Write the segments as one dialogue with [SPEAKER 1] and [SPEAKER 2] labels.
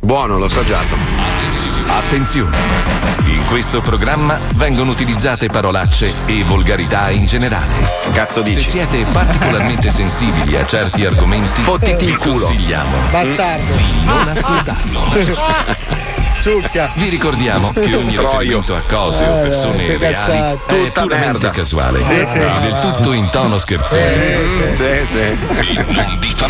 [SPEAKER 1] Buono, l'ho assaggiato.
[SPEAKER 2] Attenzione! In questo programma vengono utilizzate parolacce e volgarità in generale. Cazzo dici? Se siete particolarmente sensibili a certi argomenti,
[SPEAKER 3] Fottiti
[SPEAKER 2] vi
[SPEAKER 3] il culo.
[SPEAKER 2] consigliamo
[SPEAKER 4] Mm.
[SPEAKER 3] Bastardo.
[SPEAKER 2] di non ascoltarlo.
[SPEAKER 5] Succa.
[SPEAKER 2] Vi ricordiamo che ogni
[SPEAKER 5] Troio.
[SPEAKER 2] riferimento a cose
[SPEAKER 5] Eh,
[SPEAKER 2] o
[SPEAKER 5] sì,
[SPEAKER 2] persone
[SPEAKER 5] che
[SPEAKER 2] reali
[SPEAKER 5] cazzate.
[SPEAKER 2] è
[SPEAKER 5] Tutta
[SPEAKER 2] puramente
[SPEAKER 5] merda.
[SPEAKER 2] casuale
[SPEAKER 5] Sì,
[SPEAKER 2] e
[SPEAKER 5] sì.
[SPEAKER 2] del tutto in tono scherzoso.
[SPEAKER 1] Sì, sì.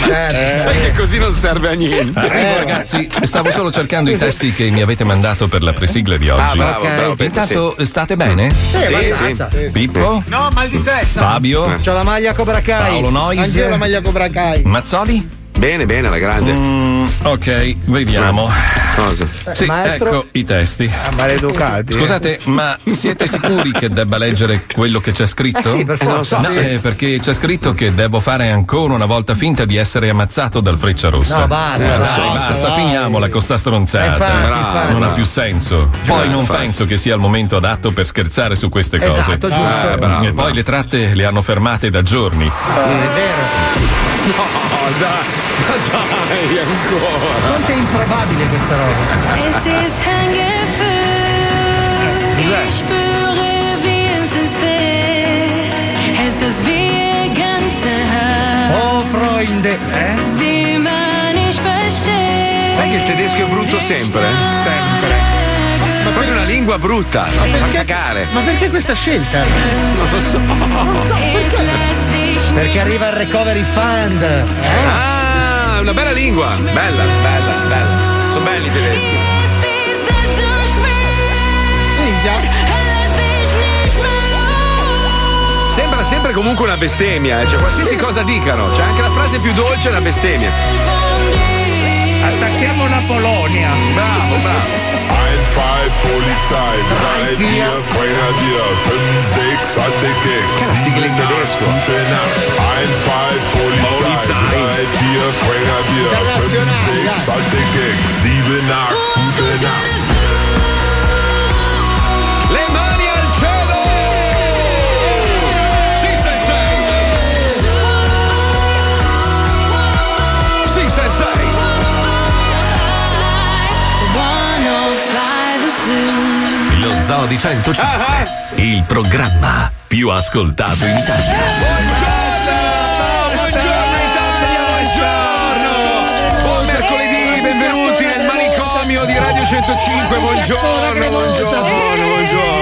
[SPEAKER 2] Eh,
[SPEAKER 1] Sai che così non serve a niente.
[SPEAKER 2] Arrivo, ragazzi, stavo solo cercando i testi che mi avete mandato per la presigla di oggi.
[SPEAKER 1] Ah, bravo, bravo, Peppe,
[SPEAKER 2] Intanto state bene?
[SPEAKER 6] abbastanza.
[SPEAKER 2] Pippo?
[SPEAKER 6] No, mal di testa.
[SPEAKER 2] Fabio?
[SPEAKER 6] C'ho la maglia Cobra Kai.
[SPEAKER 2] Paolo Nois?
[SPEAKER 6] Anch'io la maglia Cobra Kai.
[SPEAKER 2] Mazzoli? Mm,
[SPEAKER 1] Bene, bene, alla grande.
[SPEAKER 2] ok, vediamo.
[SPEAKER 1] Cosa?
[SPEAKER 2] Sì,
[SPEAKER 5] Maestro?
[SPEAKER 2] ecco i testi.
[SPEAKER 7] Ah,
[SPEAKER 5] maleducati.
[SPEAKER 2] Scusate, ma siete sicuri che debba leggere quello che c'è scritto?
[SPEAKER 5] Eh sì, per forza.
[SPEAKER 2] Non lo so.
[SPEAKER 5] Sì.
[SPEAKER 2] No, eh, perché c'è scritto che devo fare ancora una volta finta di essere ammazzato dal Freccia Rossa. Eh,
[SPEAKER 5] No, basta,
[SPEAKER 2] lo
[SPEAKER 5] basta,
[SPEAKER 2] so,
[SPEAKER 5] basta,
[SPEAKER 2] basta,
[SPEAKER 5] vai.
[SPEAKER 2] finiamola con sta stronzata.
[SPEAKER 5] Infatti, infatti.
[SPEAKER 2] Non ha più senso. Poi non penso che sia il momento adatto per scherzare su queste cose.
[SPEAKER 5] Esatto, giusto.
[SPEAKER 2] e
[SPEAKER 5] Eh, bravo,
[SPEAKER 2] poi le tratte le hanno fermate da giorni.
[SPEAKER 1] No, Ah, dai, dai, ancora.
[SPEAKER 6] Quanto è improbabile questa roba?
[SPEAKER 8] Eh,
[SPEAKER 9] Es ist ein Gefühl, ich spüre, wie es ist weh. Es ist wie ihr ganze Herz,
[SPEAKER 6] Oh, Freunde.
[SPEAKER 4] Oh.
[SPEAKER 6] Eh?
[SPEAKER 9] die man nicht versteht.
[SPEAKER 1] Sai che il tedesco è brutto sempre? eh? Sempre. Ma proprio una lingua brutta. Fa cagare.
[SPEAKER 6] Ma perché questa scelta?
[SPEAKER 1] Non lo so.
[SPEAKER 9] Es lässt dich
[SPEAKER 6] Perché arriva il recovery fund. Eh?
[SPEAKER 1] Ah, una bella lingua. Bella, bella, bella. Sono belli i tedeschi.
[SPEAKER 9] Es ist so schwer,
[SPEAKER 6] Minchia.
[SPEAKER 9] lässt dich nicht mehr los.
[SPEAKER 1] Sembra sempre comunque una bestemmia, eh. cioè qualsiasi cosa dicano. C'è anche la frase più dolce è una bestemmia.
[SPEAKER 9] Von dir.
[SPEAKER 7] Attacchiamo la Polonia.
[SPEAKER 1] Bravo, bravo.
[SPEAKER 10] 1, 2, Polizei, 3, 4, Grenadier, 5, 6, alte Keks, 7, 8, gute Nacht. 1, 2, Polizei, 3, 4, Grenadier, 5, 6, alte Keks, 7, 8, gute Nacht.
[SPEAKER 1] Le mani al cielo! Sì, sensei! Sì, sensei!
[SPEAKER 2] Lo Zoo di 105. Il programma più ascoltato in Italia.
[SPEAKER 1] Buongiorno Italia, buongiorno! Buon mercoledì, benvenuti nel manicomio di Radio 105, buongiorno, buongiorno, buongiorno.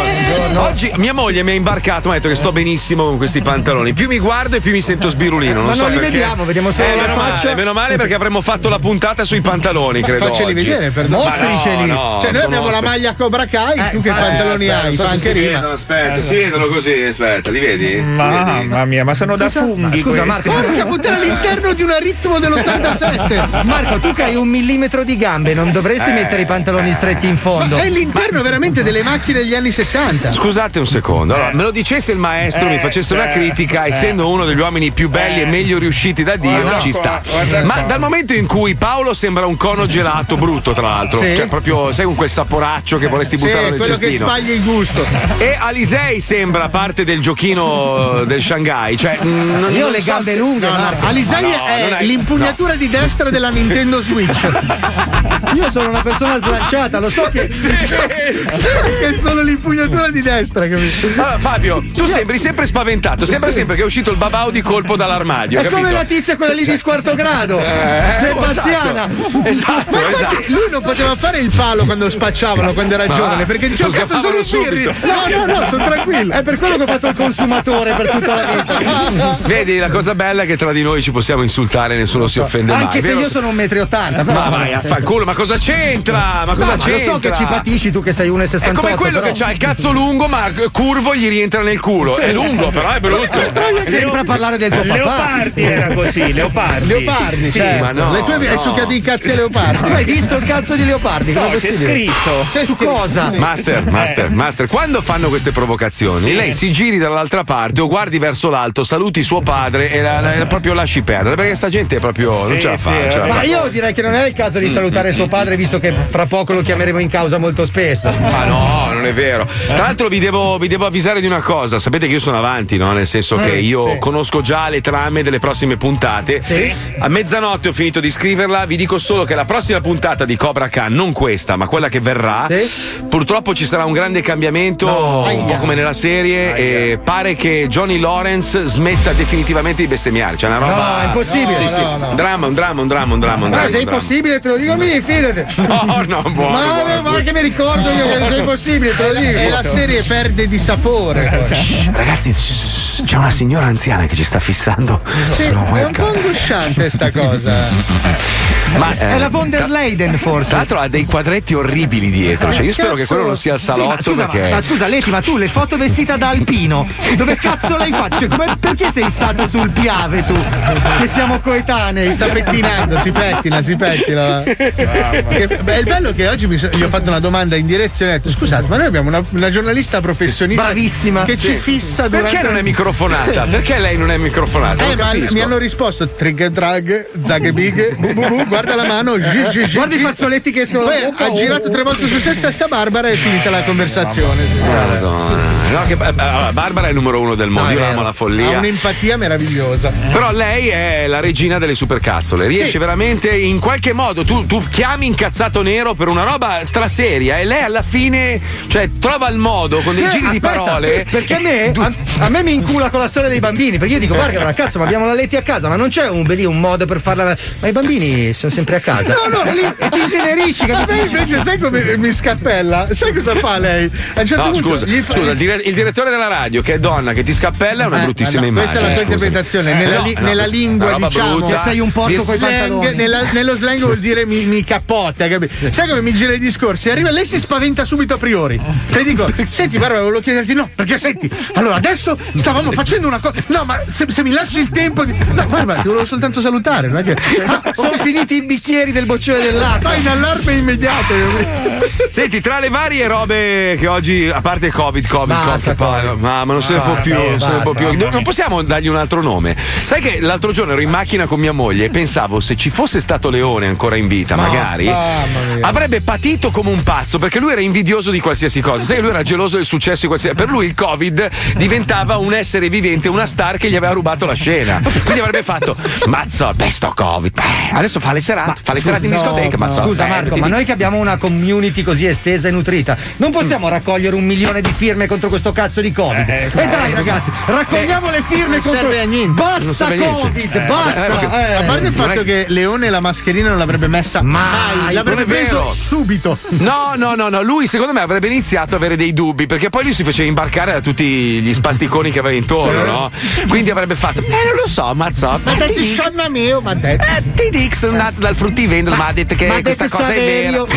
[SPEAKER 1] Oggi mia moglie mi ha imbarcato, mi ha detto che sto benissimo con questi pantaloni. Più mi guardo e più mi sento sbirulino,
[SPEAKER 6] Ma
[SPEAKER 1] non so
[SPEAKER 6] non li
[SPEAKER 1] perché.
[SPEAKER 6] vediamo, vediamo solo
[SPEAKER 1] Eh,
[SPEAKER 6] la
[SPEAKER 1] meno
[SPEAKER 6] faccia.
[SPEAKER 1] male, meno male perché avremmo fatto la puntata sui pantaloni, credo.
[SPEAKER 5] Facceli
[SPEAKER 1] oggi.
[SPEAKER 5] vedere, per
[SPEAKER 1] Ma
[SPEAKER 5] mostriceli.
[SPEAKER 1] no, no,
[SPEAKER 5] cioè, noi
[SPEAKER 1] sono
[SPEAKER 5] abbiamo la
[SPEAKER 1] ospiti.
[SPEAKER 5] maglia Cobra Kai, tu che
[SPEAKER 1] Eh,
[SPEAKER 5] pantaloni
[SPEAKER 1] aspetta,
[SPEAKER 5] hai?
[SPEAKER 1] non so
[SPEAKER 5] Fa
[SPEAKER 1] se
[SPEAKER 5] anche
[SPEAKER 1] si
[SPEAKER 5] rima.
[SPEAKER 1] vedono, aspetta, si vedono così, aspetta, li vedi?
[SPEAKER 5] Mamma mia, ma sono da funghi. Scusa, Marco,
[SPEAKER 6] Porca puttana all'interno di un ritmo dell'87.
[SPEAKER 3] Marco, tu che hai un millimetro di gambe, non
[SPEAKER 1] Eh.
[SPEAKER 3] dovresti mettere i pantaloni stretti in fondo.
[SPEAKER 6] È l'interno veramente delle macchine degli anni 70.
[SPEAKER 1] Scusate un secondo, allora, me lo dicesse il maestro, mi facesse una critica, essendo uno degli uomini più belli e meglio riusciti da Dio, ci sta. Ma dal momento in cui Paolo sembra un cono gelato brutto, tra l'altro,
[SPEAKER 6] Sì.
[SPEAKER 1] cioè proprio, sai, con quel saporaccio che vorresti
[SPEAKER 6] Sì,
[SPEAKER 1] buttare
[SPEAKER 6] quello
[SPEAKER 1] nel
[SPEAKER 6] che
[SPEAKER 1] cestino.
[SPEAKER 6] sbaglia il gusto.
[SPEAKER 1] E Alisei sembra parte del giochino del Shanghai, cioè mm, non-
[SPEAKER 3] Io
[SPEAKER 1] non
[SPEAKER 3] ho le
[SPEAKER 1] so
[SPEAKER 3] gambe
[SPEAKER 1] se-
[SPEAKER 3] lunghe,
[SPEAKER 6] No, no,
[SPEAKER 3] Marco.
[SPEAKER 6] Alisei
[SPEAKER 1] Ma no, non
[SPEAKER 6] è
[SPEAKER 1] è-
[SPEAKER 6] l'impugnatura di destra della Nintendo Switch.
[SPEAKER 3] Io sono una persona slanciata, lo so che.
[SPEAKER 6] è solo l'impugnatura di destra, capito?
[SPEAKER 1] Allora, Fabio, tu sembri sempre spaventato, sembra sempre che è uscito il babau di colpo dall'armadio,
[SPEAKER 6] È
[SPEAKER 1] Ah, capito? Cioè,
[SPEAKER 6] come la tizia quella lì di squarto grado,
[SPEAKER 1] Eh,
[SPEAKER 6] Sebastiana.
[SPEAKER 1] esatto, esatto,
[SPEAKER 6] Ma infatti
[SPEAKER 1] esatto.
[SPEAKER 6] lui non poteva fare il palo quando spacciavano, quando era giovane, perché diceva
[SPEAKER 1] lo
[SPEAKER 6] cazzo sono
[SPEAKER 1] scappavano
[SPEAKER 6] i birri.
[SPEAKER 1] subito.
[SPEAKER 6] No, no, no, sono tranquillo.
[SPEAKER 3] È per quello che ho fatto il consumatore per tutta la vita.
[SPEAKER 1] Vedi, la cosa bella è che tra di noi ci possiamo insultare, nessuno si offende mai.
[SPEAKER 3] Anche se
[SPEAKER 1] vero?
[SPEAKER 3] io sono un metro e ottanta, però.
[SPEAKER 1] Ma vai a far culo, ma cosa c'entra? Ma cosa
[SPEAKER 3] Ma lo
[SPEAKER 1] c'entra?
[SPEAKER 3] so che ci patisci tu che sei 1,68.
[SPEAKER 1] È come quello
[SPEAKER 3] però.
[SPEAKER 1] che ha il cazzo lungo, ma curvo gli rientra nel culo. È lungo, però è brutto.
[SPEAKER 3] Sempre a parlare del tuo papà.
[SPEAKER 7] Leopardi era così, Leopardi.
[SPEAKER 6] Leopardi,
[SPEAKER 7] sì.
[SPEAKER 6] certo.
[SPEAKER 1] ma no,
[SPEAKER 6] Le tue
[SPEAKER 1] no.
[SPEAKER 6] hai succato i cazzi ai
[SPEAKER 3] Tu
[SPEAKER 6] leopardi.
[SPEAKER 3] hai visto il cazzo di Leopardi?
[SPEAKER 7] No,
[SPEAKER 3] Come è
[SPEAKER 7] c'è
[SPEAKER 3] possibile?
[SPEAKER 7] scritto.
[SPEAKER 3] Cioè, su cosa? Eh.
[SPEAKER 1] Master, master, master, quando fanno queste provocazioni, lei si giri dall'altra parte o guardi verso l'alto, saluti suo padre e la- la- proprio lasci perdere, perché sta gente è proprio non ce la fa.
[SPEAKER 7] sì,
[SPEAKER 1] non ce la
[SPEAKER 3] Ma
[SPEAKER 1] fa.
[SPEAKER 3] io direi che non è il caso
[SPEAKER 1] Mm,
[SPEAKER 3] di salutare suo padre, visto che fra poco lo chiameremo in causa molto spesso.
[SPEAKER 1] Ma no, non è vero.
[SPEAKER 3] Eh?
[SPEAKER 1] Tra l'altro vi devo, vi devo avvisare di una cosa. Sapete che io sono avanti, no? Nel senso che
[SPEAKER 3] Mm,
[SPEAKER 1] io conosco già le trame delle prossime puntate. A mezzanotte ho finito di scriverla, vi dico solo che la prossima puntata di Cobra Khan, non questa, ma quella che verrà. Purtroppo ci sarà un grande cambiamento, un po' come nella serie. E pare che Johnny Lawrence smetta definitivamente di bestemmiare. C'è una roba.
[SPEAKER 3] No, è impossibile.
[SPEAKER 1] Sì,
[SPEAKER 3] No,
[SPEAKER 1] sì.
[SPEAKER 3] no, no.
[SPEAKER 1] Un dramma, un dramma, un dramma, un dramma. un
[SPEAKER 6] Guarda, se
[SPEAKER 1] dramma,
[SPEAKER 6] è
[SPEAKER 1] un dramma.
[SPEAKER 6] impossibile te lo dico a me, fidate.
[SPEAKER 1] No, no, buono.
[SPEAKER 6] ma,
[SPEAKER 1] buono.
[SPEAKER 6] ma che mi ricordo io che se è impossibile, te lo dico.
[SPEAKER 11] E la serie
[SPEAKER 6] perde di
[SPEAKER 1] Eh,
[SPEAKER 6] sapore.
[SPEAKER 1] Shh, Ragazzi, shh, c'è una signora anziana che ci sta fissando sulla
[SPEAKER 6] è un
[SPEAKER 1] webcam.
[SPEAKER 6] po' angosciante sta cosa.
[SPEAKER 1] Ma, eh,
[SPEAKER 6] È la von der
[SPEAKER 1] tra-
[SPEAKER 6] Leyen, forse. Eh,
[SPEAKER 1] Tra l'altro ha dei quadretti orribili dietro. Cioè, io spero che
[SPEAKER 11] Eh, Cazzo.
[SPEAKER 1] quello non sia il
[SPEAKER 11] Sì, ma
[SPEAKER 1] salotto
[SPEAKER 11] scusa,
[SPEAKER 1] perché.
[SPEAKER 11] ma, ma scusa, Leti, ma tu le foto vestita da alpino, dove cazzo l'hai fatta? Cioè, come- perché sei stata sul Piave tu? Che siamo coetanei,
[SPEAKER 6] Sta pettinando, si pettina, si pettina. Che- beh, il bello è che oggi mi so- gli ho fatto una domanda in direzione e ho detto scusate, ma noi abbiamo una, una giornalista professionista
[SPEAKER 11] Bravissima.
[SPEAKER 6] che ci
[SPEAKER 1] Sì.
[SPEAKER 6] fissa durante
[SPEAKER 1] Perché non è microfonata? Perché lei non è microfonata?
[SPEAKER 6] Eh,
[SPEAKER 1] Non
[SPEAKER 6] ma
[SPEAKER 1] capisco.
[SPEAKER 6] mi hanno risposto trig drag, zag big, bu, bu, bu, guarda la mano, gi, gi, gi,
[SPEAKER 11] Guarda i
[SPEAKER 6] gi.
[SPEAKER 11] fazzoletti che escono
[SPEAKER 6] Poi
[SPEAKER 11] dalla bocca,
[SPEAKER 6] ha
[SPEAKER 11] oh.
[SPEAKER 6] girato tre volte su se stessa Barbara e è finita la conversazione.
[SPEAKER 1] Eh, Madonna. No, che- eh, allora, Barbara è il numero uno del mondo,
[SPEAKER 6] No, è
[SPEAKER 1] io
[SPEAKER 6] vero.
[SPEAKER 1] amo la
[SPEAKER 6] Ha
[SPEAKER 1] follia.
[SPEAKER 6] un'empatia meravigliosa.
[SPEAKER 1] Però lei è la regina delle supercazzole. Riesce
[SPEAKER 6] Sì.
[SPEAKER 1] veramente in qualche modo. Tu, tu chiami incazzato nero per una roba straseria e lei alla fine cioè, trova il modo con dei
[SPEAKER 11] Sì,
[SPEAKER 1] giri di
[SPEAKER 11] aspetta,
[SPEAKER 1] parole. Eh,
[SPEAKER 11] Perché a me, a, a me mi incula con la storia dei bambini. Perché io dico, guarda, ma cazzo, ma abbiamo la Leti a casa, ma non c'è un, lì, un modo per farla. Ma i bambini sono sempre a casa.
[SPEAKER 6] No, no,
[SPEAKER 11] E lì e ti intenerisci,
[SPEAKER 6] Ma
[SPEAKER 11] capito?
[SPEAKER 6] lei invece sai come mi scappella? Sai cosa fa lei? A un certo
[SPEAKER 1] No,
[SPEAKER 6] punto
[SPEAKER 1] scusa,
[SPEAKER 6] gli fa-
[SPEAKER 1] scusa, il, dire- il direttore della radio che è donna che ti scappella è una
[SPEAKER 6] Eh,
[SPEAKER 1] bruttissima
[SPEAKER 6] ma no,
[SPEAKER 1] immagine.
[SPEAKER 6] Questa è la tua
[SPEAKER 1] scusami.
[SPEAKER 6] interpretazione. Nella,
[SPEAKER 1] no,
[SPEAKER 6] li-
[SPEAKER 1] no,
[SPEAKER 6] nella
[SPEAKER 1] questa-
[SPEAKER 6] lingua,
[SPEAKER 1] una roba
[SPEAKER 6] diciamo,
[SPEAKER 1] brutta.
[SPEAKER 11] Che sei un porco
[SPEAKER 6] di
[SPEAKER 11] coi pantaloni.
[SPEAKER 6] nella- nello slang vuol dire mi, mi cappotta, capito? Sai come mi gira i discorsi? Arriva lei si spaventa subito a priori. Le dico, senti, Barbara, volevo chiederti no, perché senti, allora adesso stavamo facendo una cosa. No, ma se, se mi lasci il tempo di. No, Barbara, ti volevo soltanto salutare, non è che.
[SPEAKER 11] Sono finiti i bicchieri del boccione dell'acqua.
[SPEAKER 6] Vai in allarme immediato.
[SPEAKER 1] Senti, tra le varie robe che oggi, a parte il Covid, Covid,
[SPEAKER 11] Basta,
[SPEAKER 1] Covid, poi- ma, ma non se ne può
[SPEAKER 11] Basta,
[SPEAKER 1] più, non se ne può
[SPEAKER 11] basta.
[SPEAKER 1] più. Non, non possiamo dargli un altro nome. Sai che l'altro giorno ero in macchina con mia moglie e pensavo se ci fosse stato Leone ancora in vita, magari
[SPEAKER 6] mamma mia.
[SPEAKER 1] avrebbe patito come un pazzo perché lui era invidioso di qualsiasi cosa. Sai, che lui era geloso del successo di qualsiasi Per lui il Covid diventava un essere vivente, una star che gli aveva rubato la scena. Quindi avrebbe fatto mazzo, beh, sto Covid. beh, adesso fa le serate, fa le serate in discoteca, mazzo.
[SPEAKER 11] Scusa
[SPEAKER 1] eh,
[SPEAKER 11] Marco,
[SPEAKER 1] ti-
[SPEAKER 11] ma noi che abbiamo una community così estesa e nutrita, non possiamo raccogliere un milione di firme contro questo cazzo di Covid. e dai ragazzi, raccogliamo le firme
[SPEAKER 6] non
[SPEAKER 11] contro
[SPEAKER 6] serve a niente.
[SPEAKER 1] Non
[SPEAKER 11] Basta
[SPEAKER 1] serve a niente.
[SPEAKER 11] Covid,
[SPEAKER 1] Eh, vabbè,
[SPEAKER 11] basta.
[SPEAKER 1] perché-
[SPEAKER 11] eh.
[SPEAKER 6] A parte il fatto che Leone la mascherina non l'avrebbe messa mai, l'avrebbe
[SPEAKER 1] non è
[SPEAKER 6] preso
[SPEAKER 1] vero.
[SPEAKER 6] subito.
[SPEAKER 1] No, no, no, no, lui secondo me avrebbe iniziato a avere dei dubbi perché poi lui si faceva imbarcare da tutti gli spasticoni che aveva intorno, no? Quindi avrebbe fatto, eh non lo so, mazzo.
[SPEAKER 6] Ma
[SPEAKER 1] eh,
[SPEAKER 6] detto Shanna Meo, ma detto.
[SPEAKER 1] TDX sono andato dal fruttivendolo, ma, ha detto che
[SPEAKER 11] ma ha
[SPEAKER 1] questa
[SPEAKER 11] detto
[SPEAKER 1] cosa
[SPEAKER 11] Saverio.
[SPEAKER 1] è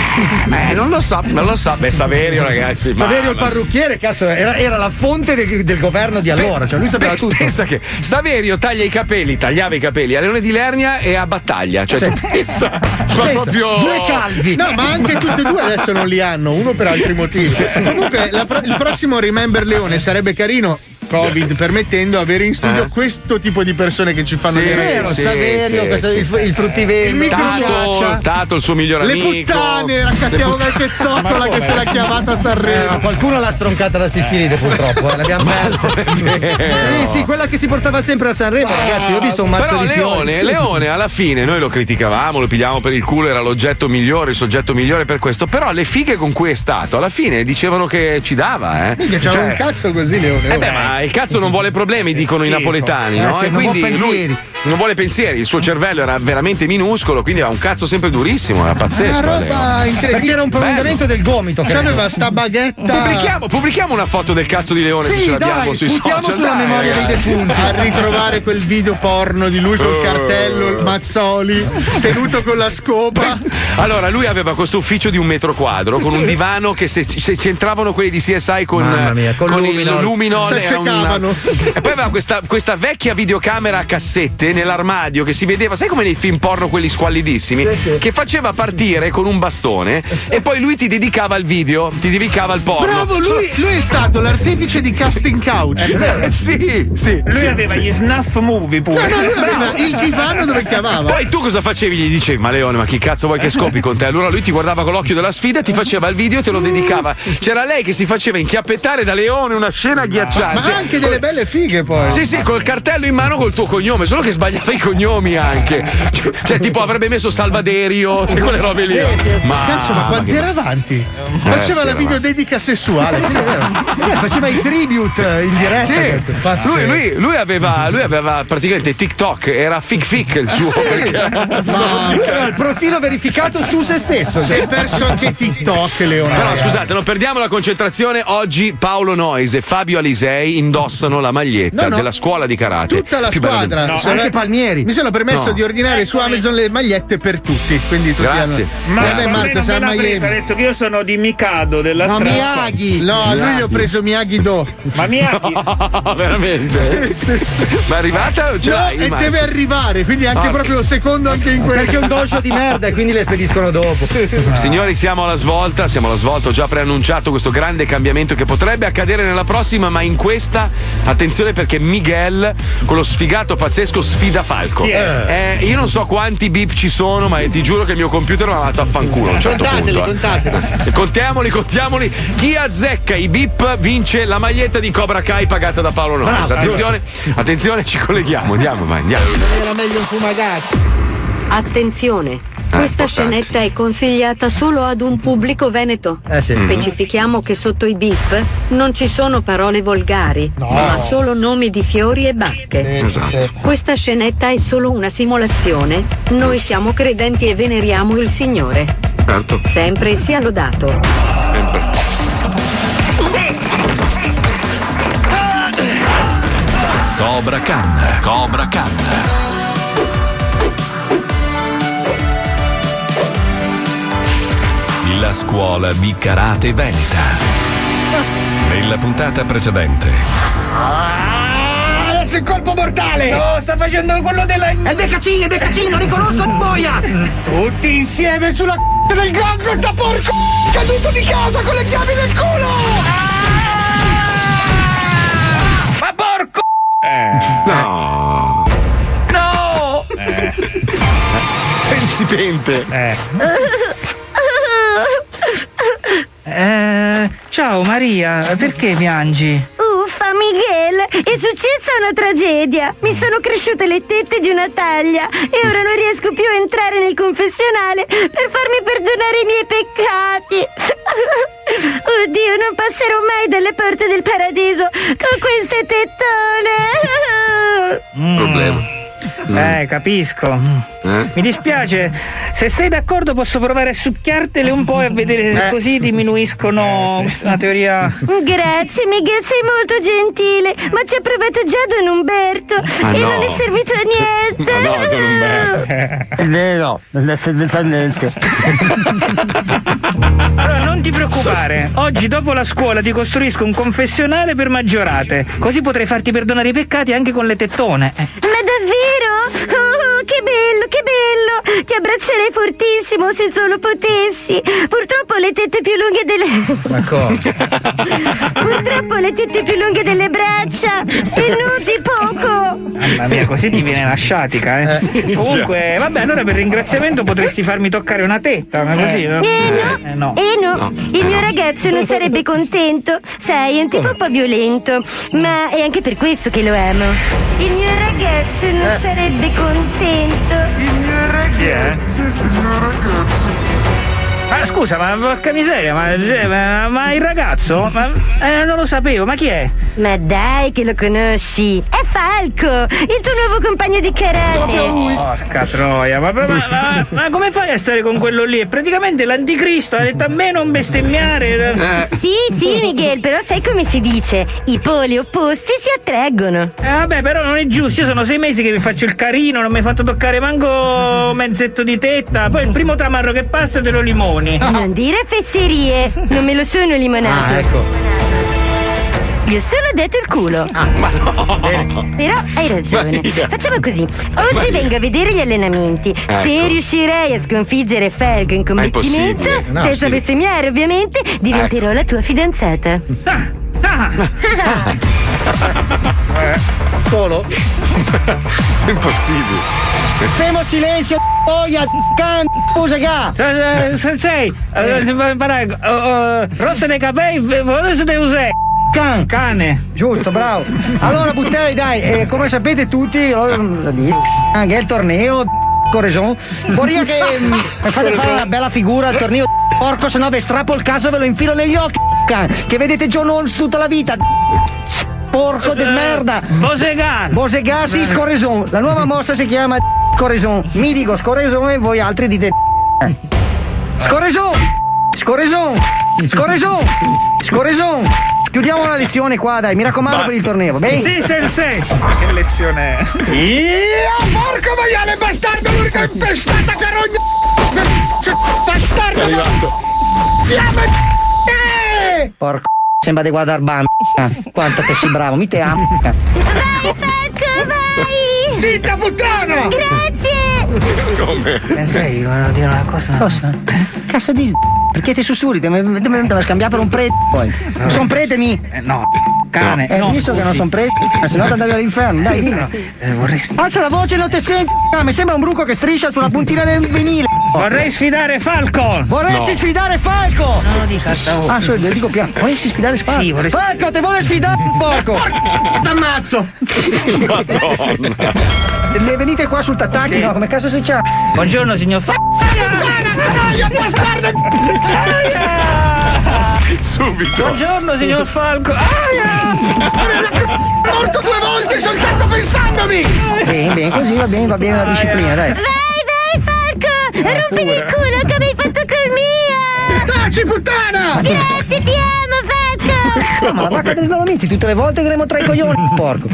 [SPEAKER 1] vera. Eh, eh, non lo so, non lo so. Beh, Saverio, ragazzi. ma-
[SPEAKER 11] Saverio il parrucchiere, cazzo, era, era la fonte del, del governo di allora, cioè lui sapeva
[SPEAKER 1] Pe-
[SPEAKER 11] tutto.
[SPEAKER 1] Pensa che Saverio taglia i capelli, tagliava i capelli a Leone di Lernia e a Battaglia. Cioè, tu pensa, ma
[SPEAKER 11] Pensa,
[SPEAKER 1] proprio.
[SPEAKER 11] Due calvi.
[SPEAKER 6] No, ma anche tutti e due adesso non li hanno, uno per altri motivi. Comunque, la pro- il prossimo Remember Leone sarebbe carino, Covid permettendo, avere in studio questo tipo di persone che ci fanno
[SPEAKER 1] Eh. Sì,
[SPEAKER 6] vedere
[SPEAKER 11] Vero,
[SPEAKER 1] sì,
[SPEAKER 11] Saverio,
[SPEAKER 1] sì,
[SPEAKER 11] questo-
[SPEAKER 1] sì.
[SPEAKER 11] il, il fruttivendolo.
[SPEAKER 6] Il micro-
[SPEAKER 1] Tato,
[SPEAKER 6] Cruciaccia.
[SPEAKER 1] Tato, il suo migliore
[SPEAKER 6] le
[SPEAKER 1] amico.
[SPEAKER 6] puttane, la cattiava vecchiezzocola che se l'ha chiamata a
[SPEAKER 11] Eh, ma
[SPEAKER 6] Sanremo.
[SPEAKER 11] qualcuno l'ha stroncata la sifilide purtroppo, eh, l'abbiamo persa.
[SPEAKER 6] Eh,
[SPEAKER 11] Sì, sì, quella che si portava sempre a Sanremo, ragazzi, io ho visto un mazzo
[SPEAKER 1] Però
[SPEAKER 11] di fiori.
[SPEAKER 1] Leone, Leone alla fine noi lo criticavamo, lo pigliavamo per il culo, era l'oggetto migliore, il soggetto migliore per questo. Però le fighe con cui è stato, alla fine dicevano che ci dava, eh.
[SPEAKER 6] Minchia, C'aveva un cazzo così, Leone.
[SPEAKER 1] Eh beh, ma il cazzo non vuole problemi, dicono i
[SPEAKER 7] schifo.
[SPEAKER 1] napoletani,
[SPEAKER 11] Eh
[SPEAKER 1] no?
[SPEAKER 11] sì,
[SPEAKER 1] e
[SPEAKER 11] non
[SPEAKER 1] quindi
[SPEAKER 11] vuol
[SPEAKER 1] lui
[SPEAKER 11] pensieri.
[SPEAKER 1] non vuole pensieri, il suo cervello era veramente minuscolo, quindi aveva un cazzo sempre durissimo, era pazzesco.
[SPEAKER 6] Una
[SPEAKER 1] Leo.
[SPEAKER 6] roba
[SPEAKER 11] Perché
[SPEAKER 6] incredibile.
[SPEAKER 11] era un prolungamento del gomito. credo.
[SPEAKER 6] C'aveva sta baghetta.
[SPEAKER 1] Pubblichiamo, pubblichiamo una foto del cazzo di Leone se
[SPEAKER 11] Sì,
[SPEAKER 1] ce l'abbiamo
[SPEAKER 11] dai,
[SPEAKER 1] sui
[SPEAKER 11] puntiamo
[SPEAKER 1] social.
[SPEAKER 11] sulla
[SPEAKER 1] dai,
[SPEAKER 11] memoria
[SPEAKER 1] ragazzi. Oh.
[SPEAKER 11] dei defunti.
[SPEAKER 6] a ritrovare quel video porno di lui col cartello, il Mazzoli, tenuto con la scopa.
[SPEAKER 1] Allora, lui aveva questo ufficio di un metro quadro con un divano che se, se c'entravano quelli di CSI con,
[SPEAKER 11] Mamma mia, con
[SPEAKER 1] il
[SPEAKER 11] Luminol.
[SPEAKER 1] luminol
[SPEAKER 6] Se
[SPEAKER 1] era un-
[SPEAKER 6] accecavano.
[SPEAKER 1] E poi aveva questa, questa vecchia videocamera a cassette nell'armadio che si vedeva, sai come nei film porno quelli squallidissimi, che faceva partire con un bastone e poi lui ti dedicava il video, ti dedicava il porno.
[SPEAKER 6] Bravo, lui, lui è stato l'artefice di casting couch.
[SPEAKER 1] Eh, sì, sì.
[SPEAKER 7] Lui
[SPEAKER 1] sì,
[SPEAKER 7] aveva
[SPEAKER 1] sì.
[SPEAKER 7] gli snuff movie
[SPEAKER 6] No,
[SPEAKER 7] pure.
[SPEAKER 6] no, lui aveva il divano dove chiamava.
[SPEAKER 1] Poi tu cosa facevi? Gli dicevi, ma Leone, ma chi cazzo vuoi che scopi con te? Allora lui ti guardava con l'occhio della sfida, ti faceva il video e te lo dedicava. C'era lei che si faceva inchiappettare da Leone, una scena
[SPEAKER 6] Ma
[SPEAKER 1] agghiacciante.
[SPEAKER 6] anche delle belle fighe poi.
[SPEAKER 1] Sì, sì, col cartello in mano col tuo cognome, solo che sbagliava i cognomi anche. Cioè, tipo avrebbe messo Salvaderio, cioè quelle robe lì.
[SPEAKER 6] Sì, sì, sì. Cazzo, ma quanti
[SPEAKER 1] che-
[SPEAKER 6] era avanti?
[SPEAKER 1] Eh,
[SPEAKER 6] Faceva
[SPEAKER 1] sì,
[SPEAKER 6] la
[SPEAKER 1] era
[SPEAKER 6] videodedica sessuale.
[SPEAKER 1] Sì,
[SPEAKER 3] Eh, faceva i tribute eh, in diretta.
[SPEAKER 1] Sì.
[SPEAKER 3] cazzo.
[SPEAKER 1] Lui, lui- lui aveva, lui aveva praticamente TikTok, era fic fic il suo.
[SPEAKER 3] Sì,
[SPEAKER 1] perché-
[SPEAKER 3] ma lui aveva il profilo verificato su se stesso.
[SPEAKER 6] Si è perso anche TikTok, Leonardo.
[SPEAKER 1] Però scusate, non perdiamo la concentrazione. Oggi Paolo Noise e Fabio Alisei indossano la maglietta
[SPEAKER 6] No, no.
[SPEAKER 1] della scuola di karate.
[SPEAKER 6] Tutta la
[SPEAKER 1] Più bella del-
[SPEAKER 6] squadra, sono- Mi sono permesso
[SPEAKER 1] No.
[SPEAKER 6] di ordinare su Amazon le magliette per tutti. Quindi tutti
[SPEAKER 1] Grazie.
[SPEAKER 6] hanno.
[SPEAKER 7] Ma
[SPEAKER 6] Eh beh,
[SPEAKER 7] almeno
[SPEAKER 6] Marco,
[SPEAKER 7] me
[SPEAKER 6] sei
[SPEAKER 7] l'ha
[SPEAKER 6] a
[SPEAKER 7] presa, ha
[SPEAKER 6] Miami.
[SPEAKER 7] detto che io sono di Mikado della
[SPEAKER 6] No, Miyagi. No, a lui ho preso Miyagi Do.
[SPEAKER 7] Ma Miyagi.
[SPEAKER 1] No, veramente?
[SPEAKER 6] Sì, sì, sì.
[SPEAKER 1] Ma è arrivata o ce
[SPEAKER 6] No,
[SPEAKER 1] l'hai?
[SPEAKER 6] e
[SPEAKER 1] Massimo?
[SPEAKER 6] deve arrivare, quindi anche
[SPEAKER 1] Porca.
[SPEAKER 6] proprio secondo anche in quello.
[SPEAKER 3] Perché è un dojo di merda e quindi le spediscono dopo.
[SPEAKER 1] Signori, siamo alla svolta, siamo alla svolta, ho già preannunciato questo grande cambiamento che potrebbe accadere nella prossima, ma in questa attenzione perché Miguel, quello sfigato pazzesco, sfida Falco.
[SPEAKER 7] Chi è?
[SPEAKER 1] Eh, io non so quanti bip ci sono, ma ti giuro che il mio computer mi ha dato a fanculo a un certo
[SPEAKER 6] Contateli,
[SPEAKER 1] punto. eh.
[SPEAKER 6] contateli.
[SPEAKER 1] Contiamoli, contiamoli. Chi azzecca i bip vince la maglietta di Cobra Kai pagata da Paolo Noyes.
[SPEAKER 4] Bravo.
[SPEAKER 1] Attenzione, attenzione, ci colleghiamo, andiamo, vai, andiamo.
[SPEAKER 4] Era meglio un fumagazzi.
[SPEAKER 12] Attenzione,
[SPEAKER 4] Ah,
[SPEAKER 12] questa scenetta è consigliata solo ad un pubblico veneto.
[SPEAKER 4] Eh sì.
[SPEAKER 12] Specifichiamo che sotto i bip non ci sono parole volgari, ma solo nomi di fiori e bacche.
[SPEAKER 4] Sì, Esatto. sì.
[SPEAKER 12] Questa scenetta è solo una simulazione. Noi siamo credenti e veneriamo il Signore.
[SPEAKER 1] Certo.
[SPEAKER 12] Sempre sia lodato.
[SPEAKER 2] Cobra Khan, Cobra Khan. La scuola di karate veneta. Nella puntata precedente.
[SPEAKER 4] Ah, adesso il colpo mortale!
[SPEAKER 7] No, sta facendo quello della.
[SPEAKER 4] È Beccacini, è Beccacini, riconosco boia! Tutti insieme sulla c***a del gango da porco! Caduto di casa con le chiavi nel culo! Ma porco! Eh.
[SPEAKER 1] No.
[SPEAKER 4] No!
[SPEAKER 1] Principente.
[SPEAKER 13] Eh, ciao Maria, perché piangi?
[SPEAKER 14] Uffa, Miguel, è successa una tragedia. Mi sono cresciute le tette di una taglia e ora non riesco più a entrare nel confessionale per farmi perdonare i miei peccati. Oddio, non passerò mai dalle porte del paradiso con queste tettone.
[SPEAKER 13] Problema. Mm. Eh, capisco. Mi dispiace. Se sei d'accordo posso provare a succhiartele un po' e vedere se
[SPEAKER 14] Eh.
[SPEAKER 13] così diminuiscono una teoria.
[SPEAKER 14] Grazie, Miguel, sei molto gentile, ma ci ha provato già Don Umberto
[SPEAKER 13] Ma
[SPEAKER 14] e
[SPEAKER 13] no.
[SPEAKER 14] non è servito a niente.
[SPEAKER 11] È vero, non è servito a niente.
[SPEAKER 13] Allora non ti preoccupare, oggi dopo la scuola ti costruisco un confessionale per maggiorate, così potrai farti perdonare i peccati anche con le tettone. Eh.
[SPEAKER 14] Ma davvero? Oh, che bello, che bello! Ti abbraccerei fortissimo se solo potessi. Purtroppo ho le tette più lunghe delle.
[SPEAKER 3] Ma come?
[SPEAKER 14] Purtroppo ho le tette più lunghe delle braccia. E nudi poco.
[SPEAKER 13] Mamma mia, così ti viene la sciatica, eh.
[SPEAKER 14] Eh.
[SPEAKER 13] Comunque, vabbè, allora per ringraziamento potresti farmi toccare una tetta, ma così.
[SPEAKER 14] Eh,
[SPEAKER 13] no?
[SPEAKER 14] no.
[SPEAKER 13] Eh, no.
[SPEAKER 14] Eh no,
[SPEAKER 13] No.
[SPEAKER 14] il mio ragazzo non sarebbe contento. Sai, è un tipo un po' violento, ma è anche per questo che lo amo. Il mio ragazzo non
[SPEAKER 11] Eh.
[SPEAKER 14] sarebbe contento. Il mio
[SPEAKER 13] Chi è? Ma Ah, scusa, ma porca miseria, ma, cioè, ma- ma il ragazzo? Ma, eh, non lo sapevo, ma chi è?
[SPEAKER 14] Ma dai che lo conosci! È Falco, il tuo nuovo compagno di karate!
[SPEAKER 13] Porca troia, ma, ma- ma- ma come fai a stare con quello lì? È praticamente l'anticristo, ha detto a me non bestemmiare.
[SPEAKER 14] Eh. Sì, sì, Miguel, però sai come si dice? I poli opposti si attraggono.
[SPEAKER 13] Eh, vabbè, però non è giusto. Io sono sei mesi che mi faccio il carino, non mi hai fatto toccare manco un mezzetto di tetta. Poi il primo tamarro che passa te lo limoni.
[SPEAKER 14] Non dire fesserie, non me lo sono limonato.
[SPEAKER 13] Ah,
[SPEAKER 14] ecco. Gli ho solo detto il culo.
[SPEAKER 1] ma no!
[SPEAKER 14] Però hai ragione. Facciamo così. Oggi vengo a vedere gli allenamenti. Se
[SPEAKER 4] Ecco.
[SPEAKER 14] riuscirei a sconfiggere Falco in combattimento,
[SPEAKER 4] impossibile. No,
[SPEAKER 14] senza
[SPEAKER 4] sì.
[SPEAKER 14] bestemmiare ovviamente, diventerò la tua fidanzata.
[SPEAKER 15] Eh.
[SPEAKER 3] Solo?
[SPEAKER 1] Impossibile.
[SPEAKER 11] Femo silenzio, boia, can, fusegà.
[SPEAKER 13] eh, oh, Sensei, eh, eh, parai, eh, eh, rosse dei capelli, volesse dei usè.
[SPEAKER 11] Can. Cane. Giusto, bravo. Allora, Buttei, dai, eh, come sapete tutti, allora, di- anche il torneo Correson. Vorrei che mm, mi fate fare una bella figura al torneo porco, se no ve strappo il caso e ve lo infilo negli occhi. can. Che vedete John Holmes tutta la vita. Porco di merda! Bosegas! Bosegas sì, Scorreson. La nuova mossa si chiama Scorreson. Mi dico Scorreson e voi altri dite. eh. Scorreson! Scorreson! Scorreson! Scorreson! Chiudiamo la lezione qua, dai, mi raccomando per il torneo, va bene?
[SPEAKER 5] Sì, sensei. Che lezione è?
[SPEAKER 7] Eh,
[SPEAKER 15] Io, porco maiale bastardo, l'urca impestata carogna! C'è bastardo! È arrivato! Fiamme! eh!
[SPEAKER 11] Porco, sembra di guardare bam. Quanto che sei bravo, mi te amo. eh.
[SPEAKER 15] Vai, Falco, vai! Zitta, puttana! Grazie!
[SPEAKER 1] Come?
[SPEAKER 11] Sensei, volevo dire una cosa. Cosa? Cazzo di. Perché ti sussurri? Te me te me- te la scambiare per un prete poi.
[SPEAKER 13] eh,
[SPEAKER 11] Sono prete mi.
[SPEAKER 13] no, cane.
[SPEAKER 11] Eh,
[SPEAKER 13] no,
[SPEAKER 11] visto che non
[SPEAKER 13] scusi.
[SPEAKER 11] sono prete, ma se no ti andavi all'inferno, dai,
[SPEAKER 13] No,
[SPEAKER 11] dimmi.
[SPEAKER 13] eh, vorrei,
[SPEAKER 11] Alza la voce e non ti senti. Ah, mi sembra un bruco che striscia sulla puntina del vinile.
[SPEAKER 13] vorrei sfidare Falcon.
[SPEAKER 11] Vorresti sfidare Falco!
[SPEAKER 13] No, dica, stavo-
[SPEAKER 11] Ah, scusa, dico piano. Vorresti sfidare Falco?
[SPEAKER 13] Sì, vorresti-
[SPEAKER 11] Falco, te vuole sfidare, porco! T'ammazzo!
[SPEAKER 1] Madonna.
[SPEAKER 11] Ne venite qua sul tattacchi? No, come cazzo si c'ha?
[SPEAKER 13] Buongiorno, signor Falcon.
[SPEAKER 15] Canaia, bastardo!
[SPEAKER 1] Subito!
[SPEAKER 13] Buongiorno, signor Falco.
[SPEAKER 15] Morto due volte soltanto pensandomi!
[SPEAKER 11] Bene, bene, così va bene, va bene la disciplina, dai.
[SPEAKER 15] Vai, vai, Falco! Rompimi il culo che mi hai fatto col mio! Taci, puttana! Grazie, ti amo, Falco!
[SPEAKER 11] No, ma la vacca dei Dolomiti, tutte le volte che ne tra i coglioni, porco.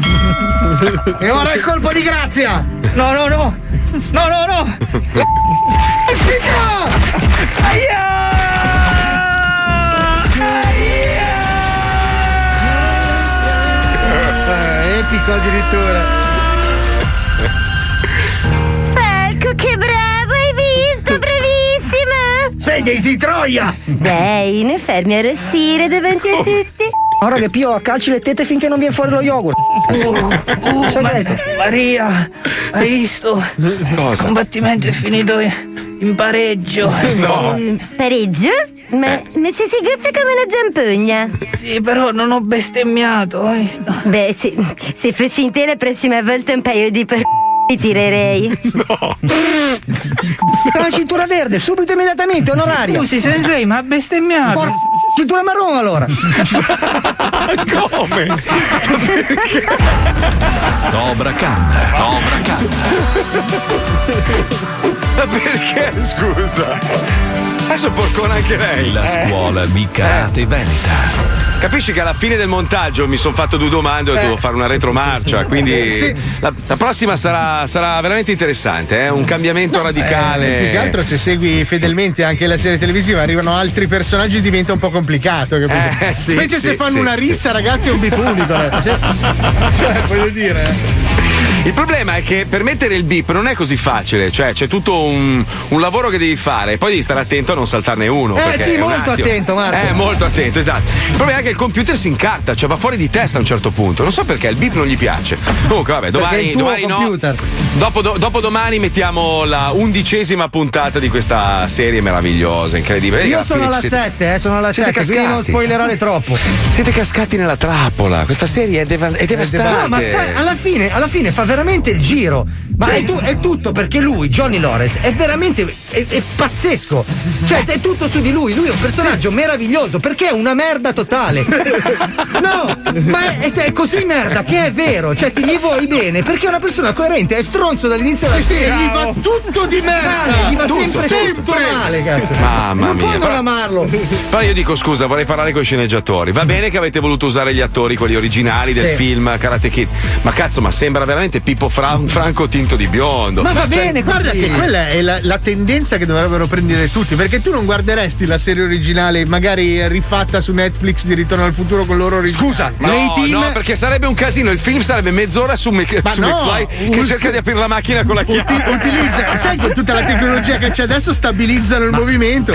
[SPEAKER 6] E ora il colpo di grazia!
[SPEAKER 13] No, no, no! No, no, no!
[SPEAKER 15] Spicca!
[SPEAKER 3] Eh,
[SPEAKER 6] Epico addirittura.
[SPEAKER 15] Falco, che bravo, hai vinto, bravissima! Svegliati, troia!
[SPEAKER 14] Dai, ne fermi a rossire davanti a tutti.
[SPEAKER 11] Ora che Pio a calci le tette finché non viene fuori lo yogurt. Eh,
[SPEAKER 13] Uh,
[SPEAKER 11] Sai detto?
[SPEAKER 13] Oh, Maria, hai visto? Il combattimento è finito in pareggio.
[SPEAKER 14] Mm, Pareggio? Ma, ma se si gaffa come una zampogna.
[SPEAKER 13] Sì, però non ho bestemmiato. eh.
[SPEAKER 14] Beh, se, se fossi in te la prossima volta un paio di per mi tirerei. No.
[SPEAKER 11] La cintura verde, subito immediatamente, onorario.
[SPEAKER 13] Scusi, sensei, ma ha bestemmiato.
[SPEAKER 11] Porca cintura marrone allora.
[SPEAKER 1] Come?
[SPEAKER 2] Cobra Khan, Cobra Khan.
[SPEAKER 1] Perché scusa? Adesso porcona anche lei. Eh.
[SPEAKER 2] La scuola di karate veneta.
[SPEAKER 1] Capisci che alla fine del montaggio mi sono fatto due domande e devo fare una retromarcia, quindi
[SPEAKER 6] Eh. Sì, sì.
[SPEAKER 1] La, la prossima sarà, sarà veramente interessante, eh? un cambiamento radicale.
[SPEAKER 6] Eh, più che altro se segui fedelmente anche la serie televisiva arrivano altri personaggi diventa un po' complicato, capito?
[SPEAKER 1] Eh, sì,
[SPEAKER 6] Specie
[SPEAKER 1] sì,
[SPEAKER 6] se fanno
[SPEAKER 1] sì,
[SPEAKER 6] una
[SPEAKER 1] sì.
[SPEAKER 6] rissa, ragazzi, è un bip unico. eh. Se- Cioè, voglio dire.
[SPEAKER 1] Il problema è che per mettere il bip non è così facile, cioè c'è tutto un, un lavoro che devi fare, poi devi stare attento a non saltarne uno.
[SPEAKER 11] Eh,
[SPEAKER 1] perché
[SPEAKER 11] sì,
[SPEAKER 1] è un
[SPEAKER 11] molto
[SPEAKER 1] attimo.
[SPEAKER 11] attento, Marco.
[SPEAKER 1] Eh, molto attento, esatto. Il problema è che il computer si incarta, cioè va fuori di testa a un certo punto. Non so perché il bip non gli piace. Comunque,
[SPEAKER 3] Perché
[SPEAKER 1] vabbè,
[SPEAKER 3] è
[SPEAKER 1] domani,
[SPEAKER 3] il tuo
[SPEAKER 1] domani no.
[SPEAKER 3] computer.
[SPEAKER 1] Dopo, do- dopodomani mettiamo la undicesima puntata di questa serie meravigliosa, incredibile.
[SPEAKER 11] Io
[SPEAKER 1] Alla
[SPEAKER 11] sono
[SPEAKER 1] fine
[SPEAKER 11] alla
[SPEAKER 1] ci siete-
[SPEAKER 11] 7, eh, sono alla
[SPEAKER 1] siete
[SPEAKER 11] 7, quindi
[SPEAKER 1] cascati.
[SPEAKER 11] non spoilerare troppo.
[SPEAKER 1] Siete cascati nella trappola. Questa serie è, deva- è devastante.
[SPEAKER 11] No, ma sta- alla, fine, alla fine fa veramente il giro. Ma
[SPEAKER 6] Cioè
[SPEAKER 11] è, tu- è tutto perché lui, Johnny Lawrence, è veramente è, è pazzesco. Cioè, è tutto su di lui. Lui è un personaggio meraviglioso perché è una merda totale. No, ma è, è così merda che è vero. Cioè, ti gli vuoi bene perché è una persona coerente, è stronzo dall'inizio alla
[SPEAKER 6] Sì, sì,
[SPEAKER 11] fine.
[SPEAKER 6] gli va tutto di merda.
[SPEAKER 11] Male, gli va
[SPEAKER 6] Tutto,
[SPEAKER 11] sempre,
[SPEAKER 6] sempre.
[SPEAKER 11] tutto male, cazzo.
[SPEAKER 1] Mamma
[SPEAKER 11] non
[SPEAKER 1] mia,
[SPEAKER 11] puoi non
[SPEAKER 1] però-
[SPEAKER 11] amarlo.
[SPEAKER 1] Però io dico scusa, vorrei parlare con i sceneggiatori. Va bene che avete voluto usare gli attori, quelli originali del
[SPEAKER 11] Mm. Sì.
[SPEAKER 1] film Karate Kid, ma cazzo, ma sembra veramente Pippo Fra- Franco tinto di biondo.
[SPEAKER 6] Ma va
[SPEAKER 1] Cioè,
[SPEAKER 6] bene, guarda che quella è la, la tendenza che dovrebbero prendere tutti, perché tu non guarderesti la serie originale, magari rifatta su Netflix di Ritorno al futuro con loro originale. Scusa,
[SPEAKER 1] No, no, perché sarebbe un casino. Il film sarebbe mezz'ora su, Mc-
[SPEAKER 6] Ma
[SPEAKER 1] su
[SPEAKER 6] no,
[SPEAKER 1] McFly che
[SPEAKER 6] ut-
[SPEAKER 1] cerca di aprire la macchina con la chiave.
[SPEAKER 6] Uti- utilizza, sai che tutta la tecnologia che c'è adesso stabilizzano il movimento.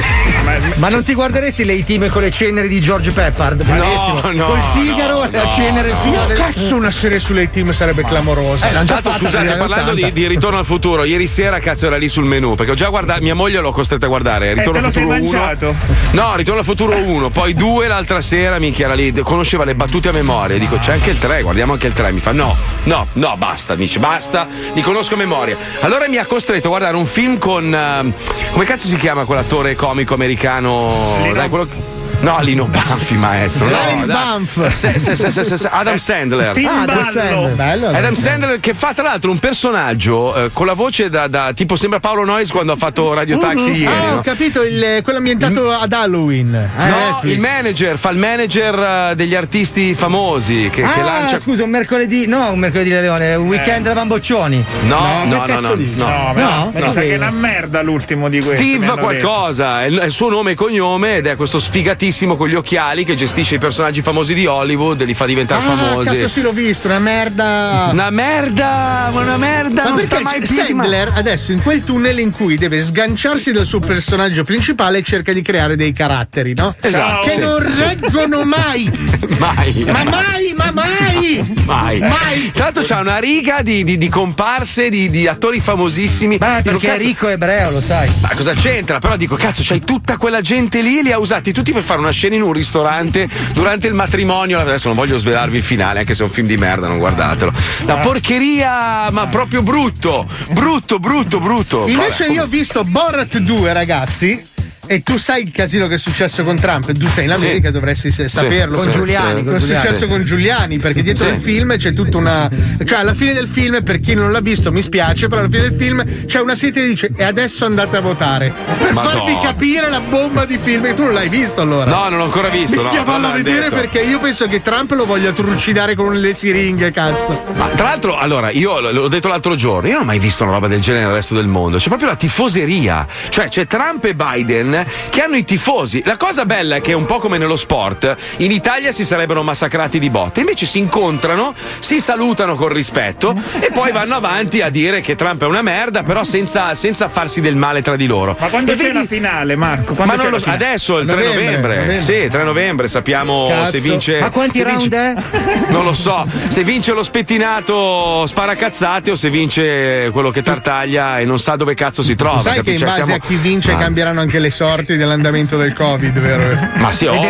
[SPEAKER 11] Ma non ti guarderesti le team con le ceneri di George Peppard? Bravissimo.
[SPEAKER 6] Col sigaro e la cenere su. Cazzo, una serie sulle team sarebbe clamorosa. cosa.
[SPEAKER 1] Eh, l'hanno già fatta
[SPEAKER 6] negli
[SPEAKER 1] scusate,
[SPEAKER 6] anni
[SPEAKER 1] parlando di,
[SPEAKER 6] 80.
[SPEAKER 1] di Ritorno al futuro, ieri sera cazzo era lì sul menù, perché ho già guardato, mia moglie l'ho costretta a guardare. Ritorno
[SPEAKER 7] Eh, te lo
[SPEAKER 1] al
[SPEAKER 7] sei
[SPEAKER 1] futuro 1.
[SPEAKER 7] mangiato?
[SPEAKER 1] No, Ritorno al futuro 1, poi 2 l'altra sera, minchia era lì, conosceva le battute a memoria, dico c'è anche il 3, guardiamo anche il 3, mi fa no, no, no, basta, mi dice basta, li conosco a memoria. Allora mi ha costretto a guardare un film con eh, come cazzo si chiama quell'attore comico americano? Dai, quello No, Lino Banfi, maestro.
[SPEAKER 6] Lino
[SPEAKER 1] no, dai.
[SPEAKER 6] Banff.
[SPEAKER 1] Se- se- se- se- se- se-
[SPEAKER 7] Eh,
[SPEAKER 1] Adam Sandler.
[SPEAKER 6] Tim Ah, Adam Ballo. Sandler. Bello, Adam
[SPEAKER 1] Adam Sandler che fa tra l'altro un personaggio eh, con la voce da, da- tipo sembra Paolo Noyes quando ha fatto Radio Taxi
[SPEAKER 6] Mhm.
[SPEAKER 1] ieri.
[SPEAKER 6] Ah, ho
[SPEAKER 1] no?
[SPEAKER 6] capito, il- quello ambientato ad Halloween. Eh,
[SPEAKER 1] No,
[SPEAKER 6] Netflix.
[SPEAKER 1] il manager, fa il manager eh, degli artisti famosi che, che
[SPEAKER 3] ah,
[SPEAKER 1] lancia. Eh.
[SPEAKER 3] scusa, un mercoledì, no, un mercoledì da Leone, un weekend da Bamboccioni.
[SPEAKER 1] No, no,
[SPEAKER 3] che
[SPEAKER 1] no,
[SPEAKER 3] cazzo
[SPEAKER 1] no,
[SPEAKER 3] dici?
[SPEAKER 1] no,
[SPEAKER 3] no,
[SPEAKER 1] no.
[SPEAKER 7] Mi sa che è una merda l'ultimo di questi. mi
[SPEAKER 1] Steve
[SPEAKER 7] hanno
[SPEAKER 1] qualcosa, è il è il suo nome e cognome ed è questo sfigatissimo con gli occhiali che gestisce i personaggi famosi di Hollywood e li fa diventare
[SPEAKER 6] Ah,
[SPEAKER 1] famosi.
[SPEAKER 6] cazzo sì, l'ho visto, una merda.
[SPEAKER 1] Una merda, una merda.
[SPEAKER 6] Ma
[SPEAKER 1] non
[SPEAKER 6] perché
[SPEAKER 1] sta mai
[SPEAKER 6] c'è-
[SPEAKER 1] più di
[SPEAKER 6] Sandler adesso in quel tunnel in cui deve sganciarsi dal suo personaggio principale e cerca di creare dei caratteri, no?
[SPEAKER 1] Esatto,
[SPEAKER 6] Che
[SPEAKER 1] sì.
[SPEAKER 6] non reggono mai.
[SPEAKER 1] Mai.
[SPEAKER 6] ma mai, ma mai.
[SPEAKER 1] Mai.
[SPEAKER 6] Mai.
[SPEAKER 1] Tra l'altro c'ha una riga di, di- di comparse, di, di attori famosissimi. Ma
[SPEAKER 3] Perché è ricco ebreo, lo sai.
[SPEAKER 1] Ma cosa c'entra? Però dico, cazzo, c'hai tutta quella gente lì, li ha usati tutti per fare una scena in un ristorante durante il matrimonio. Adesso non voglio svelarvi il finale, anche se è un film di merda, non guardatelo. La porcheria, ma proprio brutto, brutto, brutto, brutto.
[SPEAKER 6] Invece
[SPEAKER 1] Vabbè.
[SPEAKER 6] io ho visto Borat 2, ragazzi. E tu sai il casino che è successo con Trump? Tu sei in
[SPEAKER 1] Sì.
[SPEAKER 6] America, dovresti se-
[SPEAKER 1] Sì,
[SPEAKER 6] saperlo.
[SPEAKER 1] con Giuliani, con
[SPEAKER 6] È
[SPEAKER 1] Giuliani.
[SPEAKER 6] successo con Giuliani, perché dietro
[SPEAKER 1] Sì.
[SPEAKER 6] il film c'è tutta una. Cioè, alla fine del film, per chi non l'ha visto, mi spiace, però alla fine del film c'è una sete che dice: E adesso andate a votare. Per
[SPEAKER 1] Madonna.
[SPEAKER 6] farvi capire la bomba di film. che Tu non l'hai visto allora?
[SPEAKER 1] No, non l'ho ancora visto, no,
[SPEAKER 6] Minchia,
[SPEAKER 1] non
[SPEAKER 6] vallo a
[SPEAKER 1] l'hanno
[SPEAKER 6] vedere
[SPEAKER 1] detto.
[SPEAKER 6] perché io penso che Trump lo voglia trucidare con le siringhe, cazzo.
[SPEAKER 1] Ma tra l'altro, allora, io l- l'ho detto l'altro giorno, io non ho mai visto una roba del genere nel resto del mondo. C'è proprio la tifoseria. Cioè, c'è Trump e Biden che hanno i tifosi. La cosa bella è che, un po' come nello sport, in Italia si sarebbero massacrati di botte. Invece si incontrano, si salutano con rispetto e poi vanno avanti a dire che Trump è una merda, però senza, senza farsi del male tra di loro.
[SPEAKER 7] Ma quando
[SPEAKER 1] E
[SPEAKER 7] c'è
[SPEAKER 1] vedi-
[SPEAKER 7] la finale, Marco? Quando
[SPEAKER 1] Ma
[SPEAKER 7] c'è
[SPEAKER 1] non lo
[SPEAKER 7] la
[SPEAKER 1] so,
[SPEAKER 7] finale?
[SPEAKER 1] adesso il 3 novembre. Sì, 3 novembre sappiamo
[SPEAKER 7] Cazzo.
[SPEAKER 1] se vince.
[SPEAKER 7] Ma quanti
[SPEAKER 1] se
[SPEAKER 7] round
[SPEAKER 1] vince- Non lo so. Se vince lo spettinato sparacazzate o se vince quello che tartaglia e non sa dove cazzo si trova.
[SPEAKER 6] Tu sai che
[SPEAKER 1] capi?
[SPEAKER 6] in
[SPEAKER 1] Cioè,
[SPEAKER 6] base
[SPEAKER 1] siamo-
[SPEAKER 6] a chi vince
[SPEAKER 1] Ma-
[SPEAKER 6] cambieranno anche le sorti dell'andamento del Covid, vero?
[SPEAKER 1] Ma sì, ovvio. Ma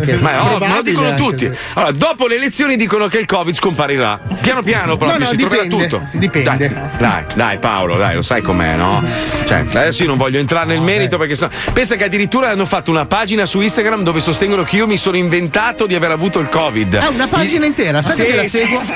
[SPEAKER 1] è ovvio, ma lo dicono tutti. Allora, dopo le elezioni dicono che il Covid scomparirà. Piano piano proprio
[SPEAKER 6] No, no,
[SPEAKER 1] si
[SPEAKER 6] dipende,
[SPEAKER 1] troverà tutto. Dipende. Dai, dai, dai, Paolo, dai, lo sai com'è, no? Cioè, adesso io non voglio entrare nel merito perché so... pensa che addirittura hanno fatto una pagina su Instagram dove sostengono che io mi sono inventato di aver avuto il Covid.
[SPEAKER 6] È Ah, una pagina intera, sai
[SPEAKER 1] Sì,
[SPEAKER 6] che la
[SPEAKER 1] sì,
[SPEAKER 6] seguo?
[SPEAKER 1] sì.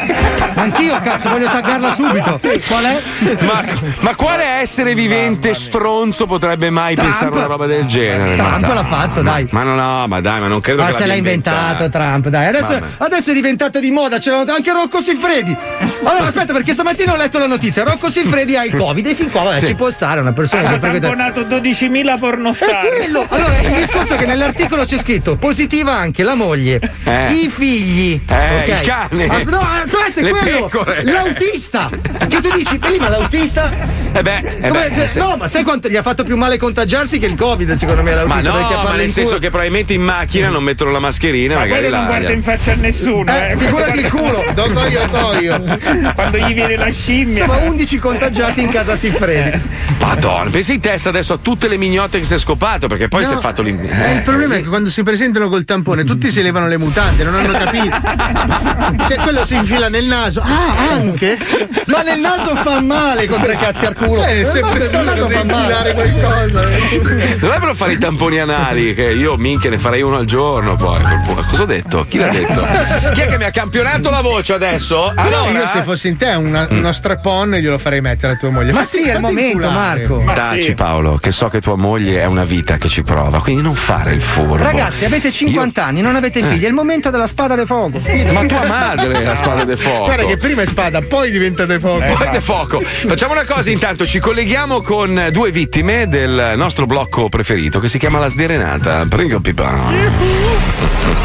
[SPEAKER 6] Anch'io, cazzo, voglio taggarla subito. Qual è?
[SPEAKER 1] Ma, ma quale essere vivente stronzo potrebbe mai
[SPEAKER 3] Trump?
[SPEAKER 1] pensare una roba del genere?
[SPEAKER 3] Trump
[SPEAKER 1] Eh, Ma dai,
[SPEAKER 3] l'ha fatto,
[SPEAKER 1] ma-
[SPEAKER 3] dai.
[SPEAKER 1] Ma no, no, ma dai, ma non credo
[SPEAKER 3] Ma
[SPEAKER 1] che
[SPEAKER 3] se l'ha
[SPEAKER 1] l'abbia
[SPEAKER 3] inventato
[SPEAKER 1] inventata.
[SPEAKER 3] Trump, dai. Adesso,
[SPEAKER 1] Vabbè.
[SPEAKER 3] adesso è diventato di moda, c'era anche Rocco Siffredi. Allora, aspetta, perché stamattina ho letto la notizia. Rocco Siffredi ha il Covid e fin qua vabbè,
[SPEAKER 7] Sì.
[SPEAKER 3] ci può stare una persona
[SPEAKER 7] Hanno
[SPEAKER 3] che frequenta-
[SPEAKER 7] tamponato 12.000 pornostar.
[SPEAKER 3] È quello. Allora, il discorso è che nell'articolo c'è scritto positiva anche la moglie,
[SPEAKER 7] Eh.
[SPEAKER 3] i figli,
[SPEAKER 7] Eh,
[SPEAKER 3] ok?
[SPEAKER 7] il cane.
[SPEAKER 3] Ah, no, aspetta,
[SPEAKER 7] Le
[SPEAKER 3] quello.
[SPEAKER 7] pecore.
[SPEAKER 3] L'autista. Che tu dici prima l'autista?
[SPEAKER 1] Eh beh, eh
[SPEAKER 3] Come-
[SPEAKER 1] beh, sì.
[SPEAKER 3] no, ma sai quanto gli ha fatto più male contagiarsi che il Covid, secondo me,
[SPEAKER 1] Ma
[SPEAKER 3] l'autista
[SPEAKER 1] no,
[SPEAKER 3] perché
[SPEAKER 1] ma
[SPEAKER 3] parla
[SPEAKER 1] nel
[SPEAKER 3] in
[SPEAKER 1] senso
[SPEAKER 3] culo.
[SPEAKER 1] che probabilmente in macchina non mettono la mascherina,
[SPEAKER 7] Ma
[SPEAKER 1] magari
[SPEAKER 7] quello
[SPEAKER 1] la.
[SPEAKER 7] non guarda in faccia a nessuno.
[SPEAKER 3] Eh, figurati il culo.
[SPEAKER 6] Do io, do io.
[SPEAKER 7] Quando gli viene la scimmia.
[SPEAKER 3] Insomma, 11 contagiati in casa Siffredi.
[SPEAKER 1] Madonna, pensi in testa adesso a tutte le mignotte che si è scopato, perché poi
[SPEAKER 6] No,
[SPEAKER 1] si è fatto l'im...
[SPEAKER 6] Eh, il problema è che quando si presentano col tampone tutti si levano le mutande, non hanno capito. Cioè, quello si infila nel naso. Ah, anche?
[SPEAKER 3] Ma nel naso fa male con tre cazzi al culo.
[SPEAKER 6] Sai, è
[SPEAKER 3] Nel
[SPEAKER 6] sempre
[SPEAKER 3] naso- nel naso
[SPEAKER 6] stato
[SPEAKER 3] fa male.
[SPEAKER 6] infilare qualcosa.
[SPEAKER 4] eh.
[SPEAKER 1] Eh, Dovrebbero fare i tamponi anali, che io minchia ne farei uno al giorno poi. col pu- Cosa ho detto? Chi l'ha detto? Chi è che mi ha campionato la voce adesso?
[SPEAKER 6] Però
[SPEAKER 1] Allora, eh.
[SPEAKER 6] io se fossi in te una- uno strappon glielo farei mettere a tua moglie.
[SPEAKER 3] Ma
[SPEAKER 6] Fatti-
[SPEAKER 3] sì, è il
[SPEAKER 6] fatti
[SPEAKER 3] momento,
[SPEAKER 6] inculare.
[SPEAKER 3] Marco.
[SPEAKER 1] Taci Paolo, che so che tua moglie è una vita che ci prova, quindi non fare il furbo. Eh,
[SPEAKER 3] Ragazzi, avete 50 anni, non avete figli, è il momento della spada del fuoco.
[SPEAKER 1] Ma tua madre è la spada del fuoco.
[SPEAKER 6] Guarda che prima è spada, poi diventa de fuoco.
[SPEAKER 1] Poi de fuoco. Facciamo una cosa intanto, ci colleghiamo con due vittime del nostro blocco preferito che si chiama La Sderenata. Prego Pippa.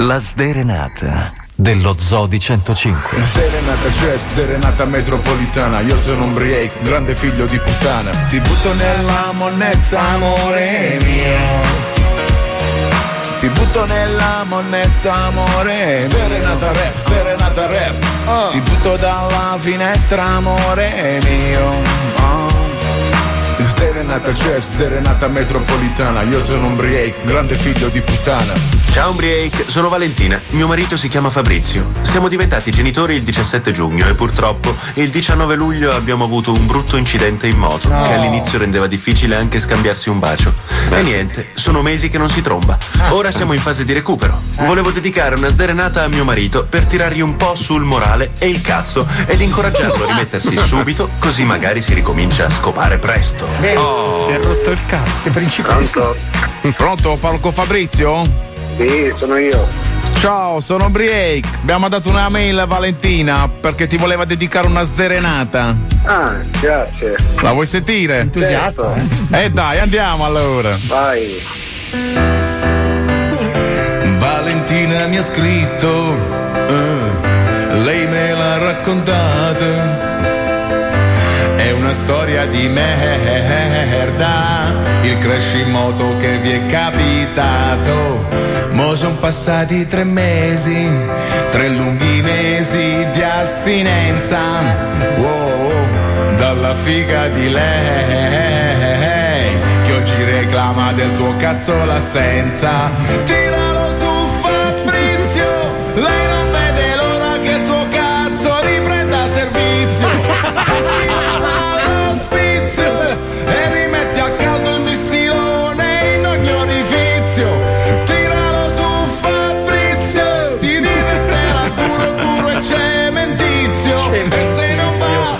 [SPEAKER 16] La sderenata dello Zodi 105.
[SPEAKER 17] Serenata c'è, serenata metropolitana Io sono un break, grande figlio di puttana Ti butto nella monnezza, amore mio
[SPEAKER 18] Ti butto nella monnezza amore Sterenata rap, sterenata rap
[SPEAKER 4] Oh.
[SPEAKER 18] Ti butto dalla finestra amore mio Ah.
[SPEAKER 19] oh.
[SPEAKER 18] Sterenata c'è, sterenata metropolitana Io sono un break, grande figlio di puttana
[SPEAKER 20] Ciao Umbriake, sono Valentina. Mio marito si chiama Fabrizio. Siamo diventati genitori il 17 giugno e purtroppo il 19 luglio abbiamo avuto un brutto incidente in moto che all'inizio rendeva difficile anche scambiarsi un bacio. E niente, sono mesi che non si tromba.
[SPEAKER 7] Ah.
[SPEAKER 20] Ora siamo in fase di recupero.
[SPEAKER 7] Eh.
[SPEAKER 20] Volevo dedicare una sderenata a mio marito per tirargli un po' sul morale e il cazzo ed incoraggiarlo a rimettersi subito così magari si ricomincia a scopare presto.
[SPEAKER 7] Oh. Si è rotto il cazzo.
[SPEAKER 20] Pronto?
[SPEAKER 3] Pronto, parlo con Fabrizio?
[SPEAKER 4] Sì, sono io.
[SPEAKER 3] Ciao, sono Briake. Abbiamo mandato una mail a Valentina perché ti voleva dedicare una sderenata.
[SPEAKER 4] Ah, grazie.
[SPEAKER 3] La vuoi sentire?
[SPEAKER 4] Entusiasta.
[SPEAKER 3] Eh dai, andiamo allora.
[SPEAKER 4] Vai.
[SPEAKER 17] Valentina mi ha scritto, eh, lei me l'ha raccontata. È una storia di merda, il crash in moto che vi è capitato. Mo son passati tre mesi, tre lunghi mesi di astinenza. Wow, dalla figa di lei, che oggi reclama del tuo cazzo l'assenza. Tiralo su Fabrizio, lei non vede l'ora che il tuo cazzo riprenda servizio. Uscirà dall'ospizio e rimetti a caldo il missilone in ogni orifizio. Tiralo su Fabrizio, ti diventerà duro, duro e cementizio. E se non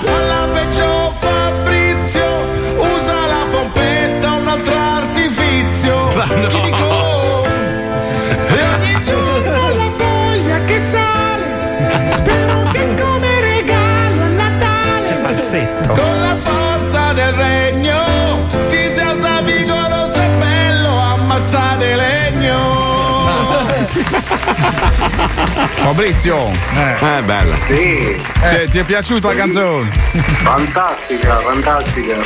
[SPEAKER 17] va alla peggio Fabrizio, usa la pompetta, un altro artifizio. Ti dico, e ogni giorno la voglia che sale, spero che come regalo a Natale.
[SPEAKER 7] falsetto.
[SPEAKER 17] Con la forza del regno ti si alza vigoroso e bello, ammazzate legno.
[SPEAKER 3] Fabrizio. Eh, bella.
[SPEAKER 4] Sì.
[SPEAKER 3] Ti, ti è piaciuta la canzone?
[SPEAKER 4] Fantastica, fantastica.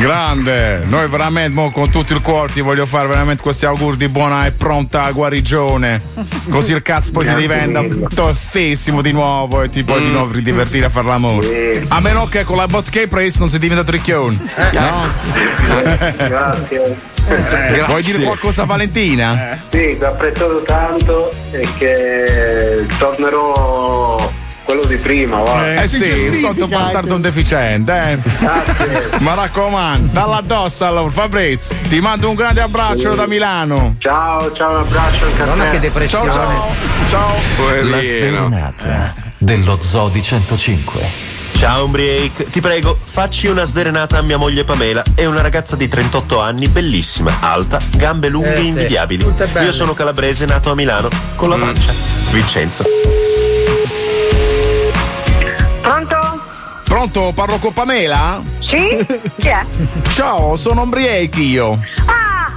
[SPEAKER 3] Grande, noi veramente mo, con tutto il cuore ti voglio fare veramente questi auguri di buona e pronta guarigione. Così il cazzo poi ti
[SPEAKER 4] Grazie Mm.
[SPEAKER 3] diventa tostissimo di nuovo e ti puoi di nuovo ridivertire a fare l'amore. A meno che con la bot che hai preso non si diventa tricchione. No?
[SPEAKER 4] Eh. Grazie.
[SPEAKER 17] Eh,
[SPEAKER 3] Vuoi dire qualcosa a Valentina?
[SPEAKER 4] Sì, ti ho apprezzato tanto e che tornerò quello di prima, va.
[SPEAKER 3] Eh, sì, sotto bastardo un deficiente, eh. Ma raccomando, dalla addosso allora, Fabrizio. Ti mando un grande abbraccio da Milano.
[SPEAKER 4] Ciao, ciao, un abbraccio al
[SPEAKER 3] Madonna,
[SPEAKER 4] caffè.
[SPEAKER 3] che depressione. Ciao, ciao.
[SPEAKER 20] Poverino.
[SPEAKER 1] La sderenata dello Zoo di 105.
[SPEAKER 20] Ciao Umbriake, ti prego, facci una sderenata a mia moglie Pamela. È una ragazza di 38 anni, bellissima, alta, gambe lunghe
[SPEAKER 21] Eh,
[SPEAKER 20] e
[SPEAKER 21] sì,
[SPEAKER 20] invidiabili.
[SPEAKER 21] tutte belle. Mm.
[SPEAKER 20] Io sono calabrese, nato a Milano, con la pancia. Vincenzo.
[SPEAKER 3] Pronto? Pronto, parlo con Pamela?
[SPEAKER 22] Sì? Chi è?
[SPEAKER 3] Ciao, sono Ombriake io.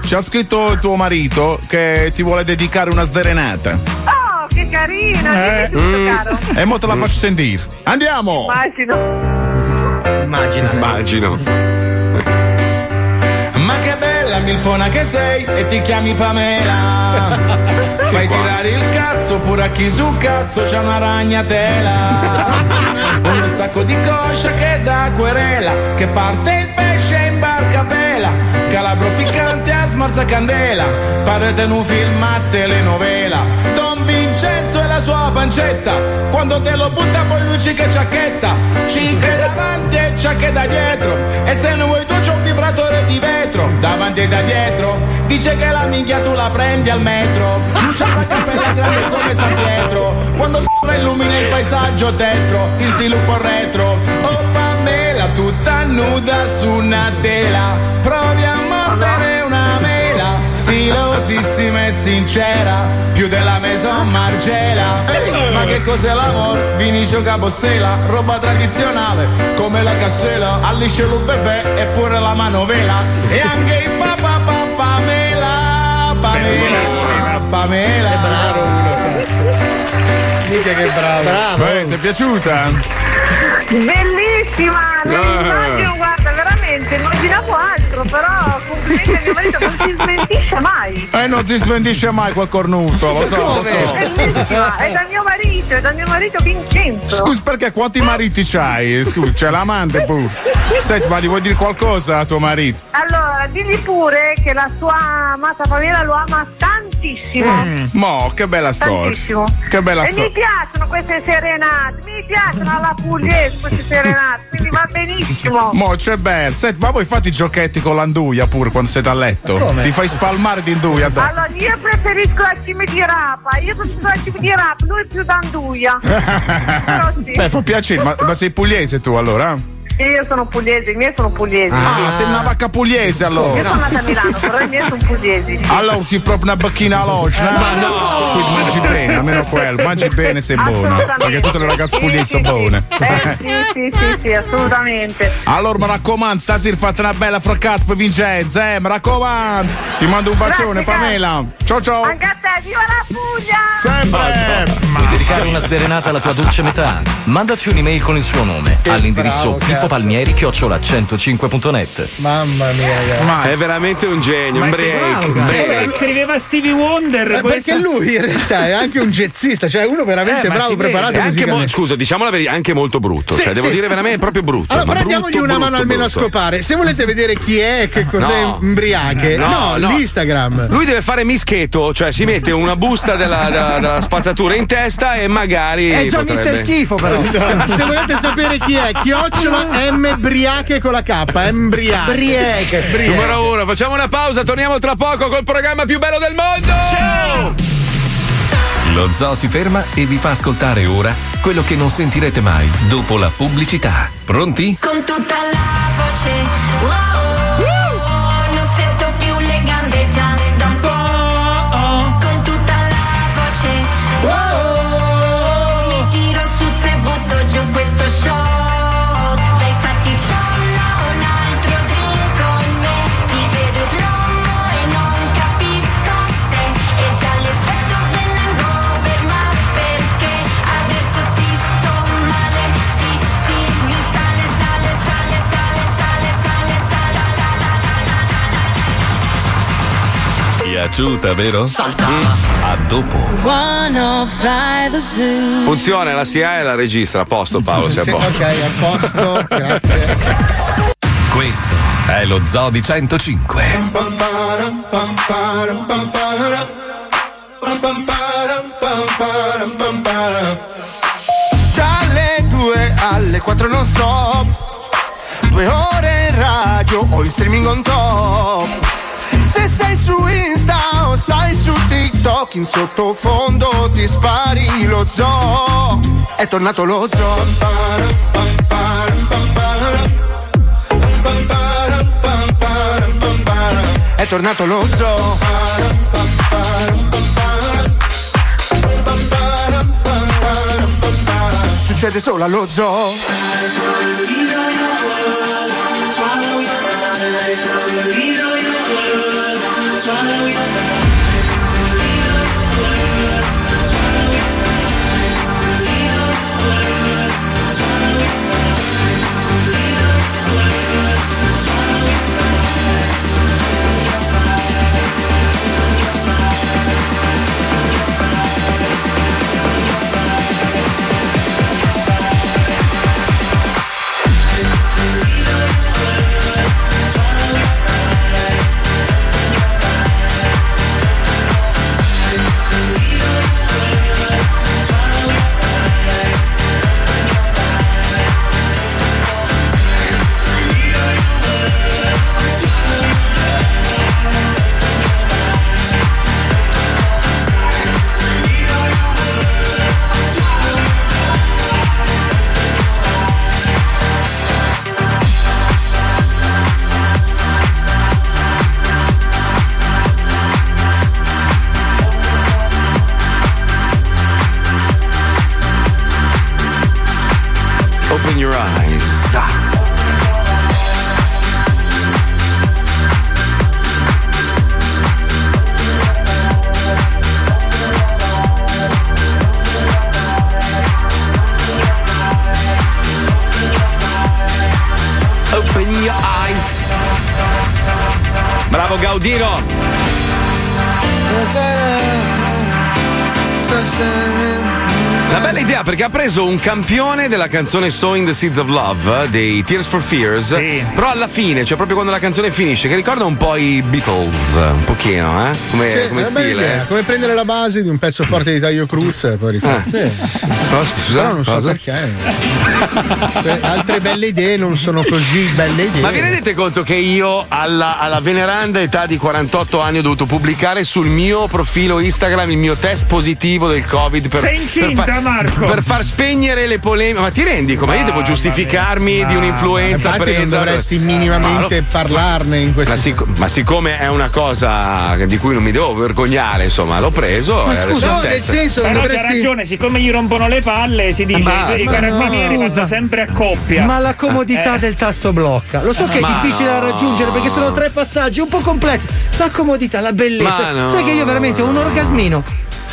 [SPEAKER 3] Ci ha scritto il tuo marito che ti vuole dedicare una sderenata.
[SPEAKER 22] Oh, che carino!
[SPEAKER 3] Eh.
[SPEAKER 22] Che mm. caro.
[SPEAKER 3] E mo te la faccio sentire. Andiamo!
[SPEAKER 22] Immagino.
[SPEAKER 3] Immagino. Immagino.
[SPEAKER 17] Ma che bella milfona che sei e ti chiami Pamela. Fai tirare il cazzo pure a chi sul cazzo c'ha una ragnatela. Uno stacco di coscia che dà querela, che parte il pesce in barca a vela. Calabro piccante a smarza candela, parete in un film a telenovela. Don Vincenzo e la sua pancetta, quando te lo butta poi lui ci che ciacchetta. Cinque davanti e ciacche da dietro, e se non vuoi tu c'ho un vibratore di vetro. Davanti e da dietro, dice che la minchia tu la prendi al metro. Lucia la cappella grande come San Pietro, quando s***a illumina il paesaggio dentro, in stile un po' retro. Oh Pamela tutta nuda su una tela, provi a mordere una mela, stilosissima e sincera, più della Maison Margela. Ehi, ma che cos'è l'amor? Vinicio Capossela, roba tradizionale, come la cassela, allisce lo bebè e pure la manovela, e anche il papà papà mela, Pamela, Pamela. Che
[SPEAKER 6] Mica che bravo. Bravo.
[SPEAKER 3] Beh, Eh, ti è piaciuta?
[SPEAKER 22] Bellissima! Non
[SPEAKER 3] Ah.
[SPEAKER 22] immagino, guarda, veramente, immaginavo altro, però complimenti a mio marito non si smentisce mai. mai.
[SPEAKER 17] E Eh, non si smentisce mai quel cornuto, lo so, lo
[SPEAKER 22] È
[SPEAKER 17] so.
[SPEAKER 22] bellissima, è dal mio marito, è dal mio marito Vincenzo.
[SPEAKER 17] Scusa, perché quanti mariti c'hai? Scusa, c'è l'amante pure. Senti, ma gli vuoi dire qualcosa a tuo marito?
[SPEAKER 22] Allora, digli pure che la sua amata famiglia lo ama tantissimo.
[SPEAKER 17] Mo, che bella storia.
[SPEAKER 22] Tantissimo.
[SPEAKER 17] Mm. Che bella
[SPEAKER 22] e mi
[SPEAKER 17] storia.
[SPEAKER 22] piacciono queste serenate, mi piacciono alla pugliese queste serenate, quindi va benissimo.
[SPEAKER 17] Mo, c'è bello. Senti, ma voi fate i giochetti con l'anduia pure quando siete a letto?
[SPEAKER 22] Come?
[SPEAKER 17] Ti fai spalmare di induia addosso.
[SPEAKER 22] Allora, io preferisco la cime di rapa, io preferisco la cime di rapa, lui è più d'anduia. sì.
[SPEAKER 17] Beh, fa piacere, ma, ma sei pugliese tu allora?
[SPEAKER 22] Io sono pugliese, i miei sono pugliesi.
[SPEAKER 17] Ah, sei una vacca pugliese
[SPEAKER 22] Io sono
[SPEAKER 17] allora.
[SPEAKER 22] nata a Milano, però i miei sono pugliesi.
[SPEAKER 17] Allora si proprio una bacchina all'occhio. Ma no! Quindi mangi bene, almeno quello. Mangi bene sei buona.
[SPEAKER 22] Assolutamente.
[SPEAKER 17] Perché tutte le ragazze pugliesi sono buone.
[SPEAKER 22] Eh, sì, sì, sì, sì, assolutamente.
[SPEAKER 17] Allora mi raccomando, stasera fate una bella fraccata per Vincenzo, eh, mi raccomando. Ti mando un bacione,
[SPEAKER 22] Grazie,
[SPEAKER 17] Pamela. Ciao ciao.
[SPEAKER 22] Anche a te, viva la Puglia!
[SPEAKER 17] Sempre!
[SPEAKER 23] Vuoi dedicare una sderenata alla tua dolce metà? Mandaci un'email con il suo nome all'indirizzo
[SPEAKER 1] bravo, cazzo.
[SPEAKER 23] Pippo Palmieri chiocciola 105.net.
[SPEAKER 24] Mamma
[SPEAKER 1] Eh,
[SPEAKER 24] mia, ragazzi.
[SPEAKER 1] Ma è veramente un genio,
[SPEAKER 23] Ma
[SPEAKER 1] un
[SPEAKER 23] è
[SPEAKER 1] break.
[SPEAKER 23] bravo,
[SPEAKER 1] un
[SPEAKER 23] cazzo.
[SPEAKER 1] break.
[SPEAKER 7] Eh, Scriveva Stevie
[SPEAKER 6] Eh,
[SPEAKER 7] Wonder.
[SPEAKER 1] questa-
[SPEAKER 7] Eh, Perché lui in realtà è anche un jazzista, cioè uno veramente
[SPEAKER 1] Eh, ma
[SPEAKER 7] bravo,
[SPEAKER 1] si
[SPEAKER 7] preparato
[SPEAKER 1] vede, è anche mo-
[SPEAKER 7] musicalmente.
[SPEAKER 1] scusa, diciamo la verità, è anche molto brutto.
[SPEAKER 7] Sì,
[SPEAKER 1] cioè, devo
[SPEAKER 7] sì.
[SPEAKER 1] dire veramente è proprio brutto.
[SPEAKER 7] Allora,
[SPEAKER 1] ma
[SPEAKER 7] però diamogli
[SPEAKER 1] brutto,
[SPEAKER 7] una
[SPEAKER 1] brutto,
[SPEAKER 7] mano almeno
[SPEAKER 1] brutto.
[SPEAKER 7] a scopare. Se volete vedere chi è, che cos'è
[SPEAKER 1] No.
[SPEAKER 7] Imbriache,
[SPEAKER 1] No,
[SPEAKER 7] no,
[SPEAKER 1] no.
[SPEAKER 7] l'Instagram.
[SPEAKER 1] Lui deve fare mischetto, cioè si mette una busta della, della- della spazzatura in testa e magari.
[SPEAKER 6] Eh,
[SPEAKER 24] È già Mister Schifo, però.
[SPEAKER 7] Se volete sapere chi è, chiocciola M. Briache con la K. M. Briache.
[SPEAKER 1] Briache. Numero uno, facciamo una pausa, torniamo tra poco col programma più bello del mondo. Ciao!
[SPEAKER 2] Lo zoo si ferma e vi fa ascoltare ora quello che non sentirete mai dopo la pubblicità. Pronti?
[SPEAKER 4] Con tutta la voce, wow, wow, non sento più le gambe già da un po'. Con tutta la voce, wow, mi tiro su se butto giù questo show. Dai fatti solo un altro drink con me, ti vedo in slow-mo e non capisco se è già l'effetto dell'hangover, ma perché adesso si sto male, sì sì, mi sale, sale, sale, sale, sale, sale, sale.
[SPEAKER 2] Piaciuta, vero? Saltala. A dopo.
[SPEAKER 25] 105 Zoo.
[SPEAKER 1] Funziona la CIA e la registra, a posto Paolo, sei a posto.
[SPEAKER 7] posto, grazie.
[SPEAKER 2] Questo è lo zoo di 105.
[SPEAKER 6] Dalle 2 alle 4 non stop Due ore in radio o in streaming on top Se sei su Insta o stai su TikTok In sottofondo ti spari lo zoo È tornato lo zoo È tornato lo zoo Succede solo allo zoo
[SPEAKER 1] Open your eyes. Open your eyes. Bravo Gaudino. La bella idea perché ha preso un campione della canzone Sowing the Seeds of Love eh, dei Tears for Fears. Però alla fine, cioè proprio quando la canzone finisce, che ricorda un po' i Beatles, un pochino, eh? Come,
[SPEAKER 6] Sì,
[SPEAKER 1] come
[SPEAKER 6] è una bella idea,
[SPEAKER 1] stile.
[SPEAKER 6] Come prendere la base di un pezzo forte di taglio cruz e poi
[SPEAKER 1] Ah.
[SPEAKER 6] ricordo.
[SPEAKER 1] Però scusa,
[SPEAKER 6] Però non so
[SPEAKER 1] cosa?
[SPEAKER 6] perché. Cioè, altre belle idee non sono così belle idee.
[SPEAKER 1] Ma vi rendete conto che io alla, alla veneranda età di 48 anni ho dovuto pubblicare sul mio profilo Instagram il mio test positivo del Covid per,
[SPEAKER 7] Sei incinta,
[SPEAKER 1] per far,
[SPEAKER 7] Marco! Ah,
[SPEAKER 1] per far spegnere le polemiche. Ma ti rendi come? Io devo
[SPEAKER 6] Mamma
[SPEAKER 1] giustificarmi
[SPEAKER 6] mia.
[SPEAKER 1] di un'influenza
[SPEAKER 6] Infatti non
[SPEAKER 1] presa.
[SPEAKER 6] dovresti
[SPEAKER 1] Ma
[SPEAKER 6] minimamente
[SPEAKER 1] lo-
[SPEAKER 6] parlarne in questo
[SPEAKER 1] ma, sicc- ma siccome è una cosa di cui non mi devo vergognare, insomma, l'ho preso. e adesso il test.
[SPEAKER 7] Però c'ha ragione, siccome gli rompono le palle, si dice
[SPEAKER 1] Basta.
[SPEAKER 7] i
[SPEAKER 3] Ma
[SPEAKER 7] carabinieri
[SPEAKER 3] no.
[SPEAKER 7] vanno sempre a coppia.
[SPEAKER 3] Ma la comodità
[SPEAKER 7] Eh.
[SPEAKER 3] del tasto blocca. Lo so che è
[SPEAKER 7] Ma
[SPEAKER 3] difficile da
[SPEAKER 7] no.
[SPEAKER 3] raggiungere perché sono tre passaggi un po' complessi. La comodità, la bellezza.
[SPEAKER 1] Ma no. Oh.
[SPEAKER 3] Sai che io veramente ho un orgasmino.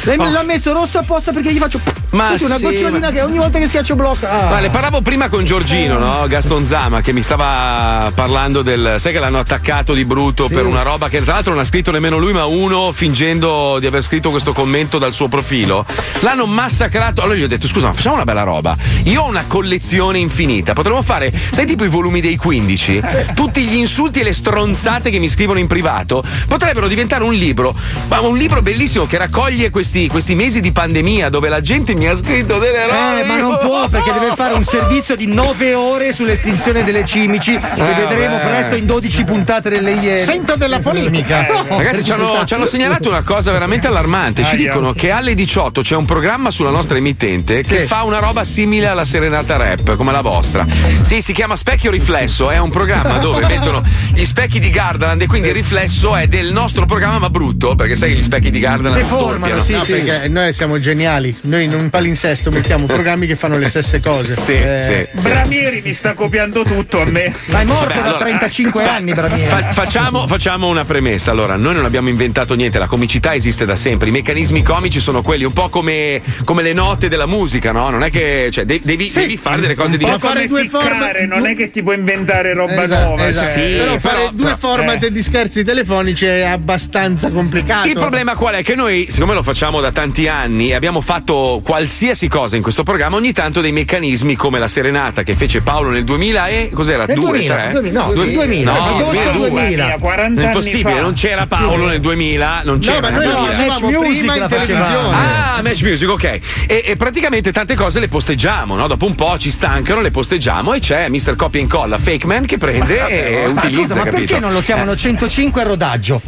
[SPEAKER 3] Lei me l'ha messo rosso apposta perché gli faccio
[SPEAKER 1] Ma
[SPEAKER 3] così una
[SPEAKER 1] sì,
[SPEAKER 3] gocciolina
[SPEAKER 1] ma-
[SPEAKER 3] che ogni volta che schiaccio blocca. Ah.
[SPEAKER 1] Ma ne parlavo prima con Giorgino, no? Gaston Zama, che mi stava parlando del. Sai che l'hanno attaccato di brutto per una roba che tra l'altro non ha scritto nemmeno lui, ma uno fingendo di aver scritto questo commento dal suo profilo. L'hanno massacrato. Allora gli ho detto: scusa, ma facciamo una bella roba. Io ho una collezione infinita. Potremmo fare, sai, tipo i volumi dei 15? Tutti gli insulti e le stronzate che mi scrivono in privato potrebbero diventare un libro. Ma un libro bellissimo che raccoglie questi, questi mesi di pandemia dove la gente mi ha scritto delle robe.
[SPEAKER 3] Eh, ma non può perché deve fare un servizio di 9 ore sull'estinzione delle cimici che
[SPEAKER 1] Eh,
[SPEAKER 3] vedremo
[SPEAKER 1] vabbè.
[SPEAKER 3] presto in 12 puntate delle Iene.
[SPEAKER 6] Sento della polemica.
[SPEAKER 1] Eh, Ragazzi, ci hanno, ci hanno segnalato una cosa veramente allarmante. Ci
[SPEAKER 6] Aia.
[SPEAKER 1] dicono che alle 18 c'è un programma sulla nostra emittente che
[SPEAKER 6] Sì.
[SPEAKER 1] fa una roba simile alla serenata rap, come la vostra. Sì, si chiama Specchio Riflesso. È un programma dove mettono gli specchi di Gardaland e quindi il riflesso è del nostro programma, ma brutto, perché sai che gli specchi di Gardaland storpiano.
[SPEAKER 6] Deformano, sì, sì. perché noi siamo geniali. Noi in un palinsesto mettiamo programmi che fanno le stesse cose. Eh, esatto,
[SPEAKER 1] Sì, sì, sì.
[SPEAKER 7] Bramieri mi sta copiando tutto a me.
[SPEAKER 3] Ma è
[SPEAKER 1] morto Vabbè, da allora-
[SPEAKER 3] 35 anni,
[SPEAKER 7] eh.
[SPEAKER 3] Bramieri.
[SPEAKER 1] Fa- facciamo, facciamo una premessa. Allora, noi non abbiamo inventato niente, la comicità esiste da sempre. I meccanismi comici sono quelli, un po' come, come le note della musica, no? Non è che cioè, de- devi, devi fare delle cose
[SPEAKER 7] Un po'
[SPEAKER 1] diverse.
[SPEAKER 7] come ficcare, non è che ti puoi inventare roba
[SPEAKER 6] Esatto,
[SPEAKER 7] nuova.
[SPEAKER 6] esatto.
[SPEAKER 7] cioè.
[SPEAKER 6] però fare due
[SPEAKER 1] eh.
[SPEAKER 6] format di scherzi telefonici è abbastanza complicato.
[SPEAKER 1] Il problema qual è? Che noi, siccome lo facciamo da tanti anni e abbiamo fatto qualsiasi cosa in questo programma, ogni tanto dei meccanismi come la serenata che fece Paolo nel 2000 e cos'era?
[SPEAKER 3] Nel
[SPEAKER 1] 2,
[SPEAKER 3] 2000,
[SPEAKER 1] 3?
[SPEAKER 3] no,
[SPEAKER 1] Due-
[SPEAKER 3] nel 2000,
[SPEAKER 1] no,
[SPEAKER 3] agosto
[SPEAKER 1] 2002.
[SPEAKER 3] 2000, 40 anni
[SPEAKER 1] Impossibile,
[SPEAKER 3] fa.
[SPEAKER 1] non c'era Paolo nel 2000, non c'era.
[SPEAKER 6] ma
[SPEAKER 1] nel
[SPEAKER 6] noi
[SPEAKER 1] 2000.
[SPEAKER 6] facevamo Match prima Music in la facevamo. televisione.
[SPEAKER 1] Ah, Match Music, ok. E, e praticamente tante cose le posteggiamo, no? Dopo un po' ci stancano, le posteggiamo e c'è Mr. Copy and Colla, Fake Man che prende e
[SPEAKER 3] Ma
[SPEAKER 1] utilizza,
[SPEAKER 3] scusa, ma
[SPEAKER 1] capito? Eh.
[SPEAKER 3] perché non lo chiamano 105 a rodaggio?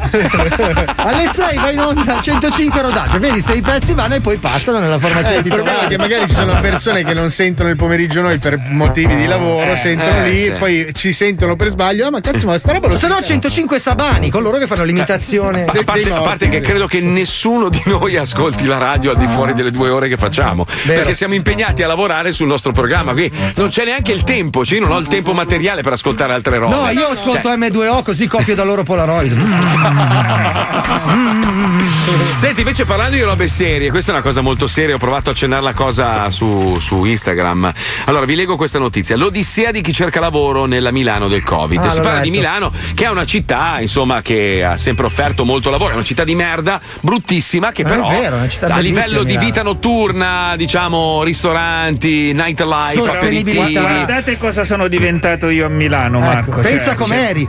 [SPEAKER 3] Alle 6 va in onda 105 a rodaggio, vedi se i pezzi vanno e poi passano nella
[SPEAKER 6] Eh,
[SPEAKER 3] formazione
[SPEAKER 6] il problema è
[SPEAKER 3] titolare.
[SPEAKER 6] che magari ci sono persone che non sentono il pomeriggio noi per motivi di lavoro,
[SPEAKER 3] Eh,
[SPEAKER 6] sentono
[SPEAKER 3] eh,
[SPEAKER 6] lì,
[SPEAKER 3] sì.
[SPEAKER 6] poi ci sentono per sbaglio. Ah, ma cazzo, ma sta roba lo
[SPEAKER 3] Se no 105 Sabani, coloro che fanno l'imitazione.
[SPEAKER 1] A parte, a parte che credo che nessuno di noi ascolti la radio al di fuori delle due ore che facciamo, perché siamo impegnati a lavorare sul nostro programma. Qui non c'è neanche il tempo, cioè io non ho il tempo materiale per ascoltare altre robe.
[SPEAKER 3] No, io ascolto
[SPEAKER 1] Cioè,
[SPEAKER 3] M2O così copio da loro Polaroid.
[SPEAKER 1] Senti, invece parlando di robe serie, questa è una cosa molto seria, ho provato a accennare la cosa su, su Instagram. Allora, vi leggo questa notizia. L'odissea di chi cerca lavoro nella Milano del Covid.
[SPEAKER 2] Ah,
[SPEAKER 1] si
[SPEAKER 2] l'ho
[SPEAKER 1] parla di
[SPEAKER 2] letto.
[SPEAKER 1] Milano, che è una città, insomma, che ha sempre offerto molto lavoro, è una città di merda, bruttissima, che
[SPEAKER 2] Ma è
[SPEAKER 1] però
[SPEAKER 2] vero, è una città
[SPEAKER 1] a
[SPEAKER 2] bellissima,
[SPEAKER 1] livello di
[SPEAKER 2] Milano.
[SPEAKER 1] vita notturna, diciamo, ristoranti, nightlife, aperitivi.
[SPEAKER 7] Guardate cosa sono diventato io a Milano, Marco. cioè,
[SPEAKER 3] pensa
[SPEAKER 7] cioè-
[SPEAKER 3] com'eri.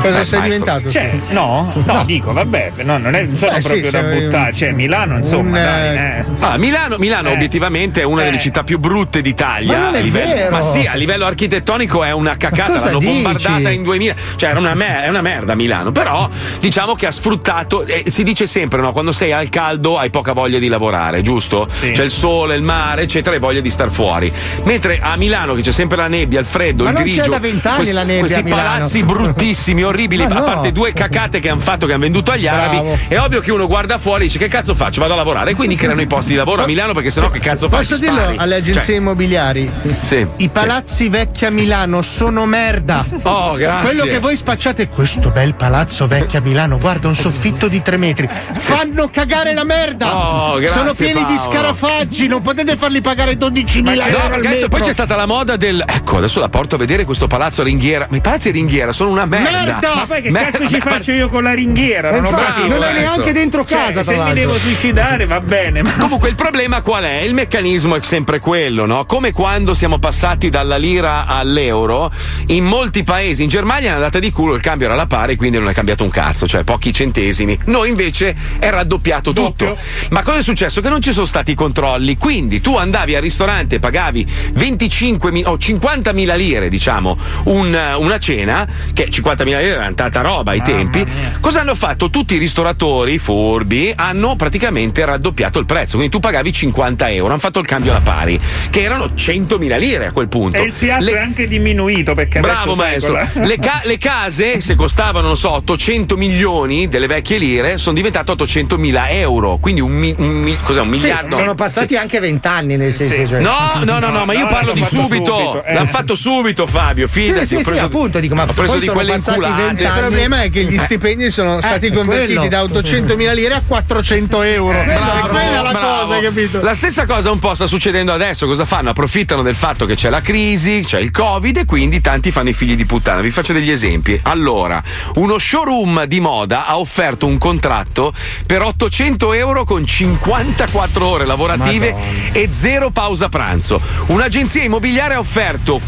[SPEAKER 7] Beh,
[SPEAKER 3] Cosa
[SPEAKER 7] maestro. Cioè, no, no, dico, vabbè, no, non, è, non sono
[SPEAKER 1] Beh, sì,
[SPEAKER 7] proprio da
[SPEAKER 1] sei un-
[SPEAKER 7] buttare. Cioè, Milano, insomma, dai, eh.
[SPEAKER 1] Ah, Milano,
[SPEAKER 3] Eh.
[SPEAKER 1] Milano obiettivamente è una delle città più brutte d'Italia.
[SPEAKER 7] Ma non è
[SPEAKER 1] a livello,
[SPEAKER 7] vero.
[SPEAKER 1] ma sì, a livello architettonico è una
[SPEAKER 7] Ma
[SPEAKER 1] cacata.
[SPEAKER 7] cosa
[SPEAKER 1] L'hanno
[SPEAKER 7] dici?
[SPEAKER 1] bombardata in 2000. Cioè, era una mer- è una merda Milano. Però diciamo che ha sfruttato. eh, si dice sempre, no? Quando sei al caldo hai poca voglia di lavorare, giusto? C'è il sole, il mare, eccetera, e voglia di star fuori. Mentre a Milano, che c'è sempre la nebbia, il freddo,
[SPEAKER 3] Ma
[SPEAKER 1] il
[SPEAKER 3] non c'è
[SPEAKER 1] grigio.
[SPEAKER 3] da vent'anni
[SPEAKER 1] questi-
[SPEAKER 3] la nebbia a
[SPEAKER 1] Questi
[SPEAKER 3] Milano.
[SPEAKER 1] palazzi bruttissimi, orribili,
[SPEAKER 3] Ma
[SPEAKER 1] a
[SPEAKER 3] no.
[SPEAKER 1] parte due cacate che hanno fatto, che hanno venduto agli arabi. È ovvio che uno guarda fuori e dice: Che cazzo faccio? Vado a lavorare. E quindi creano i posti di lavoro a Milano perché sennò che cazzo faccio?
[SPEAKER 6] Posso dirlo
[SPEAKER 1] Spari.
[SPEAKER 6] alle agenzie
[SPEAKER 1] Cioè,
[SPEAKER 6] immobiliari?
[SPEAKER 1] sì.
[SPEAKER 6] I palazzi vecchi a Milano sono merda.
[SPEAKER 1] Oh, grazie.
[SPEAKER 6] Quello che voi spacciate, questo bel palazzo vecchio a Milano, guarda un soffitto di tre metri. Fanno cagare la merda.
[SPEAKER 1] Oh, grazie,
[SPEAKER 6] sono pieni di
[SPEAKER 1] Paolo.
[SPEAKER 6] scarafaggi, non potete farli pagare 12.000
[SPEAKER 1] No,
[SPEAKER 6] euro. al
[SPEAKER 1] perché adesso poi
[SPEAKER 6] metro.
[SPEAKER 1] c'è stata la moda del. Ecco, adesso la porto a vedere questo palazzo a ringhiera. Ma i palazzi a ringhiera sono una merda.
[SPEAKER 7] Ma poi che
[SPEAKER 1] Mer-
[SPEAKER 7] cazzo ci
[SPEAKER 1] Beh,
[SPEAKER 7] faccio io con la
[SPEAKER 1] Ma
[SPEAKER 7] ringhiera? Non ho
[SPEAKER 3] Eh,
[SPEAKER 1] infatti,
[SPEAKER 7] capito.
[SPEAKER 1] non hai neanche
[SPEAKER 3] anche dentro
[SPEAKER 13] Cioè,
[SPEAKER 3] casa,
[SPEAKER 13] Se
[SPEAKER 3] tra
[SPEAKER 13] mi
[SPEAKER 3] l'altro.
[SPEAKER 13] devo suicidare va bene, ma
[SPEAKER 1] Comunque il problema qual è? Il meccanismo è sempre quello, no? Come quando siamo passati dalla lira all'euro, in molti paesi, in Germania è andata di culo, il cambio era alla pari, quindi non è cambiato un cazzo, cioè pochi centesimi. Noi invece è raddoppiato tutto. Ma cosa è successo? Che non ci sono stati i controlli, quindi tu andavi al ristorante e pagavi 25.000 o 50.000 lire, diciamo, un- una cena, che 50.000 lire era tanta roba ai tempi. Cosa hanno fatto? Tutti i ristoratori furbi hanno praticamente raddoppiato il prezzo, quindi tu pagavi 50 euro, hanno fatto il cambio alla pari, che erano 100.000 lire a quel punto.
[SPEAKER 13] E il piatto
[SPEAKER 1] Le-
[SPEAKER 13] è anche diminuito perché
[SPEAKER 1] Bravo
[SPEAKER 13] adesso sai
[SPEAKER 1] maestro.
[SPEAKER 13] quella-
[SPEAKER 1] Le, ca- le case, se costavano, non so, 800 milioni delle vecchie lire, sono diventate 800 mila euro. Quindi un, mi- un mi- cos'è, un
[SPEAKER 3] Sì,
[SPEAKER 1] miliardo.
[SPEAKER 3] sono passati anche vent'anni nel senso. cioè-
[SPEAKER 1] No, no, no, no, ma io parlo di
[SPEAKER 3] l'hanno fatto
[SPEAKER 1] subito.
[SPEAKER 3] eh.
[SPEAKER 1] L'hanno fatto subito, Fabio. Fidati.
[SPEAKER 3] Sì, sì,
[SPEAKER 1] ho
[SPEAKER 3] sì,
[SPEAKER 1] preso,
[SPEAKER 3] appunto, dico, ma
[SPEAKER 1] ho
[SPEAKER 3] poi
[SPEAKER 1] preso di
[SPEAKER 3] sono
[SPEAKER 1] quelle
[SPEAKER 3] passati
[SPEAKER 1] inculate.
[SPEAKER 6] Il problema è che gli
[SPEAKER 1] Eh.
[SPEAKER 6] stipendi sono
[SPEAKER 1] Eh,
[SPEAKER 6] stati
[SPEAKER 1] è
[SPEAKER 6] convertiti
[SPEAKER 1] quello.
[SPEAKER 6] da 800.000 lire a 400 euro.
[SPEAKER 1] Bravo,
[SPEAKER 6] E quella è la
[SPEAKER 1] bravo.
[SPEAKER 6] cosa, capito?
[SPEAKER 1] La stessa cosa un po' sta succedendo adesso. Cosa fanno? Approfittano del fatto che c'è la crisi, c'è il Covid e quindi tanti fanno i figli di puttana. Vi faccio degli esempi. Allora, uno showroom di moda ha offerto un contratto per 800 euro con 54 ore lavorative e zero pausa pranzo. Un'agenzia immobiliare ha offerto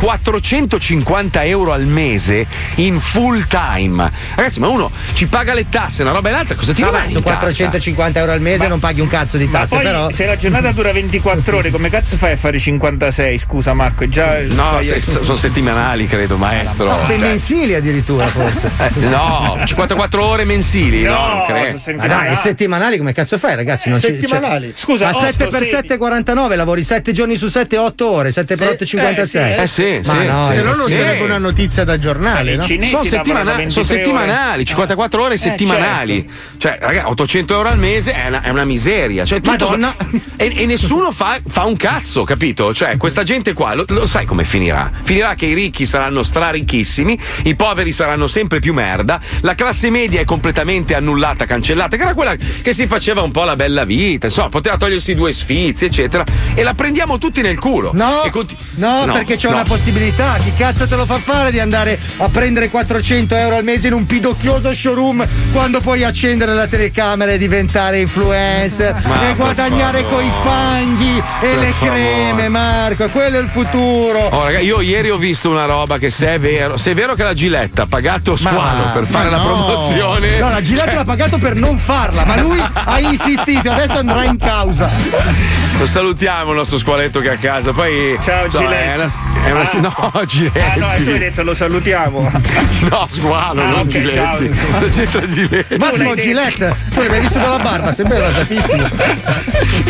[SPEAKER 1] 450 euro al mese in full time. Ragazzi, ma uno ci paga le tasse, una roba e l'altra, cosa ti
[SPEAKER 3] Vabbè,
[SPEAKER 1] rimane in
[SPEAKER 3] su
[SPEAKER 1] tasca?
[SPEAKER 3] 450 euro al mese non paghi un cazzo di tasse,
[SPEAKER 13] Poi,
[SPEAKER 3] però.
[SPEAKER 13] se la giornata dura 24 ore, come cazzo fai a fare 56? Scusa, Marco, è già.
[SPEAKER 1] No,
[SPEAKER 13] fai-
[SPEAKER 1] se- so- sono settimanali, credo,
[SPEAKER 7] Ah,
[SPEAKER 1] maestro.
[SPEAKER 3] Fatte
[SPEAKER 1] Cioè,
[SPEAKER 3] mensili addirittura, forse.
[SPEAKER 1] eh, no, 54 ore mensili, no, Ah. non credo.
[SPEAKER 3] Ma Ah, dai, settimanali come cazzo fai, ragazzi? Non ci- cioè-
[SPEAKER 6] Settimanali. Scusa,
[SPEAKER 3] ma
[SPEAKER 6] Oscar,
[SPEAKER 3] 7 x
[SPEAKER 6] sedi.
[SPEAKER 3] 7 49 lavori 7 giorni su 7 8 ore, 7 x 8 56.
[SPEAKER 1] Eh sì, eh. Eh sì,
[SPEAKER 3] Ma
[SPEAKER 1] sì,
[SPEAKER 3] no,
[SPEAKER 1] sì.
[SPEAKER 6] Se no non
[SPEAKER 1] Sì.
[SPEAKER 6] sarebbe una notizia da
[SPEAKER 3] Eh,
[SPEAKER 13] Eh,
[SPEAKER 6] giornale, no?
[SPEAKER 1] sono, settimana- sono settimanali, 54 ore
[SPEAKER 13] certo.
[SPEAKER 1] settimanali.
[SPEAKER 3] certo.
[SPEAKER 1] Cioè, raga, 800 euro al mese è una, è una miseria. Cioè, tutto-
[SPEAKER 3] Madonna.
[SPEAKER 1] E, e nessuno fa, fa un cazzo, capito? Cioè, questa gente qua, lo, lo sai come finirà? Finirà che i ricchi saranno straricchissimi, i poveri saranno sempre più merda, la classe media è completamente annullata, cancellata, che era quella che si faceva un po' la bella vita, insomma, poteva togliersi due sfizi, eccetera, e la prendiamo tutti nel culo.
[SPEAKER 3] No,
[SPEAKER 1] E conti-
[SPEAKER 3] No, perché c'è
[SPEAKER 1] no.
[SPEAKER 3] una possibilità. Chi cazzo te lo fa fare di andare a prendere 400 euro al mese in un pidocchioso showroom quando puoi accendere la telecamera e diventare influencer
[SPEAKER 15] Ma
[SPEAKER 3] e
[SPEAKER 15] per
[SPEAKER 3] guadagnare
[SPEAKER 1] favore.
[SPEAKER 3] coi fanghi e
[SPEAKER 1] Per
[SPEAKER 3] le
[SPEAKER 1] favore.
[SPEAKER 3] creme, Marco? Quello è il futuro.
[SPEAKER 1] Oh, raga, io ieri ho visto una roba che se è vero, se è vero che la Gillette ha pagato Squalo per fare
[SPEAKER 3] Ma
[SPEAKER 1] la
[SPEAKER 3] no.
[SPEAKER 1] promozione.
[SPEAKER 3] No, la Gillette
[SPEAKER 1] Cioè,
[SPEAKER 3] l'ha pagato per non farla, ma lui ha insistito, adesso andrà in causa.
[SPEAKER 1] Lo salutiamo il nostro squaletto che è a casa. Poi.
[SPEAKER 13] Ciao,
[SPEAKER 1] insomma,
[SPEAKER 13] Gillette.
[SPEAKER 1] È una, è una-
[SPEAKER 13] Ah.
[SPEAKER 1] No, Gillette.
[SPEAKER 13] Ah, no, e tu hai detto lo salutiamo.
[SPEAKER 1] No, squalo,
[SPEAKER 13] Ah,
[SPEAKER 1] non
[SPEAKER 13] ok,
[SPEAKER 1] Giletti.
[SPEAKER 13] ciao.
[SPEAKER 1] Cosa c'entra Giletti?
[SPEAKER 3] Massimo Gillette, tu l'hai visto con la barba, sembra rasatissimo.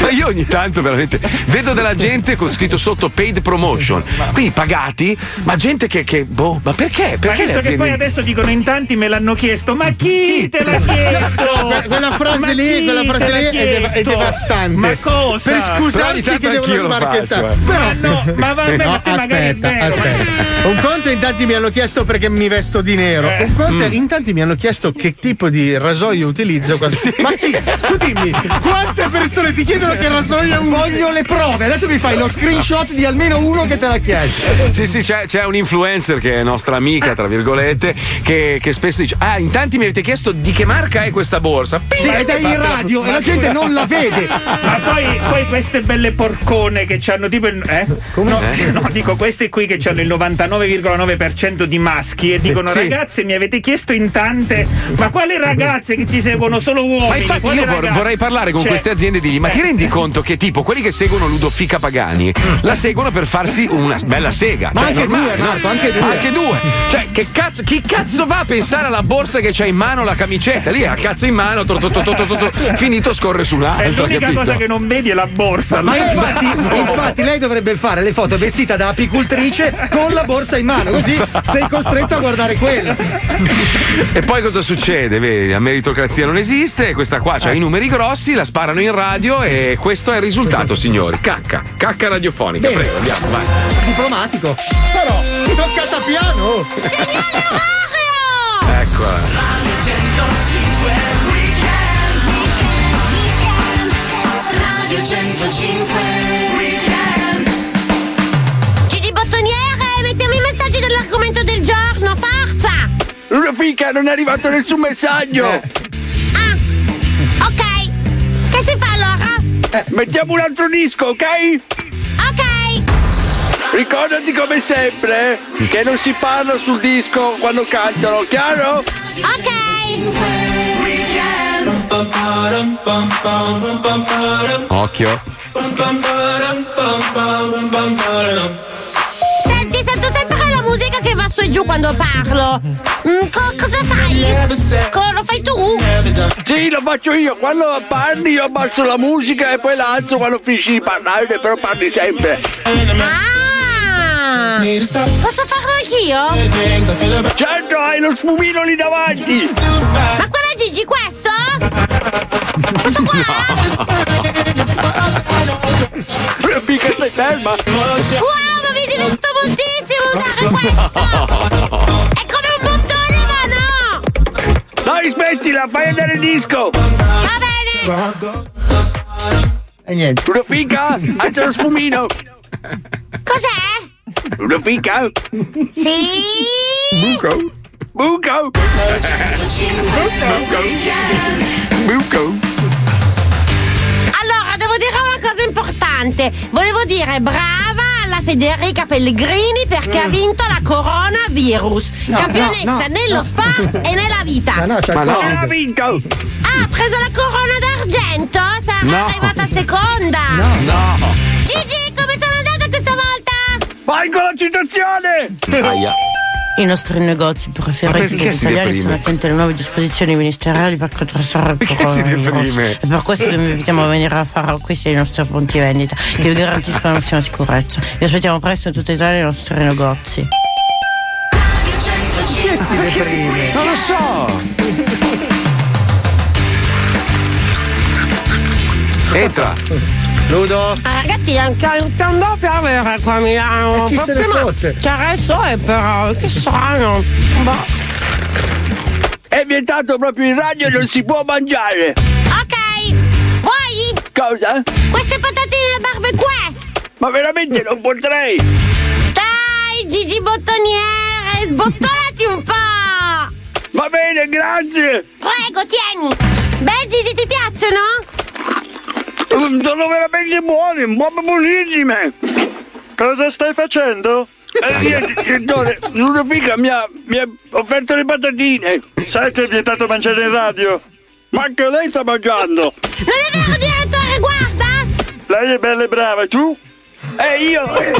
[SPEAKER 1] Ma io ogni tanto veramente vedo della gente con scritto sotto paid promotion, quindi pagati, ma gente che, che boh, ma perché?
[SPEAKER 13] Ma
[SPEAKER 1] Perché le
[SPEAKER 13] visto che poi
[SPEAKER 1] aziende-
[SPEAKER 13] adesso dicono in tanti me l'hanno chiesto, ma chi te l'ha
[SPEAKER 6] Que-
[SPEAKER 13] chiesto?
[SPEAKER 6] quella frase
[SPEAKER 13] Ma
[SPEAKER 6] lì-
[SPEAKER 13] chi
[SPEAKER 6] quella frase
[SPEAKER 13] te l'ha
[SPEAKER 6] lì è deva- è
[SPEAKER 13] chiesto?
[SPEAKER 6] devastante.
[SPEAKER 13] Ma cosa?
[SPEAKER 6] Per scusarsi
[SPEAKER 1] Però ogni tanto
[SPEAKER 6] che devono
[SPEAKER 1] anch'io lo
[SPEAKER 6] smarchettare.
[SPEAKER 1] faccio, eh.
[SPEAKER 6] Però-
[SPEAKER 13] Ma no, ma va bene, ma
[SPEAKER 6] No,
[SPEAKER 13] te magari è
[SPEAKER 6] aspetta,
[SPEAKER 13] vero.
[SPEAKER 6] aspetta. Un conto in tanti mi hanno chiesto perché mi vesto di nero.
[SPEAKER 13] Eh.
[SPEAKER 6] Un conto
[SPEAKER 1] Mm.
[SPEAKER 6] in tanti mi hanno chiesto che tipo di rasoio utilizzo. quando- Ma chi? Tu dimmi, quante persone ti chiedono che rasoio usi?
[SPEAKER 3] Voglio le prove, adesso mi fai lo screenshot di almeno uno che te l'ha chiesto.
[SPEAKER 1] Sì, sì, c'è, c'è un influencer che è nostra amica, tra virgolette, che, che spesso dice: Ah, in tanti mi avete chiesto di che marca è questa borsa.
[SPEAKER 3] Sì, ed è in radio e la gente non la vede.
[SPEAKER 13] Ma poi, poi queste belle porcone che hanno tipo il. Eh? No,
[SPEAKER 1] Eh?
[SPEAKER 13] no, dico queste qui che hanno il 99,9% di maschi e dicono
[SPEAKER 1] sì.
[SPEAKER 13] ragazze mi avete chiesto in tante, ma quali ragazze che ti seguono solo uomini?
[SPEAKER 1] Ma infatti
[SPEAKER 13] Quali
[SPEAKER 1] io vor-
[SPEAKER 13] ragazze?"
[SPEAKER 1] vorrei parlare con
[SPEAKER 13] Cioè,
[SPEAKER 1] queste aziende e dirgli: Ma ti rendi conto che tipo quelli che seguono Ludofica Pagani la seguono per farsi una bella sega?
[SPEAKER 3] Ma
[SPEAKER 1] Cioè,
[SPEAKER 3] anche due,
[SPEAKER 1] normale, no?
[SPEAKER 3] Marco, anche due.
[SPEAKER 1] Anche due. Cioè, che cazzo, chi cazzo va a pensare alla borsa che c'ha in mano la camicetta? Lì ha cazzo in mano, tro- tro- tro- tro- tro- tro- finito scorre su un altro.
[SPEAKER 13] È l'unica
[SPEAKER 1] capito?
[SPEAKER 13] cosa che non vedi è la borsa.
[SPEAKER 3] Ma
[SPEAKER 13] allora.
[SPEAKER 3] infatti, infatti lei dovrebbe fare le foto vestita da apicultrice con la borsa in mano, così sei costretto a guardare quella.
[SPEAKER 1] E poi cosa succede? Vedi, la meritocrazia non esiste, questa qua c'ha i numeri grossi, la sparano in radio e questo è il risultato, signori. Cacca, cacca radiofonica,
[SPEAKER 3] Bene.
[SPEAKER 1] prego, andiamo, vai.
[SPEAKER 3] Diplomatico. Però, toccata piano.
[SPEAKER 1] Eccola.
[SPEAKER 9] Radio 105 Weekend
[SPEAKER 5] Gigi Bottoniere, mettiamo i messaggi dell'argomento del giorno, forza!
[SPEAKER 26] Fica, non è arrivato nessun messaggio!
[SPEAKER 5] Ah,
[SPEAKER 26] Eh. Mettiamo un altro disco, ok? Ok. Ricordati come sempre eh, che non si parla sul disco quando cantano, chiaro?
[SPEAKER 1] Occhio.
[SPEAKER 5] Senti, sento sempre la musica che va su e giù quando parlo. Mm, co- cosa fai? Co- lo fai tu?
[SPEAKER 26] Sì, lo faccio io. Quando parli io abbasso la musica e poi la alzo quando finisci di parlare, però parli sempre.
[SPEAKER 5] Ah! Posso farlo anch'io?
[SPEAKER 26] Certo, hai lo sfumino lì davanti.
[SPEAKER 5] Ma quella Gigi, questo? Questo qua?
[SPEAKER 26] Mica stai ferma.
[SPEAKER 5] Wow, ma mi diverto moltissimo usare questo! È come un bottone, ma no!
[SPEAKER 26] Dai, smettila, fai andare il disco.
[SPEAKER 5] Va bene!
[SPEAKER 26] E niente. Una fica, alza lo sfumino.
[SPEAKER 5] Cos'è?
[SPEAKER 26] Una fica.
[SPEAKER 5] Sì!
[SPEAKER 26] Buco. Buco. Buco.
[SPEAKER 5] Allora, devo dire una cosa importante. Volevo dire brava alla Federica Pellegrini perché ha vinto la coronavirus.
[SPEAKER 15] Mm. No,
[SPEAKER 5] campionessa
[SPEAKER 15] no, no,
[SPEAKER 5] nello
[SPEAKER 15] no.
[SPEAKER 5] spa e nella vita.
[SPEAKER 15] Ma no, c'è il Ma no. Covid.
[SPEAKER 26] Ha vinto!
[SPEAKER 5] Ah, ha preso la corona d'argento? Sarà
[SPEAKER 26] No.
[SPEAKER 5] arrivata seconda.
[SPEAKER 26] No.
[SPEAKER 5] Gigi, come sono andata questa volta?
[SPEAKER 26] Vai con la citazione!
[SPEAKER 5] I nostri negozi preferiti
[SPEAKER 15] Ma perché
[SPEAKER 5] degli
[SPEAKER 15] si
[SPEAKER 5] italiani
[SPEAKER 15] deprime?
[SPEAKER 5] sono attenti alle nuove disposizioni ministeriali per contrastare il
[SPEAKER 15] Perché si
[SPEAKER 5] coronavirus.
[SPEAKER 15] deprime?
[SPEAKER 5] È per questo che vi invitiamo a venire a fare acquisti ai nostri punti vendita, che vi garantiscono la massima sicurezza. Vi aspettiamo presto in tutta Italia nei nostri negozi.
[SPEAKER 15] Perché si deprime?
[SPEAKER 1] Non lo so! Entra.
[SPEAKER 15] Ludo.
[SPEAKER 5] Ah, Ragazzi, anche un tempo piovere qua a Milano.
[SPEAKER 15] E Eh, chi se ne
[SPEAKER 5] Proprio, ma
[SPEAKER 15] fotte?
[SPEAKER 5] C'era il sole però, che strano. Boh.
[SPEAKER 26] È vietato proprio in radio e non si può mangiare.
[SPEAKER 5] Ok, vuoi?
[SPEAKER 26] Cosa?
[SPEAKER 5] Queste patatine al barbecue!
[SPEAKER 26] Ma veramente non potrei!
[SPEAKER 5] Dai, Gigi Bottoniere, sbottonati un po'!
[SPEAKER 26] Va bene, grazie!
[SPEAKER 5] Prego, tieni! Beh, Gigi, ti piacciono?
[SPEAKER 26] Sono veramente buoni, buone buonissime! Cosa stai facendo? Eh, niente, direttore, una figa mi ha, mi ha offerto le patatine. Sai che è vietato mangiare in radio? Ma anche lei sta mangiando.
[SPEAKER 5] Non è vero, direttore, guarda!
[SPEAKER 26] Lei è bella e brava, tu? E io... eh,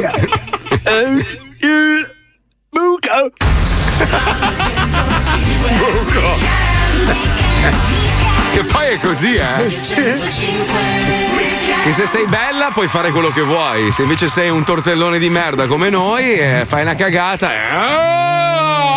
[SPEAKER 4] um,
[SPEAKER 26] eh, eh, Buco!
[SPEAKER 1] Che poi è così, eh? Che se sei bella puoi fare quello che vuoi, se invece sei un tortellone di merda come noi, eh, fai una cagata. eh, ah!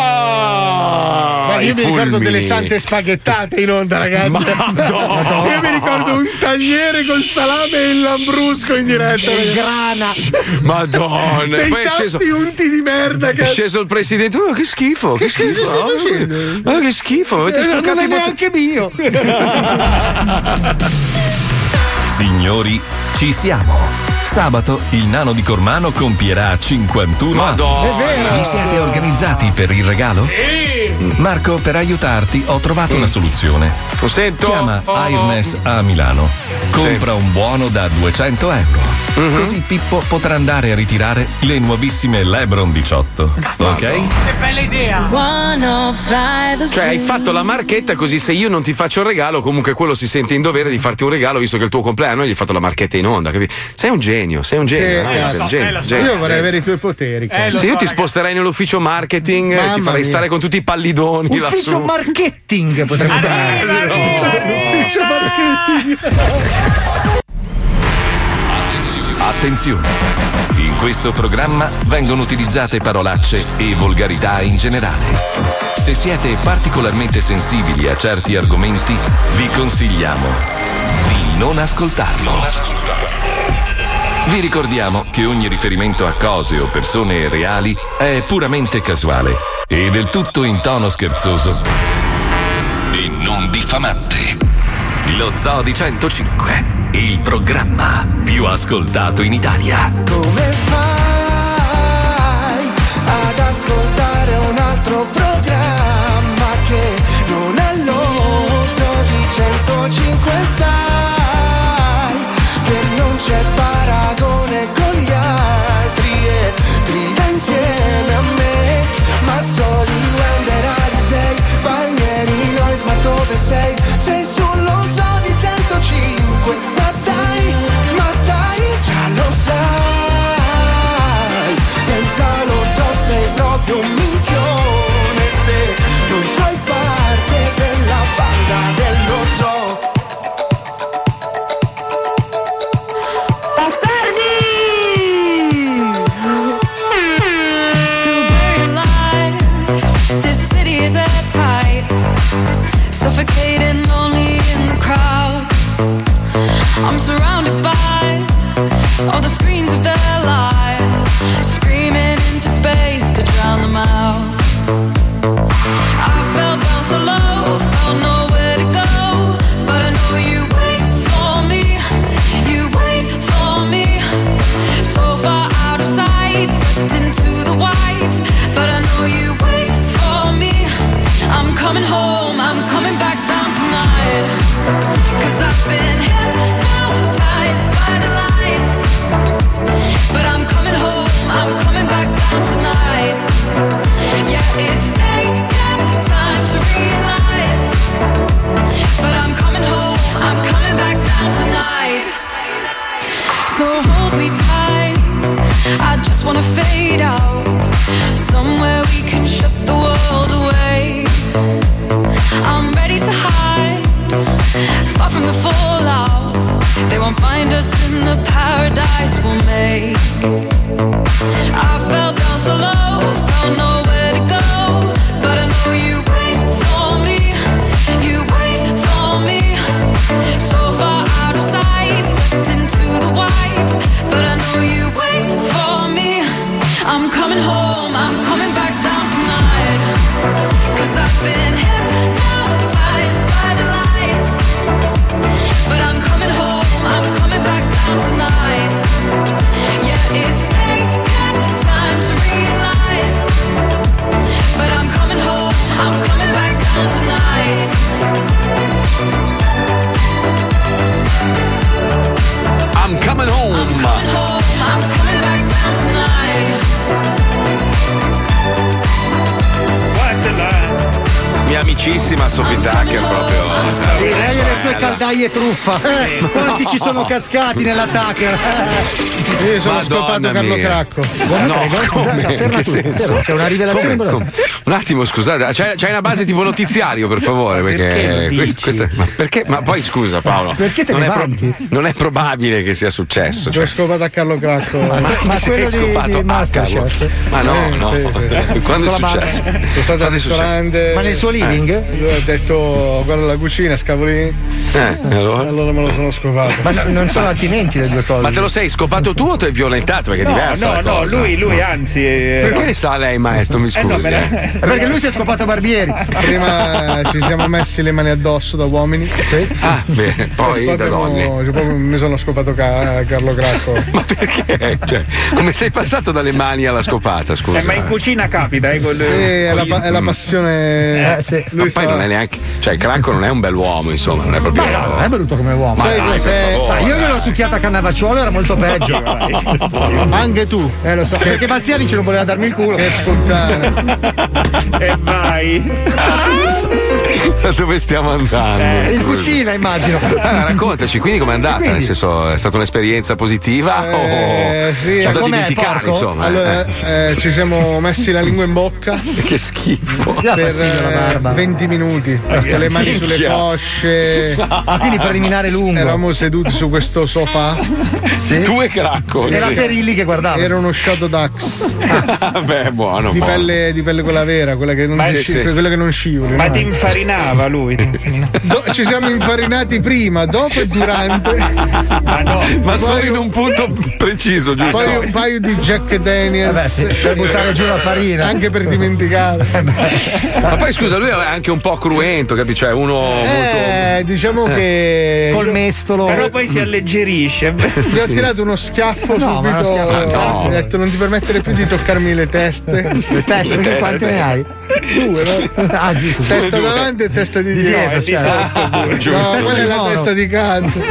[SPEAKER 6] Guarda,
[SPEAKER 1] I
[SPEAKER 6] io mi ricordo
[SPEAKER 1] fulmini.
[SPEAKER 6] delle sante spaghettate in onda, ragazzi.
[SPEAKER 1] Madonna.
[SPEAKER 6] Io mi ricordo un tagliere col salame e il lambrusco in diretta.
[SPEAKER 15] E
[SPEAKER 6] ragazzi.
[SPEAKER 1] Madonna, e
[SPEAKER 6] Dei
[SPEAKER 1] poi è
[SPEAKER 6] tasti
[SPEAKER 1] sceso.
[SPEAKER 6] unti di merda.
[SPEAKER 1] È
[SPEAKER 6] Che...
[SPEAKER 1] sceso il presidente, oh, che schifo, che,
[SPEAKER 6] Che
[SPEAKER 1] schifo,
[SPEAKER 6] cosa stai
[SPEAKER 1] oh,
[SPEAKER 6] facendo?
[SPEAKER 1] ma che schifo, avete
[SPEAKER 6] Eh,
[SPEAKER 1] sporcato
[SPEAKER 6] non è
[SPEAKER 1] i bott-
[SPEAKER 6] neanche mio.
[SPEAKER 2] Signori, ci siamo. Sabato il nano di Cormano compierà 51 anni.
[SPEAKER 15] Madonna. È vero.
[SPEAKER 2] Vi siete organizzati per il regalo? Marco, per aiutarti ho trovato una soluzione. Lo sento. Oh. Chiama Airness a Milano. Compra un buono da 200 euro. Così Pippo potrà andare a ritirare le nuovissime Lebron 18. Ok?
[SPEAKER 7] Che bella idea!
[SPEAKER 1] Cioè, hai fatto la marchetta così se io non ti faccio il regalo, comunque quello si sente in dovere di farti un regalo, visto che è il tuo compleanno gli hai fatto la marchetta in onda, capi? Sei un genio, sei un genio.
[SPEAKER 6] Sì,
[SPEAKER 1] veramente,
[SPEAKER 6] eh, lo so,
[SPEAKER 1] un genio,
[SPEAKER 6] eh, lo so. eh,
[SPEAKER 1] genio,
[SPEAKER 6] Io vorrei
[SPEAKER 1] genio.
[SPEAKER 6] avere i tuoi poteri.
[SPEAKER 3] Eh,
[SPEAKER 6] cara.
[SPEAKER 1] se io ti sposterei nell'ufficio marketing, eh,
[SPEAKER 6] Mamma
[SPEAKER 1] ti farei
[SPEAKER 6] mia.
[SPEAKER 1] stare con tutti i pallidoni
[SPEAKER 3] Ufficio
[SPEAKER 1] lassù.
[SPEAKER 3] marketing potrebbe
[SPEAKER 1] Arriva,
[SPEAKER 3] Ufficio marketing.
[SPEAKER 2] Attenzione! In questo programma vengono utilizzate parolacce e volgarità in generale. Se siete particolarmente sensibili a certi argomenti, vi consigliamo di non ascoltarlo. Vi ricordiamo che ogni riferimento a cose o persone reali è puramente casuale e del tutto in tono scherzoso e non diffamante. Lo Zoo di 105, il programma più ascoltato in Italia.
[SPEAKER 4] Come fai ad ascoltare un altro programma che non è lo zoo di 105 sai che Sei sullo zoo di 105 Ma dai, ma dai, già lo sai Senza lo zoo sei proprio un minchione Se non fai parte della banda dello zoo
[SPEAKER 8] This city is at tight, suffocating, lonely in the crowd. I'm surrounded by
[SPEAKER 25] Oh,
[SPEAKER 8] all the screens of their lives, screaming into space to drown them out. I fell down so low, found nowhere to go, but I know you wait for me. You wait for me, so far out of sight, sucked into the white, but I know you wait for me. I'm coming home, I'm coming back down tonight, cause I've been hypnotized by the lights. But I'm coming home, I'm coming back down tonight. Yeah, it's taken time to realize. But I'm coming home, I'm coming back down tonight. So hold me tight, I just wanna fade out. Somewhere we can shut the world away. I'm ready to hide, far from the fallout. They won't find us in the paradise we'll make. I fell down so low, found nowhere to go. But I know you wait for me, you wait for me. So far out of sight, sucked into the white. But I know you wait for me. I'm coming home, I'm coming back down tonight. Cause I've been hypnotized by the lights. But I'm coming home, I'm coming back down tonight. Yeah, it's taken time to realize. But I'm coming home, I'm coming back down tonight.
[SPEAKER 1] I'm coming home.
[SPEAKER 8] Home, I'm coming back down tonight.
[SPEAKER 1] Mia amicissima Sophie Tucker proprio.
[SPEAKER 3] Sì, lei e le sue
[SPEAKER 1] Bella.
[SPEAKER 3] caldaie truffa. Eh,
[SPEAKER 1] Sì.
[SPEAKER 3] Quanti ci sono cascati nella Tucker? Eh.
[SPEAKER 6] Io sono
[SPEAKER 1] Madonna
[SPEAKER 6] scopato Carlo
[SPEAKER 1] mia.
[SPEAKER 6] Cracco.
[SPEAKER 1] No, come? In che senso?
[SPEAKER 3] c'è una rivelazione
[SPEAKER 1] Come?
[SPEAKER 3] importante.
[SPEAKER 1] Come? Un attimo, scusate, ah, c'hai, c'hai una base tipo notiziario, per favore. Perché,
[SPEAKER 3] perché lo
[SPEAKER 1] quest- questa- ma perché? Ma poi scusa, Paolo.
[SPEAKER 6] Perché te
[SPEAKER 1] non
[SPEAKER 6] ne
[SPEAKER 1] è non è probabile che sia successo.
[SPEAKER 6] Ci ho
[SPEAKER 1] Cioè,
[SPEAKER 6] scopato a Carlo Eh, Cracco.
[SPEAKER 1] ti sei scopato a cavolo. Ma no,
[SPEAKER 6] Eh,
[SPEAKER 1] no.
[SPEAKER 6] sì, sì.
[SPEAKER 1] Quando è
[SPEAKER 6] Con la
[SPEAKER 1] successo?
[SPEAKER 6] barba. Sono stato al
[SPEAKER 1] Quando è successo?
[SPEAKER 6] ristorante.
[SPEAKER 1] Ma nel suo living?
[SPEAKER 6] Eh. Lui ha detto guarda la cucina, scavoli.
[SPEAKER 1] Eh, allora?
[SPEAKER 6] me lo sono scopato.
[SPEAKER 1] Ma no, non sono
[SPEAKER 6] attinenti le due cose.
[SPEAKER 1] Ma te lo sei scopato tu o te l'hai violentato? Perché è
[SPEAKER 6] No,
[SPEAKER 1] diversa
[SPEAKER 6] no,
[SPEAKER 1] la
[SPEAKER 6] no,
[SPEAKER 1] cosa.
[SPEAKER 6] lui- lui, anzi, eh,
[SPEAKER 1] Perché
[SPEAKER 6] no.
[SPEAKER 1] ne sa lei, maestro? Mi
[SPEAKER 6] Eh,
[SPEAKER 1] scusi.
[SPEAKER 6] no, me la-
[SPEAKER 1] eh.
[SPEAKER 3] Perché lui si è scopato Barbieri.
[SPEAKER 6] Prima ci siamo messi le mani addosso da uomini. Sì.
[SPEAKER 1] Ah, bene, poi da donne.
[SPEAKER 6] abbiamo- proprio mi sono scopato Ca- Carlo Cracco.
[SPEAKER 1] Eh, cioè, come sei passato dalle mani alla scopata, scusa?
[SPEAKER 6] Eh, ma in
[SPEAKER 13] Cucina capita, eh, con
[SPEAKER 6] Sì, è la, pa- è la passione.
[SPEAKER 1] sì,
[SPEAKER 6] Eh, lui
[SPEAKER 1] poi
[SPEAKER 6] stava-
[SPEAKER 1] non è neanche. Cioè, Cracco non è un bell'uomo, insomma, non è proprio.
[SPEAKER 3] Ma no, non è brutto come uomo.
[SPEAKER 1] Ma Sai dai, cos'è? per favore,
[SPEAKER 3] Ma io
[SPEAKER 1] dai.
[SPEAKER 3] gliel'ho succhiata a Cannavacciuolo, era molto peggio.
[SPEAKER 6] Ma anche tu.
[SPEAKER 3] Eh, lo so, perché Bastianici non voleva darmi il culo. Che
[SPEAKER 6] puttana.
[SPEAKER 13] E vai.
[SPEAKER 1] Ma dove stiamo andando?
[SPEAKER 3] In
[SPEAKER 13] Eh.
[SPEAKER 1] Scusa.
[SPEAKER 3] cucina, immagino.
[SPEAKER 1] Allora, raccontaci, quindi com'è andata?
[SPEAKER 3] quindi?
[SPEAKER 1] Nel senso, è stata un'esperienza positiva? o
[SPEAKER 6] Eh, sì,
[SPEAKER 1] c'è
[SPEAKER 6] eh.
[SPEAKER 1] da dimenticare, insomma.
[SPEAKER 6] Allora,
[SPEAKER 1] eh?
[SPEAKER 6] eh, ci siamo messi la lingua in bocca.
[SPEAKER 1] Che schifo.
[SPEAKER 6] Per eh, 20 minuti,
[SPEAKER 17] Ah,
[SPEAKER 6] con le mani sulle
[SPEAKER 1] Minchia.
[SPEAKER 6] cosce.
[SPEAKER 1] Ah, quindi preliminare lungo.
[SPEAKER 6] Eravamo seduti su questo sofà.
[SPEAKER 1] Tu e Cracco. sì.
[SPEAKER 6] che guardava. Era uno Shadow Dax
[SPEAKER 1] Beh, buono.
[SPEAKER 6] di,
[SPEAKER 1] buono.
[SPEAKER 6] pelle, di pelle quella vera, quella che non,
[SPEAKER 1] Ma-
[SPEAKER 6] si-
[SPEAKER 1] sì, sì.
[SPEAKER 6] quella che non scivoli.
[SPEAKER 1] Ma
[SPEAKER 6] no?
[SPEAKER 1] ti
[SPEAKER 13] infarinava lui.
[SPEAKER 6] Do- ci siamo infarinati prima, dopo e durante.
[SPEAKER 13] Ma no,
[SPEAKER 1] Ah, Ma solo in un punto preciso, giusto?
[SPEAKER 6] Poi un paio di Jack Daniels
[SPEAKER 1] Vabbè, sì, per buttare giù la farina.
[SPEAKER 6] Anche per dimenticare.
[SPEAKER 1] Ma poi scusa, lui è anche un po' cruento, capi? Cioè, uno
[SPEAKER 6] Eh, diciamo
[SPEAKER 1] Eh.
[SPEAKER 6] che.
[SPEAKER 3] Col mestolo.
[SPEAKER 13] Però poi
[SPEAKER 1] Mm.
[SPEAKER 13] si alleggerisce.
[SPEAKER 6] Gli ho
[SPEAKER 1] Sì.
[SPEAKER 6] tirato uno schiaffo
[SPEAKER 1] No, ma
[SPEAKER 6] subito.
[SPEAKER 1] uno schiaffo. Ah, no.
[SPEAKER 6] Ho detto non ti permettere più di toccarmi le teste.
[SPEAKER 1] Le teste, Le quante teste. ne
[SPEAKER 3] hai? Due, no? Ah, giusto.
[SPEAKER 6] Testa
[SPEAKER 3] Due, due.
[SPEAKER 6] davanti e testa di
[SPEAKER 3] Di
[SPEAKER 6] dietro. certo.
[SPEAKER 3] dietro, di
[SPEAKER 6] sai.
[SPEAKER 3] sotto pure,
[SPEAKER 6] No,
[SPEAKER 3] giusto.
[SPEAKER 6] Quella è la
[SPEAKER 3] Loro.
[SPEAKER 6] testa di cazzo.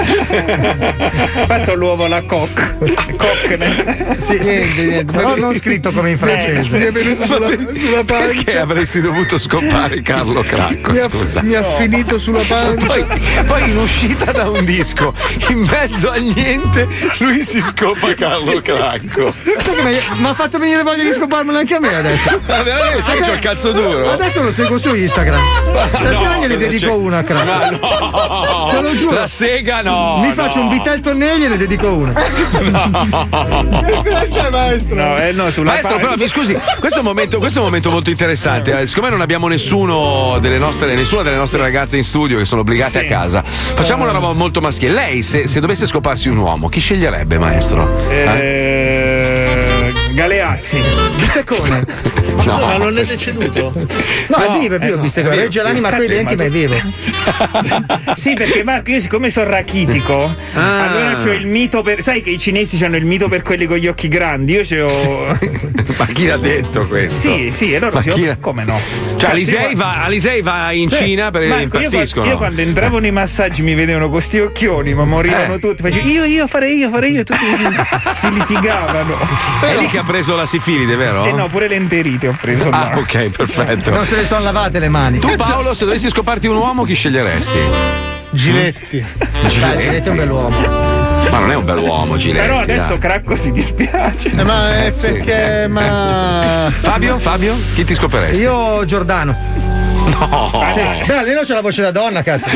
[SPEAKER 7] fatto l'uovo alla coc. Coc.
[SPEAKER 3] Sì, sì. Però non scritto come in francese.
[SPEAKER 6] Mi è venuto sulla, sulla
[SPEAKER 1] Perché
[SPEAKER 6] pancia.
[SPEAKER 1] avresti dovuto scoppare Carlo Cracco?
[SPEAKER 6] Mi ha,
[SPEAKER 1] Ecco, Scusa.
[SPEAKER 6] mi ha finito sulla pancia.
[SPEAKER 1] Poi, poi in uscita da un disco, in mezzo a niente, lui si scopa Carlo Cracco.
[SPEAKER 3] Sai che mi- mi ha fatto venire voglia di scoparmelo anche a me adesso.
[SPEAKER 1] Ma veramente, sai che c'ho il cazzo duro?
[SPEAKER 3] Adesso lo seguo su Instagram. Stasera
[SPEAKER 1] No,
[SPEAKER 3] gliene
[SPEAKER 1] cosa
[SPEAKER 3] dedico
[SPEAKER 1] c'è?
[SPEAKER 3] una,
[SPEAKER 1] Ma
[SPEAKER 3] crack.
[SPEAKER 1] no!
[SPEAKER 3] Te lo giuro.
[SPEAKER 1] Oh, La sega no!
[SPEAKER 3] Mi faccio un vitel tonnello e gliene dedico una.
[SPEAKER 1] No.
[SPEAKER 6] Cioè, maestro.
[SPEAKER 7] No, eh, no, sulla
[SPEAKER 1] Maestro,
[SPEAKER 7] pancia.
[SPEAKER 1] però mi scusi, questo è, un momento, questo è un momento molto interessante. eh, Siccome non abbiamo nessuno delle nostre, nessuna delle nostre ragazze in studio che sono obbligate
[SPEAKER 7] Sì.
[SPEAKER 1] a casa, facciamo una roba molto maschile. Lei, se, se dovesse scoparsi un uomo, chi sceglierebbe, maestro?
[SPEAKER 7] Eh, Galeazzi.
[SPEAKER 3] Bissecone.
[SPEAKER 1] Ma No.
[SPEAKER 6] Ma non è deceduto? eh,
[SPEAKER 3] No, è vivo, è vivo, Bissecone. Regge l'anima coi denti, ma è vivo.
[SPEAKER 7] sì, perché Marco, io siccome sono rachitico,
[SPEAKER 1] Ah.
[SPEAKER 7] allora c'ho il mito per. Sai che i cinesi hanno il mito per quelli con gli occhi grandi? Io c'ho.
[SPEAKER 1] Ma chi l'ha detto questo?
[SPEAKER 7] Sì, sì, e loro
[SPEAKER 1] Ma
[SPEAKER 7] si-
[SPEAKER 1] chi l'ha-
[SPEAKER 7] come no?
[SPEAKER 1] Cioè,
[SPEAKER 7] Sì,
[SPEAKER 1] Alisei
[SPEAKER 7] qua-
[SPEAKER 1] va, Alisei va in
[SPEAKER 7] Beh,
[SPEAKER 1] Cina per
[SPEAKER 7] Marco, io qua-
[SPEAKER 1] impazziscono.
[SPEAKER 7] Io, quando entravo nei massaggi mi vedevano con sti occhioni, ma morivano
[SPEAKER 1] Eh.
[SPEAKER 7] tutti. Facevo, io, io, farei io, farei io. Tutti si, si litigavano.
[SPEAKER 1] È lì che ha preso la sifilide, vero?
[SPEAKER 7] Eh no, pure l'enterite ho preso. là.
[SPEAKER 1] Ah, ok, perfetto.
[SPEAKER 3] Non se le sono lavate le mani. Eh,
[SPEAKER 1] Tu Paolo, se dovessi scoparti un uomo, chi sceglieresti?
[SPEAKER 6] Giletti.
[SPEAKER 3] Dai, Giletti è un bell'uomo.
[SPEAKER 1] Ma non è un bell'uomo, Giletti.
[SPEAKER 7] Però adesso
[SPEAKER 1] dai.
[SPEAKER 7] Cracco si dispiace.
[SPEAKER 6] Eh, ma è
[SPEAKER 1] Eh, sì.
[SPEAKER 6] perché, ma.
[SPEAKER 1] Fabio, Fabio, chi ti scoperesti? Oh.
[SPEAKER 3] Io Giordano.
[SPEAKER 1] No.
[SPEAKER 3] Cioè, Beh, almeno c'è la voce da donna, cazzo.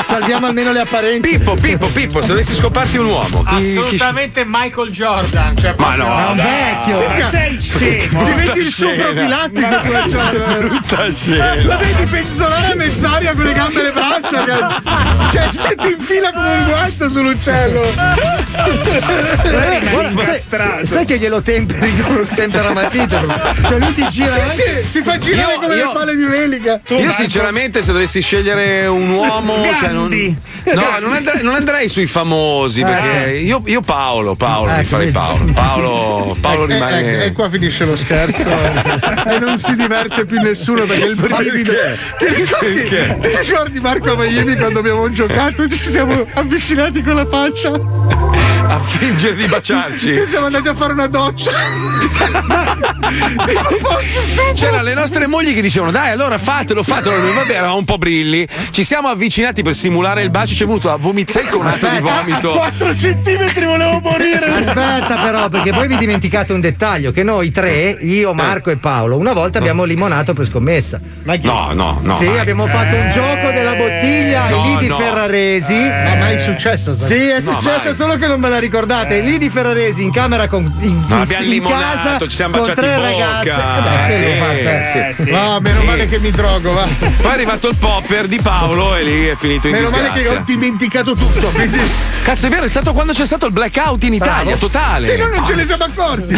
[SPEAKER 3] Salviamo almeno le apparenze.
[SPEAKER 1] Pippo, Pippo, Pippo, se dovessi scoparti un uomo, chi- chi,
[SPEAKER 10] Assolutamente Michael Jordan. Cioè,
[SPEAKER 1] Ma no,
[SPEAKER 10] proprio-
[SPEAKER 1] È un dai. vecchio.
[SPEAKER 10] Perché-
[SPEAKER 7] Sei scemo.
[SPEAKER 10] Diventi
[SPEAKER 6] il suo profilattico,
[SPEAKER 10] Ma-
[SPEAKER 6] cioè-
[SPEAKER 1] Brutta scena.
[SPEAKER 6] La vedi penzolare a mezz'aria con le gambe e le braccia? che- Cioè, ti infila come un guanto sull'uccello.
[SPEAKER 3] Guarda, sai, sai che glielo temperi con il temperamatito? Cioè lui ti gira
[SPEAKER 6] Sì, sì, ti fa girare
[SPEAKER 1] Io-
[SPEAKER 6] come
[SPEAKER 1] io-
[SPEAKER 6] le palle di un'elica.
[SPEAKER 1] Io sinceramente se dovessi scegliere un uomo, cioè non, no, non andrei, non andrei sui famosi,
[SPEAKER 7] Eh.
[SPEAKER 1] perché io, io Paolo, Paolo,
[SPEAKER 6] Ah,
[SPEAKER 3] Ecco,
[SPEAKER 1] mi farei
[SPEAKER 6] finito.
[SPEAKER 1] Paolo. Paolo,
[SPEAKER 3] Eh,
[SPEAKER 1] Paolo
[SPEAKER 6] E- E, Eh, ecco, e
[SPEAKER 1] rimane.
[SPEAKER 6] qua finisce lo scherzo e non si diverte più nessuno perché il brivido. Ti ricordi,
[SPEAKER 1] Perché?
[SPEAKER 6] ti ricordi Marco Maglini quando abbiamo giocato? Ci siamo avvicinati con la faccia
[SPEAKER 1] A fingere di
[SPEAKER 6] e
[SPEAKER 1] baciarci.
[SPEAKER 6] siamo andati a fare una doccia.
[SPEAKER 1] C'erano le nostre mogli che dicevano: Dai, allora fatelo, fatelo. Noi, Vabbè, eravamo un po' brilli. Ci siamo avvicinati per simulare il bacio. Ci è venuto a vomitare con un atto di vomito.
[SPEAKER 6] 4 centimetri volevo morire.
[SPEAKER 3] Aspetta però, perché voi vi dimenticate un dettaglio, che noi tre,
[SPEAKER 1] Eh.
[SPEAKER 3] io, Marco e Paolo, una volta abbiamo limonato per scommessa.
[SPEAKER 1] No, no, no.
[SPEAKER 3] sì,
[SPEAKER 1] dai.
[SPEAKER 3] abbiamo fatto un gioco della bottiglia ai
[SPEAKER 1] no,
[SPEAKER 3] lì di
[SPEAKER 1] no. Eh.
[SPEAKER 3] Ferraresi.
[SPEAKER 6] Ma mai è successo? sta-
[SPEAKER 3] Sì, è
[SPEAKER 1] No,
[SPEAKER 3] successo
[SPEAKER 1] mai. Eh.
[SPEAKER 3] solo che non me la ricordate. Lì di Ferraresi in camera con in,
[SPEAKER 1] No,
[SPEAKER 3] in-
[SPEAKER 1] abbiamo
[SPEAKER 3] in
[SPEAKER 1] limonato,
[SPEAKER 3] casa
[SPEAKER 1] ci siamo
[SPEAKER 3] con
[SPEAKER 1] baciati
[SPEAKER 3] tre
[SPEAKER 1] in bocca.
[SPEAKER 3] ragazze. Eh, beh, quello
[SPEAKER 1] Sì,
[SPEAKER 3] fa-
[SPEAKER 1] sì, sì.
[SPEAKER 6] No, meno
[SPEAKER 1] Sì.
[SPEAKER 6] male che mi drogo, va.
[SPEAKER 1] Poi è arrivato il popper di Paolo e lì è finito in
[SPEAKER 6] Meno
[SPEAKER 1] disgrazia.
[SPEAKER 6] male che ho dimenticato tutto. Quindi...
[SPEAKER 1] Cazzo, è vero, è stato quando c'è stato il blackout in Italia, totale.
[SPEAKER 6] Se no non ce ne siamo accorti.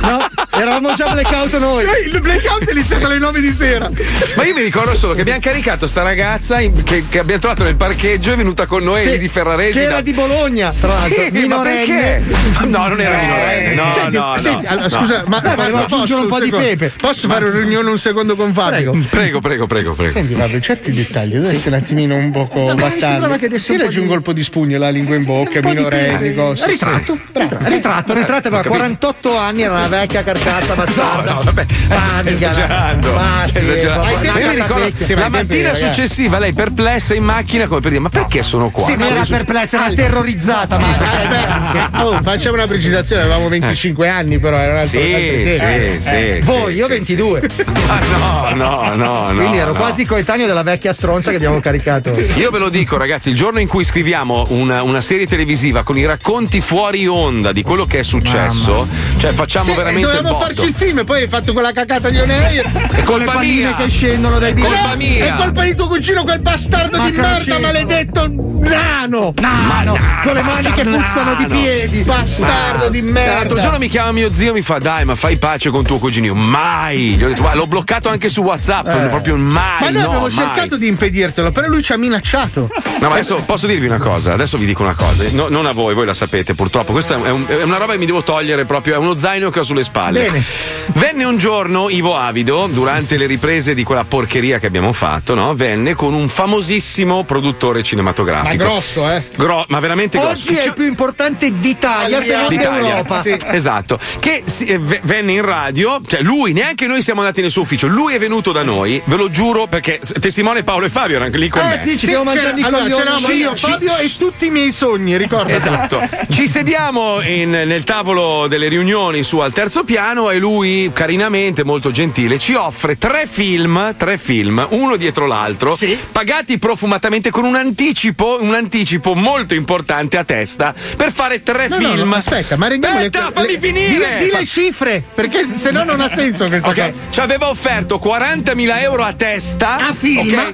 [SPEAKER 3] No, eravamo già blackout noi.
[SPEAKER 6] Il blackout è iniziato alle 9 di sera.
[SPEAKER 1] Ma io mi ricordo solo che abbiamo caricato sta ragazza in- che, che abbiamo trovato nel parcheggio, è venuta con noi
[SPEAKER 3] Sì,
[SPEAKER 1] lì di Ferraresi.
[SPEAKER 3] Che era
[SPEAKER 1] da-
[SPEAKER 3] di Bologna, tra l'altro.
[SPEAKER 1] Sì, ma perché?
[SPEAKER 3] minorenne.
[SPEAKER 1] No, non era minorenne. Eh, No,
[SPEAKER 6] Eh, senti,
[SPEAKER 1] no, no,
[SPEAKER 6] senti, allora,
[SPEAKER 1] no.
[SPEAKER 6] scusa, ma,
[SPEAKER 3] Beh,
[SPEAKER 6] ma-
[SPEAKER 3] volevo
[SPEAKER 6] ma
[SPEAKER 3] aggiungere un po' di
[SPEAKER 6] secondo?
[SPEAKER 3] pepe.
[SPEAKER 6] Posso fare una riunione un secondo con Fabio?
[SPEAKER 1] Prego, prego, prego, prego.
[SPEAKER 6] Senti Fabio, certi dettagli deve essere un attimino un poco
[SPEAKER 3] mi sembrava che
[SPEAKER 6] battardi.
[SPEAKER 3] adesso
[SPEAKER 6] Ti
[SPEAKER 3] un po'
[SPEAKER 6] leggi un
[SPEAKER 3] di-
[SPEAKER 6] colpo di spugna, la lingua in bocca,
[SPEAKER 3] po' di
[SPEAKER 6] minorenni,
[SPEAKER 3] pepe.
[SPEAKER 6] cose.
[SPEAKER 3] Ritratto, ritratto, ritratto, ritratto, aveva
[SPEAKER 1] ecco. Ho capito.
[SPEAKER 3] 48 anni, era una vecchia carcassa bastarda.
[SPEAKER 1] No, vabbè, adesso stai
[SPEAKER 3] Paniga,
[SPEAKER 1] esagerando.
[SPEAKER 3] Ma
[SPEAKER 1] Stai
[SPEAKER 3] sì, guarda,
[SPEAKER 1] esagerando. Ma io mi
[SPEAKER 3] guarda
[SPEAKER 1] ricordo
[SPEAKER 3] vecchia.
[SPEAKER 1] la mattina
[SPEAKER 3] ragazzi.
[SPEAKER 1] successiva lei perplessa in macchina come per dire ma perché sono qua?
[SPEAKER 3] Sì, ma era perplessa,
[SPEAKER 6] Ah.
[SPEAKER 3] era terrorizzata. Ma
[SPEAKER 6] Aspetta, Ah, oh, facciamo una precisazione, avevamo 25 anni però, era un altro,
[SPEAKER 1] Sì,
[SPEAKER 6] altro tempo. Eh,
[SPEAKER 1] sì, sì, sì,
[SPEAKER 3] Voi, io 22.
[SPEAKER 1] Ah, no, no, no, no.
[SPEAKER 3] Quindi ero
[SPEAKER 1] no.
[SPEAKER 3] quasi coetaneo della vecchia stronza che abbiamo caricato.
[SPEAKER 1] Io ve lo dico, ragazzi, il giorno in cui scriviamo una, una serie televisiva con i racconti fuori onda di quello che è successo, cioè facciamo
[SPEAKER 6] Sì,
[SPEAKER 1] veramente il
[SPEAKER 6] dovevamo
[SPEAKER 1] botto.
[SPEAKER 6] farci il film e poi hai fatto quella cagata di Onei
[SPEAKER 1] È colpa mia.
[SPEAKER 6] che scendono dai
[SPEAKER 1] Colpa
[SPEAKER 6] binari.
[SPEAKER 1] mia.
[SPEAKER 6] È colpa di tuo cugino quel bastardo di merda
[SPEAKER 3] Macroncino.
[SPEAKER 6] maledetto nano.
[SPEAKER 3] Ah, no, con le mani che puzzano
[SPEAKER 6] ammazzano di piedi, bastardo di merda.
[SPEAKER 1] L'altro giorno mi chiama mio zio e mi fa: Dai, ma fai pace con tuo cugino. Mai! Gli ho detto, "Guarda, l'ho bloccato anche su WhatsApp.
[SPEAKER 6] Eh.
[SPEAKER 1] Proprio mai.
[SPEAKER 6] Ma noi
[SPEAKER 1] no,
[SPEAKER 6] abbiamo
[SPEAKER 1] mai."
[SPEAKER 6] cercato di impedirtelo, però lui ci ha minacciato.
[SPEAKER 1] No, ma adesso posso dirvi una cosa, adesso vi dico una cosa, No, non a voi, voi la sapete purtroppo, questa è, un- è una roba che mi devo togliere proprio, è uno zaino che ho sulle spalle.
[SPEAKER 6] Bene.
[SPEAKER 1] Venne un giorno Ivo Avido, durante le riprese di quella porcheria che abbiamo fatto, no? Venne con un famosissimo produttore
[SPEAKER 6] Ma
[SPEAKER 1] cinematografico.
[SPEAKER 6] grosso, eh.
[SPEAKER 1] Gro- ma veramente grosso.
[SPEAKER 3] Oggi è il più importante d'Italia, se non
[SPEAKER 1] D'Italia.
[SPEAKER 3] d'Europa.
[SPEAKER 1] Sì. Esatto, che si- eh, v- venne in radio, cioè lui, neanche noi siamo andati nel suo ufficio, lui è venuto da noi, ve lo giuro perché s- testimone Paolo e Fabio erano lì con
[SPEAKER 6] Ah,
[SPEAKER 1] me.
[SPEAKER 6] sì, ci stiamo mangiando i coglioni.
[SPEAKER 1] Ci-
[SPEAKER 6] io,
[SPEAKER 1] ci-
[SPEAKER 6] Fabio e tutti i miei sogni, ricordo.
[SPEAKER 1] Esatto. Ci sediamo in- nel tavolo delle riunioni su al terzo piano e lui, carinamente, molto gentile, ci offre tre film, tre film, uno dietro l'altro, pagati profumatamente con un anticipo, un anticipo molto importante a testa per fare tre
[SPEAKER 6] No, no,
[SPEAKER 1] film.
[SPEAKER 6] no, aspetta, ma rendiamo le-
[SPEAKER 1] Aspetta, fammi
[SPEAKER 6] le-
[SPEAKER 1] finire.
[SPEAKER 6] Di, di le cifre, perché se no non ha senso questa
[SPEAKER 1] Ok, ci aveva offerto 40.000 euro a testa. A
[SPEAKER 6] film?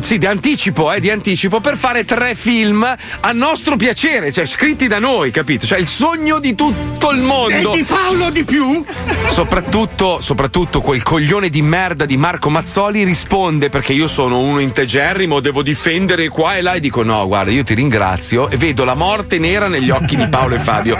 [SPEAKER 1] sì, di anticipo, eh, di anticipo, per fare tre film a nostro piacere, cioè scritti da noi, capito? Cioè il sogno di tutto il mondo.
[SPEAKER 6] E di Paolo di più?
[SPEAKER 1] Soprattutto, soprattutto quel coglione di merda di Marco Mazzoli risponde perché io sono uno integerrimo, devo difendere qua e là e dico no, guarda, io ti ringrazio e vedo la morte nera negli occhi di Paolo e Fabio.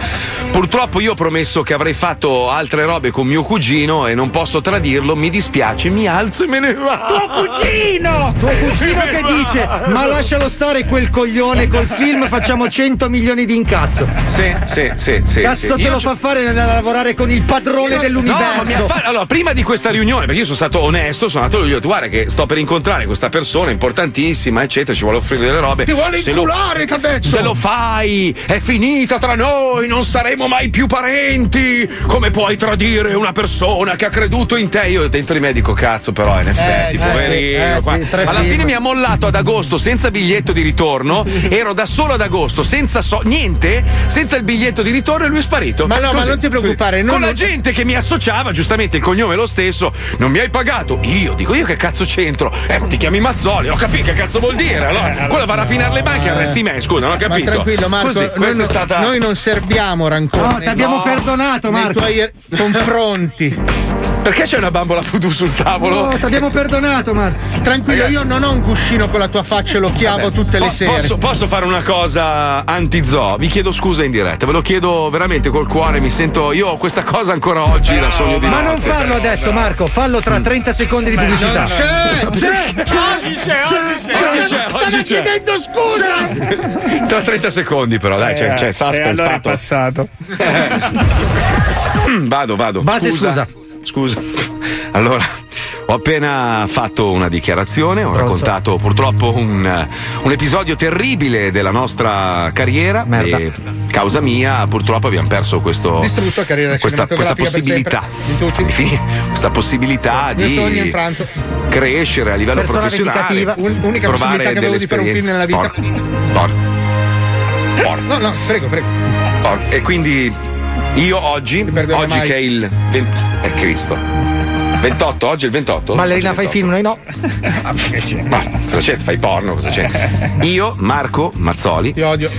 [SPEAKER 1] Purtroppo io ho promesso che avrei fatto altre robe con mio cugino e non posso tradirlo, mi dispiace, mi alzo e me ne vado.
[SPEAKER 3] Tuo cugino! Tuo cugino che dice: Ma lascialo stare quel coglione col film, facciamo 100 milioni di incasso.
[SPEAKER 1] Sì, sì, sì, sì.
[SPEAKER 3] Cazzo,
[SPEAKER 1] sì.
[SPEAKER 3] te
[SPEAKER 1] Io
[SPEAKER 3] lo
[SPEAKER 1] c'ho-
[SPEAKER 3] fa fare di andare a lavorare con il padrone
[SPEAKER 1] No, ma mi
[SPEAKER 3] dell'universo.
[SPEAKER 1] ha fa- Allora, prima di questa riunione, perché io sono stato onesto, sono andato lì e gli ho detto guarda che sto per incontrare questa persona importantissima, eccetera, ci vuole offrire delle robe.
[SPEAKER 6] Ti vuole
[SPEAKER 1] Se lo-
[SPEAKER 6] inculare, t'ha detto!
[SPEAKER 1] Se lo fai, è finita tra noi, non saremo mai più parenti. Come puoi tradire una persona che ha creduto in te? Io dentro di me dico cazzo, però in effetti,
[SPEAKER 6] eh,
[SPEAKER 1] poverino.
[SPEAKER 6] sì, eh,
[SPEAKER 1] qua.
[SPEAKER 6] sì, tre
[SPEAKER 1] Alla
[SPEAKER 6] film.
[SPEAKER 1] fine mi ha mollato ad agosto senza biglietto di ritorno, ero da solo ad agosto, senza so- niente, senza il biglietto di ritorno e lui è sparito.
[SPEAKER 6] Ma no, ma
[SPEAKER 1] Così.
[SPEAKER 6] non ti preoccupare, non-
[SPEAKER 1] Con la gente che mi associava, giustamente il cognome è lo stesso, non mi hai pagato. Io dico io che cazzo c'entro? Eh, non ti chiami Mazzoli, ho capito che cazzo vuol dire. Allora, quello va a rapinare le banche, arresti me, scusa, non ho capito.
[SPEAKER 6] Ma tranquillo, Marco,
[SPEAKER 1] Così,
[SPEAKER 6] noi,
[SPEAKER 1] questa
[SPEAKER 6] non,
[SPEAKER 1] è stata.
[SPEAKER 6] noi non serviamo rancore.
[SPEAKER 1] No, t'abbiamo perdonato, Marco.
[SPEAKER 6] Nei tuoi er-, confronti.
[SPEAKER 1] Perché c'è una bambola voodoo sul tavolo?
[SPEAKER 6] No, t'abbiamo
[SPEAKER 3] perdonato, Marco.
[SPEAKER 6] Tranquillo,
[SPEAKER 1] Ragazzi.
[SPEAKER 6] io non ho un cuscino con la tua faccia e lo chiavo tutte le
[SPEAKER 1] Po-
[SPEAKER 6] sere.
[SPEAKER 1] Posso, posso fare una cosa anti-zoo? Vi chiedo scusa in diretta, ve lo chiedo veramente col cuore, mi sento. Io ho questa cosa ancora oggi, la sogno di
[SPEAKER 3] Ma non
[SPEAKER 1] notte. Mm.
[SPEAKER 3] farlo adesso, Marco, fallo tra 30 secondi di pubblicità.
[SPEAKER 1] non c'è! C'è!
[SPEAKER 6] Oggi c'è, oggi c'è.
[SPEAKER 1] Oggi c'è, oggi
[SPEAKER 6] Stava
[SPEAKER 1] c'è.
[SPEAKER 6] chiedendo scusa!
[SPEAKER 1] Tra 30 secondi, però, dai, c'è, c'è suspense.
[SPEAKER 7] e allora è
[SPEAKER 1] fatto.
[SPEAKER 7] passato.
[SPEAKER 1] Mm, Vado, vado.
[SPEAKER 7] Base
[SPEAKER 1] scusa. Scusa. Allora, ho appena fatto una dichiarazione, ho raccontato purtroppo un, un episodio terribile della nostra carriera. E causa mia, purtroppo abbiamo perso questo.
[SPEAKER 6] Distrutto carriera
[SPEAKER 1] questa,
[SPEAKER 6] cinematografica
[SPEAKER 1] questa
[SPEAKER 6] per
[SPEAKER 1] possibilità.
[SPEAKER 6] sempre, di tutti.
[SPEAKER 1] Sì, Questa possibilità
[SPEAKER 6] Mio sogno
[SPEAKER 1] Ah, di
[SPEAKER 6] infranto.
[SPEAKER 1] crescere a livello
[SPEAKER 6] Persona
[SPEAKER 1] professionale.
[SPEAKER 6] vendicativa. Un- unica
[SPEAKER 1] provare
[SPEAKER 6] possibilità che avevo
[SPEAKER 1] delle
[SPEAKER 6] di fare un film nella vita.
[SPEAKER 1] esperienze. Por- por- por-
[SPEAKER 6] No, no, prego, prego.
[SPEAKER 1] Or- E quindi io oggi, oggi
[SPEAKER 6] mai.
[SPEAKER 1] che è il. 20 è Cristo. 28, oggi è il 28?
[SPEAKER 3] Ballerina fai film, noi no.
[SPEAKER 1] film. Ma cosa c'è? Fai porno, cosa c'è? Io, Marco Mazzoli.
[SPEAKER 6] Ti odio.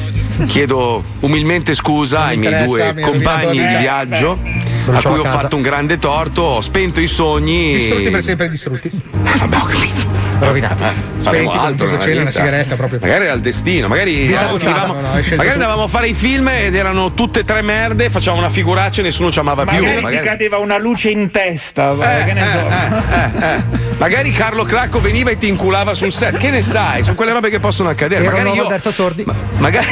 [SPEAKER 1] Chiedo umilmente scusa ai miei
[SPEAKER 6] interessa,
[SPEAKER 1] due
[SPEAKER 6] mi hai
[SPEAKER 1] compagni
[SPEAKER 6] rovinato
[SPEAKER 1] di
[SPEAKER 6] la-
[SPEAKER 1] viaggio. A
[SPEAKER 6] Bruciò
[SPEAKER 1] cui
[SPEAKER 6] la
[SPEAKER 1] ho
[SPEAKER 6] casa.
[SPEAKER 1] fatto un grande torto, ho spento i sogni.
[SPEAKER 6] Distrutti per sempre, distrutti.
[SPEAKER 1] Vabbè, ho capito.
[SPEAKER 6] Rovinati.
[SPEAKER 1] Eh, faremo
[SPEAKER 6] con
[SPEAKER 1] altro
[SPEAKER 6] un
[SPEAKER 1] nella
[SPEAKER 6] piso cena, una
[SPEAKER 1] vita.
[SPEAKER 6] sigaretta proprio.
[SPEAKER 1] Magari era il destino, magari
[SPEAKER 6] Vita
[SPEAKER 1] eh,
[SPEAKER 6] buttata,
[SPEAKER 1] finivamo-
[SPEAKER 6] no, no, hai scelto
[SPEAKER 1] magari
[SPEAKER 6] tu.
[SPEAKER 1] andavamo a fare i film ed erano tutte e tre merde, facciamo una figuraccia e nessuno ci amava più.
[SPEAKER 7] Magari ti cadeva una luce in testa, vabbè, che ne so.
[SPEAKER 1] Eh, eh. Magari Carlo Cracco veniva e ti inculava sul set, che ne sai? Sono quelle robe che possono accadere.
[SPEAKER 3] Era
[SPEAKER 1] magari
[SPEAKER 3] nuovo
[SPEAKER 1] io.
[SPEAKER 3] Alberto Sordi.
[SPEAKER 1] Magari.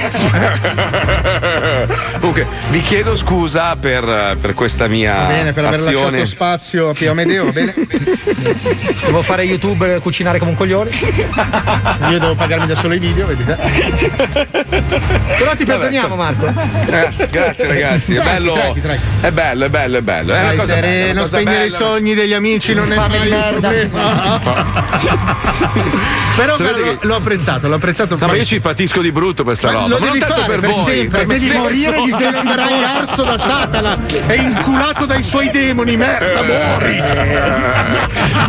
[SPEAKER 1] Comunque, vi chiedo scusa per, per questa mia
[SPEAKER 6] Va bene, per aver
[SPEAKER 1] Ah, azione.
[SPEAKER 6] lasciato spazio a Pio Amedeo, va bene?
[SPEAKER 3] Devo fare youtuber e cucinare come un coglione.
[SPEAKER 6] Io devo pagarmi da solo i video, vedete?
[SPEAKER 1] Eh,
[SPEAKER 3] Però ti perdoniamo, Marco.
[SPEAKER 1] ecco. Grazie, grazie ragazzi, è
[SPEAKER 6] Tranqui,
[SPEAKER 1] bello,
[SPEAKER 6] tranqui,
[SPEAKER 1] è bello, è bello, è bello. È una
[SPEAKER 6] Dai,
[SPEAKER 1] cosa bella,
[SPEAKER 6] sereno,
[SPEAKER 1] una cosa
[SPEAKER 6] spegnere i
[SPEAKER 1] bella.
[SPEAKER 6] sogni degli amici non è
[SPEAKER 3] Infame
[SPEAKER 6] mai
[SPEAKER 3] di
[SPEAKER 6] un
[SPEAKER 3] merda.
[SPEAKER 6] problema. Però
[SPEAKER 1] Sapete
[SPEAKER 6] guarda, l'ho apprezzato, l'ho apprezzato.
[SPEAKER 1] No, ma
[SPEAKER 6] perché-
[SPEAKER 1] io ci patisco di brutto per sta
[SPEAKER 6] Ma
[SPEAKER 1] roba.
[SPEAKER 6] lo
[SPEAKER 1] ma non
[SPEAKER 6] devi
[SPEAKER 1] tanto
[SPEAKER 6] fare
[SPEAKER 1] per,
[SPEAKER 6] per
[SPEAKER 1] voi,
[SPEAKER 6] sempre,
[SPEAKER 1] per me
[SPEAKER 6] devi
[SPEAKER 1] stesso.
[SPEAKER 6] morire di senso di arso da Satana e inculato dai suoi demoni,
[SPEAKER 1] Eh,
[SPEAKER 6] merda, muori.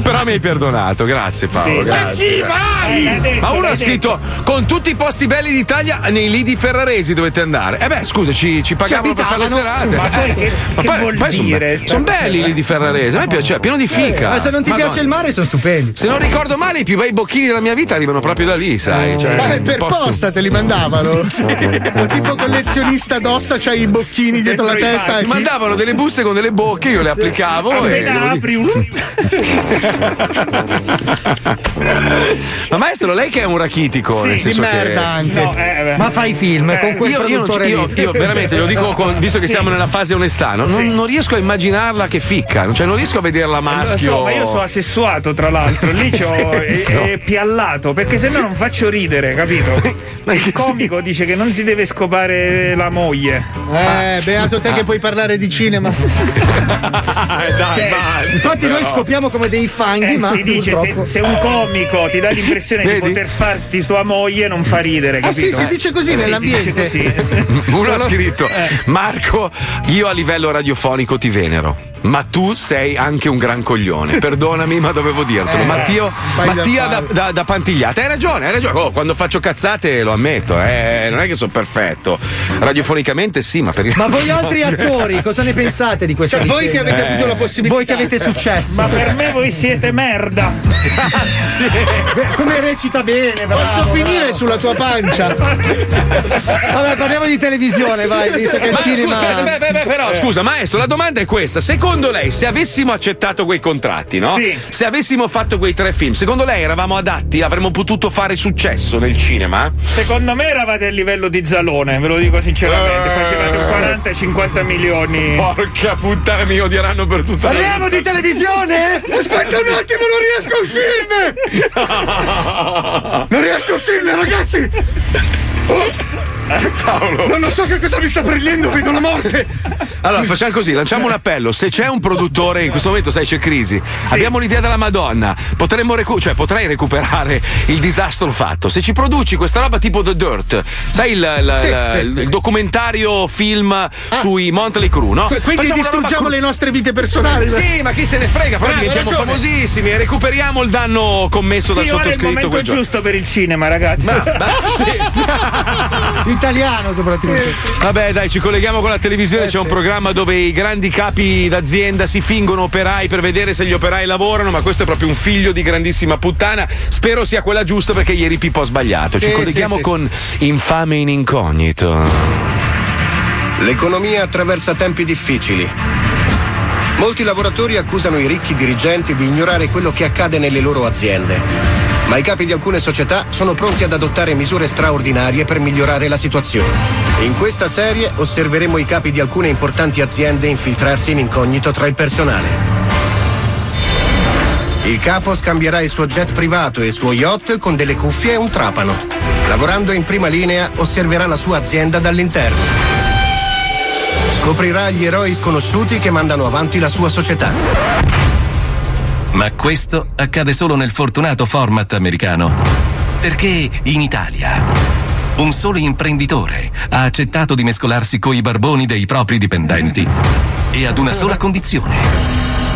[SPEAKER 1] Però mi hai perdonato, grazie Paolo.
[SPEAKER 6] Eh. Sì,
[SPEAKER 1] grazie.
[SPEAKER 6] sì,
[SPEAKER 15] vai!
[SPEAKER 1] Eh,
[SPEAKER 15] l'ha detto,
[SPEAKER 1] Ma uno
[SPEAKER 15] l'ha
[SPEAKER 1] ha scritto con tutti i posti belli d'Italia nei lidi ferraresi dovete andare. Eh beh, scusa, ci, ci pagavano per fare le
[SPEAKER 6] abitavano.
[SPEAKER 1] serate. Eh,
[SPEAKER 6] Ma poi che- che vuol dire sta
[SPEAKER 1] Sono
[SPEAKER 6] cosa? Eh,
[SPEAKER 1] belli i lidi ferraresi, a me piace, pieno di fica.
[SPEAKER 3] Eh, Ma se non ti
[SPEAKER 1] Madonna.
[SPEAKER 3] piace il mare sono stupendi.
[SPEAKER 1] Se non ricordo male, i più bei bocchini della mia vita arrivano proprio da lì, sai? Cioè,
[SPEAKER 6] Eh, per
[SPEAKER 1] posto-
[SPEAKER 6] posta te li mandavano. Un tipo collezionista d'ossa c'ha i bocchini dietro la testa.
[SPEAKER 1] Mi mandavano delle buste con delle bocche, io le applicavo. e
[SPEAKER 7] Appena apri un.
[SPEAKER 1] Ma maestro, lei che è un rachitico?
[SPEAKER 3] Sì,
[SPEAKER 1] nel
[SPEAKER 3] di
[SPEAKER 1] senso che-
[SPEAKER 3] merda anche.
[SPEAKER 1] No, eh, beh.
[SPEAKER 3] Ma fai film con quel
[SPEAKER 1] io, io non ci-
[SPEAKER 3] produttore
[SPEAKER 1] io-
[SPEAKER 3] lì.
[SPEAKER 1] io veramente lo dico con- visto che
[SPEAKER 7] Sì.
[SPEAKER 1] siamo nella fase onestà, no? non, non riesco a immaginarla che ficca, cioè non riesco a
[SPEAKER 3] Eh,
[SPEAKER 1] vederla maschio.
[SPEAKER 7] Lo so, ma io sono assessuato tra l'altro, lì c'ho e,
[SPEAKER 1] Sì, so.
[SPEAKER 7] e piallato, perché se no non faccio ridere, capito? Il comico dice che non si deve scopare la moglie.
[SPEAKER 6] Eh, beato te che puoi parlare di cinema.
[SPEAKER 1] Eh,
[SPEAKER 7] Cioè,
[SPEAKER 3] Infatti noi
[SPEAKER 1] Oh.
[SPEAKER 7] però.
[SPEAKER 3] scopiamo come dei fanghi,
[SPEAKER 7] Eh,
[SPEAKER 3] ma
[SPEAKER 7] si dice se, se un comico ti dà l'impressione di poter farsi tua moglie non fa ridere,
[SPEAKER 6] Ah,
[SPEAKER 7] capito?
[SPEAKER 6] sì, si dice così
[SPEAKER 7] Eh, sì,
[SPEAKER 6] nell'ambiente.
[SPEAKER 7] Si dice così.
[SPEAKER 1] Uno ha scritto: Marco, io a livello radiofonico ti venero. Ma tu sei anche un gran coglione. Perdonami, ma dovevo dirtelo.
[SPEAKER 2] Eh,
[SPEAKER 1] Mattio,
[SPEAKER 2] fai del
[SPEAKER 1] Mattia da,
[SPEAKER 2] fallo.
[SPEAKER 1] da- da Pantigliate. Hai ragione, hai ragione. Oh, quando faccio cazzate lo ammetto, eh, non è che sono perfetto. Radiofonicamente sì, ma perché.
[SPEAKER 3] Ma voi altri
[SPEAKER 1] Cioè-
[SPEAKER 3] attori cosa ne pensate di questo?
[SPEAKER 1] Cioè, voi che avete Eh. avuto la possibilità.
[SPEAKER 3] Voi che avete successo.
[SPEAKER 7] Ma per me voi siete merda.
[SPEAKER 3] Beh, Come recita bene, bravo,
[SPEAKER 6] Posso finire sulla tua pancia?
[SPEAKER 3] Vabbè, parliamo di televisione, vai, visto che il
[SPEAKER 1] Ma
[SPEAKER 3] cinema. Eh.
[SPEAKER 1] scusa, beh, beh, beh, però, scusa, maestro, la domanda è questa. Secondo lei, se avessimo accettato quei contratti, no?
[SPEAKER 7] Sì.
[SPEAKER 1] Se avessimo fatto quei tre film, secondo lei eravamo adatti? Avremmo potuto fare successo nel cinema?
[SPEAKER 7] Secondo me eravate a livello di Zalone, ve lo dico sinceramente, facevate un 40-50 milioni.
[SPEAKER 1] Porca puttana, mi odieranno per tutta la
[SPEAKER 15] Parliamo di televisione? Aspetta un attimo, non riesco a uscirne! Non riesco a uscirne, ragazzi!
[SPEAKER 1] Paolo.
[SPEAKER 15] Non lo so che cosa mi sta prendendo, vedo la morte!
[SPEAKER 1] Allora, facciamo così, lanciamo un appello. Se c'è un produttore, in questo momento, sai, c'è crisi. Abbiamo l'idea della Madonna. Potremmo recu- cioè, potrei recuperare il disastro fatto. Se ci produci questa roba tipo The Dirt, sai il, il-
[SPEAKER 6] Sì,
[SPEAKER 1] il-
[SPEAKER 6] sì,
[SPEAKER 1] il
[SPEAKER 6] sì.
[SPEAKER 1] documentario film
[SPEAKER 7] Ah.
[SPEAKER 1] sui Montley Crew, no?
[SPEAKER 6] Que- Quindi
[SPEAKER 1] Facciamo una roba
[SPEAKER 6] distruggiamo
[SPEAKER 1] cru-
[SPEAKER 6] le nostre vite personali.
[SPEAKER 1] Sì, ma chi se ne frega, poi
[SPEAKER 6] Bravo,
[SPEAKER 1] diventiamo
[SPEAKER 6] hai ragione.
[SPEAKER 1] famosissimi e recuperiamo il danno commesso
[SPEAKER 7] Eh, Sì, ora è
[SPEAKER 1] dal
[SPEAKER 7] il
[SPEAKER 1] sottoscritto
[SPEAKER 7] momento
[SPEAKER 1] quel giorno.
[SPEAKER 7] giusto per il cinema, ragazzi.
[SPEAKER 1] Ma- ma-
[SPEAKER 3] Italiano soprattutto.
[SPEAKER 1] Vabbè, dai, ci colleghiamo con la
[SPEAKER 6] Eh,
[SPEAKER 1] televisione. C'è un programma dove i grandi capi d'azienda si fingono operai per vedere se gli operai lavorano. Ma questo è proprio un figlio di grandissima puttana. Spero sia quella giusta perché ieri Pippo ha sbagliato. Ci
[SPEAKER 14] Sì,
[SPEAKER 1] colleghiamo
[SPEAKER 14] sì, sì.
[SPEAKER 1] con Infame in Incognito.
[SPEAKER 14] L'economia attraversa tempi difficili. Molti lavoratori accusano i ricchi dirigenti di ignorare quello che accade nelle loro aziende. Ma i capi di alcune società sono pronti ad adottare misure straordinarie per migliorare la situazione. In questa serie osserveremo i capi di alcune importanti aziende infiltrarsi in incognito tra il personale. Il capo scambierà il suo jet privato e il suo yacht con delle cuffie e un trapano. Lavorando in prima linea, osserverà la sua azienda dall'interno. Scoprirà gli eroi sconosciuti che mandano avanti la sua società.
[SPEAKER 2] Ma questo accade solo nel fortunato format americano. Perché in Italia un solo imprenditore ha accettato di mescolarsi coi barboni dei propri dipendenti e ad una sola condizione.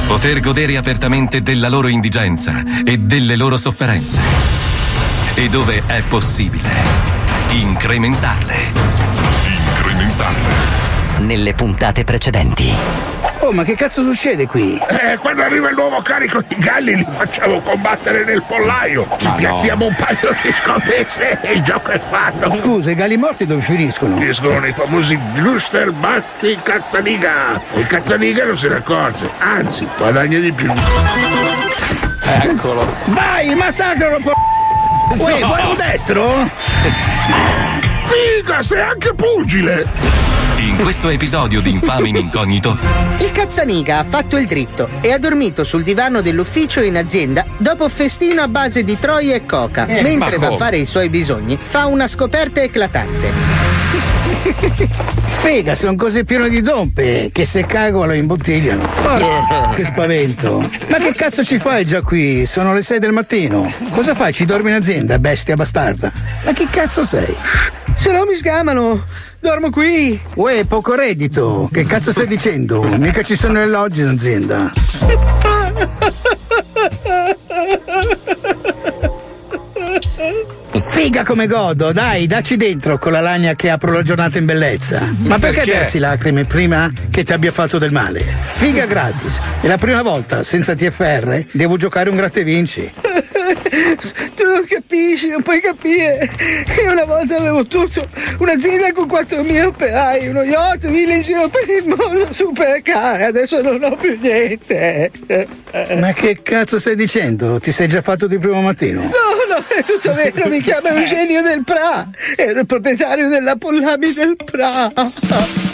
[SPEAKER 2] Poter godere apertamente della loro indigenza e delle loro sofferenze. E dove è possibile incrementarle. Incrementarle.
[SPEAKER 27] Nelle puntate precedenti.
[SPEAKER 20] Oh, ma che cazzo succede qui?
[SPEAKER 28] Eh, quando arriva il nuovo carico di galli li facciamo combattere nel pollaio. Ci
[SPEAKER 20] Ma no.
[SPEAKER 28] piazziamo un paio di scommesse e il gioco è fatto.
[SPEAKER 20] Scusa, i galli morti dove finiscono?
[SPEAKER 28] Ci sono i famosi Rooster Mazzi Cazzaniga. E Cazzaniga non se ne accorge, anzi, guadagna di più.
[SPEAKER 20] Eccolo. Vai, massacralo, po... Uè, vuoi un destro?
[SPEAKER 28] Figa, sei anche pugile!
[SPEAKER 2] In questo episodio di Infame in Incognito,
[SPEAKER 29] Il cazzaniga ha fatto il dritto e ha dormito sul divano dell'ufficio in azienda dopo festino a base di troie e coca.
[SPEAKER 30] Eh, ma
[SPEAKER 29] Mentre va a
[SPEAKER 30] come?
[SPEAKER 29] fare i suoi bisogni, fa una scoperta eclatante.
[SPEAKER 31] Figa, sono così pieno di dompe che se cago lo imbottigliano. Porca, che spavento. Ma che cazzo ci fai già qui? Sono le 6 del mattino. Cosa fai? Ci dormi in azienda, bestia bastarda? Ma che cazzo sei? Se no mi sgamano. Dormo qui. Uè, poco reddito. Che cazzo stai dicendo? Mica ci sono alloggi in azienda. Figa come godo, dai, dacci dentro con la lagna che apro la giornata in bellezza. Ma perché,
[SPEAKER 4] Perché?
[SPEAKER 31] versi lacrime prima che ti abbia fatto del male? Figa gratis. È la prima volta, senza TFR, devo giocare un gratte vinci.
[SPEAKER 15] Tu non capisci, non puoi capire. Io una volta avevo tutto, un'azienda con 4.000 operai, uno yacht, ville in giro per il mondo super care, adesso non ho più niente.
[SPEAKER 4] Eh.
[SPEAKER 31] Ma che cazzo stai dicendo? Ti sei già fatto di primo mattino?
[SPEAKER 15] No, no, è tutto vero, mi chiama Eugenio del Pra, ero il proprietario della Pollami del Pra.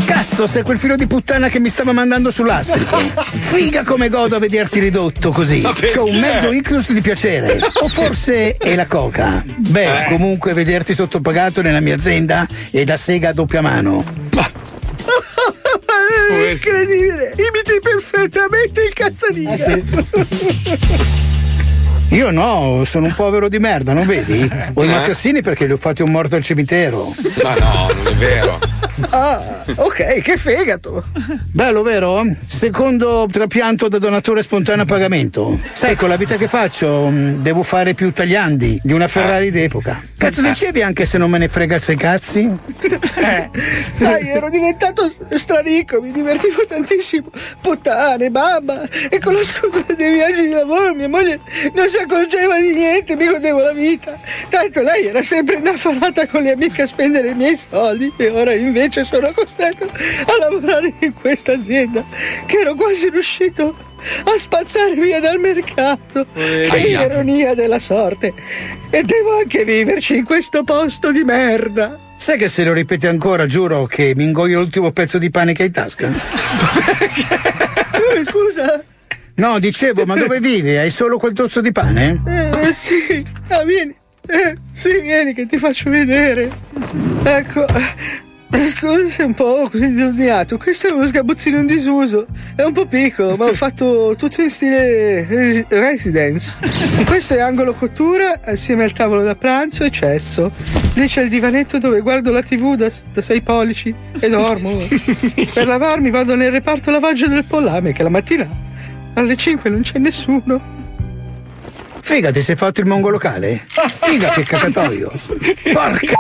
[SPEAKER 31] Cazzo, sei quel filo di puttana che mi stava mandando sull'astrico. Figa come godo a vederti ridotto così.
[SPEAKER 4] Ma perché?
[SPEAKER 31] C'ho un mezzo ictus di piacere. O forse è la coca.
[SPEAKER 4] Eh.
[SPEAKER 31] Beh, comunque vederti sottopagato nella mia azienda è da sega a doppia mano.
[SPEAKER 15] Ma è incredibile, imiti perfettamente il cazzaniga.
[SPEAKER 20] Ah,
[SPEAKER 31] Io no, sono un povero di merda, non vedi? Ho i
[SPEAKER 15] Eh?
[SPEAKER 31] macassini perché li ho fatti un morto al cimitero.
[SPEAKER 1] Ma no, non è vero.
[SPEAKER 31] Ah, ok, che fegato. Bello, vero? Secondo trapianto da donatore spontaneo a pagamento. Sai, con la vita che faccio, mh, devo fare più tagliandi di una Ferrari d'epoca. Cazzo dicevi anche se non me ne frega se cazzi?
[SPEAKER 15] Sai, ero diventato s- stranico, mi divertivo tantissimo. Puttane, mamma! E con la scusa dei viaggi di lavoro mia moglie non si accorgeva di niente, mi godevo la vita. Tanto lei era sempre indaffarata con le amiche a spendere i miei soldi e ora invece sono costretto a lavorare in questa azienda che ero quasi riuscito a spazzare via dal mercato. Che
[SPEAKER 4] Ahia.
[SPEAKER 15] ironia della sorte! E devo anche viverci in questo posto di merda.
[SPEAKER 31] Sai che se lo ripeti ancora, giuro che mi ingoio l'ultimo pezzo di pane che hai in tasca.
[SPEAKER 15] Eh, Scusa,
[SPEAKER 31] No, dicevo, ma dove vivi? Hai solo quel tozzo di pane?
[SPEAKER 15] Eh, sì, ah, vieni. Eh, sì, vieni che ti faccio vedere. Ecco. Scusa se è un po' così disordinato. Questo è uno sgabuzzino in disuso. È un po' piccolo, ma ho fatto tutto in stile res- residence. Questo è angolo cottura assieme al tavolo da pranzo e cesso. Lì c'è il divanetto dove guardo la tv da, da 6 pollici e dormo. per lavarmi vado nel reparto lavaggio del pollame che la mattina alle 5 non c'è nessuno.
[SPEAKER 31] Figa, ti sei fatto il mongo locale? Figa che cacatoio! Porca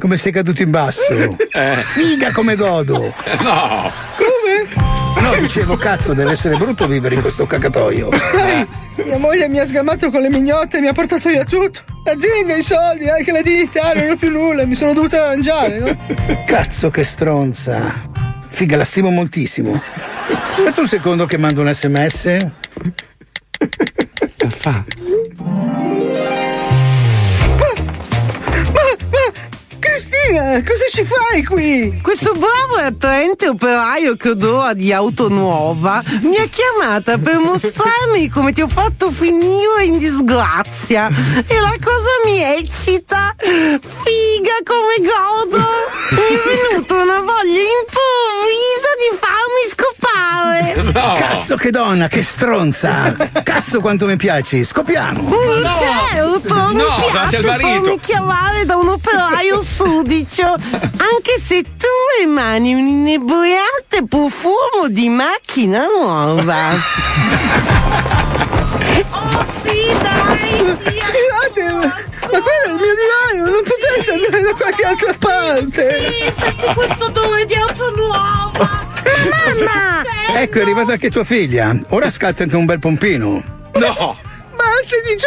[SPEAKER 31] come sei caduto in basso! Figa come godo!
[SPEAKER 1] No!
[SPEAKER 31] Come? No, dicevo, cazzo, deve essere brutto vivere in questo cacatoio.
[SPEAKER 15] Sai, mia moglie mi ha sgamato con le mignotte e mi ha portato via tutto. L'azienda, i soldi, eh, anche la dignità, non ho più nulla, mi sono dovuta arrangiare, no?
[SPEAKER 31] Cazzo che stronza! Figa, la stimo moltissimo. Aspetta un secondo che mando un sms.
[SPEAKER 15] Cristina, cosa ci fai qui?
[SPEAKER 22] Questo bravo e attraente operaio che odora di auto nuova mi ha chiamata per mostrarmi come ti ho fatto finire in disgrazia. E la cosa mi eccita. Figa come godo. Mi è venuta una voglia improvvisa di farmi scopare.
[SPEAKER 31] Cazzo che donna, che stronza! Cazzo quanto mi piaci, scopiamo!
[SPEAKER 22] Mm, certo,
[SPEAKER 31] No,
[SPEAKER 22] mi piace
[SPEAKER 31] davanti al marito.
[SPEAKER 22] farmi chiamare da un operaio sudicio, anche se tu emani un inebriante profumo di macchina nuova.
[SPEAKER 15] Scusate, ma quello è il mio divano, non potete andare da qualche altra parte.
[SPEAKER 22] Sì, senti questo odore di auto nuova. Mamma!
[SPEAKER 31] Ecco, è arrivata anche tua figlia. Ora scatta anche un bel pompino. No!
[SPEAKER 15] Ma ha 16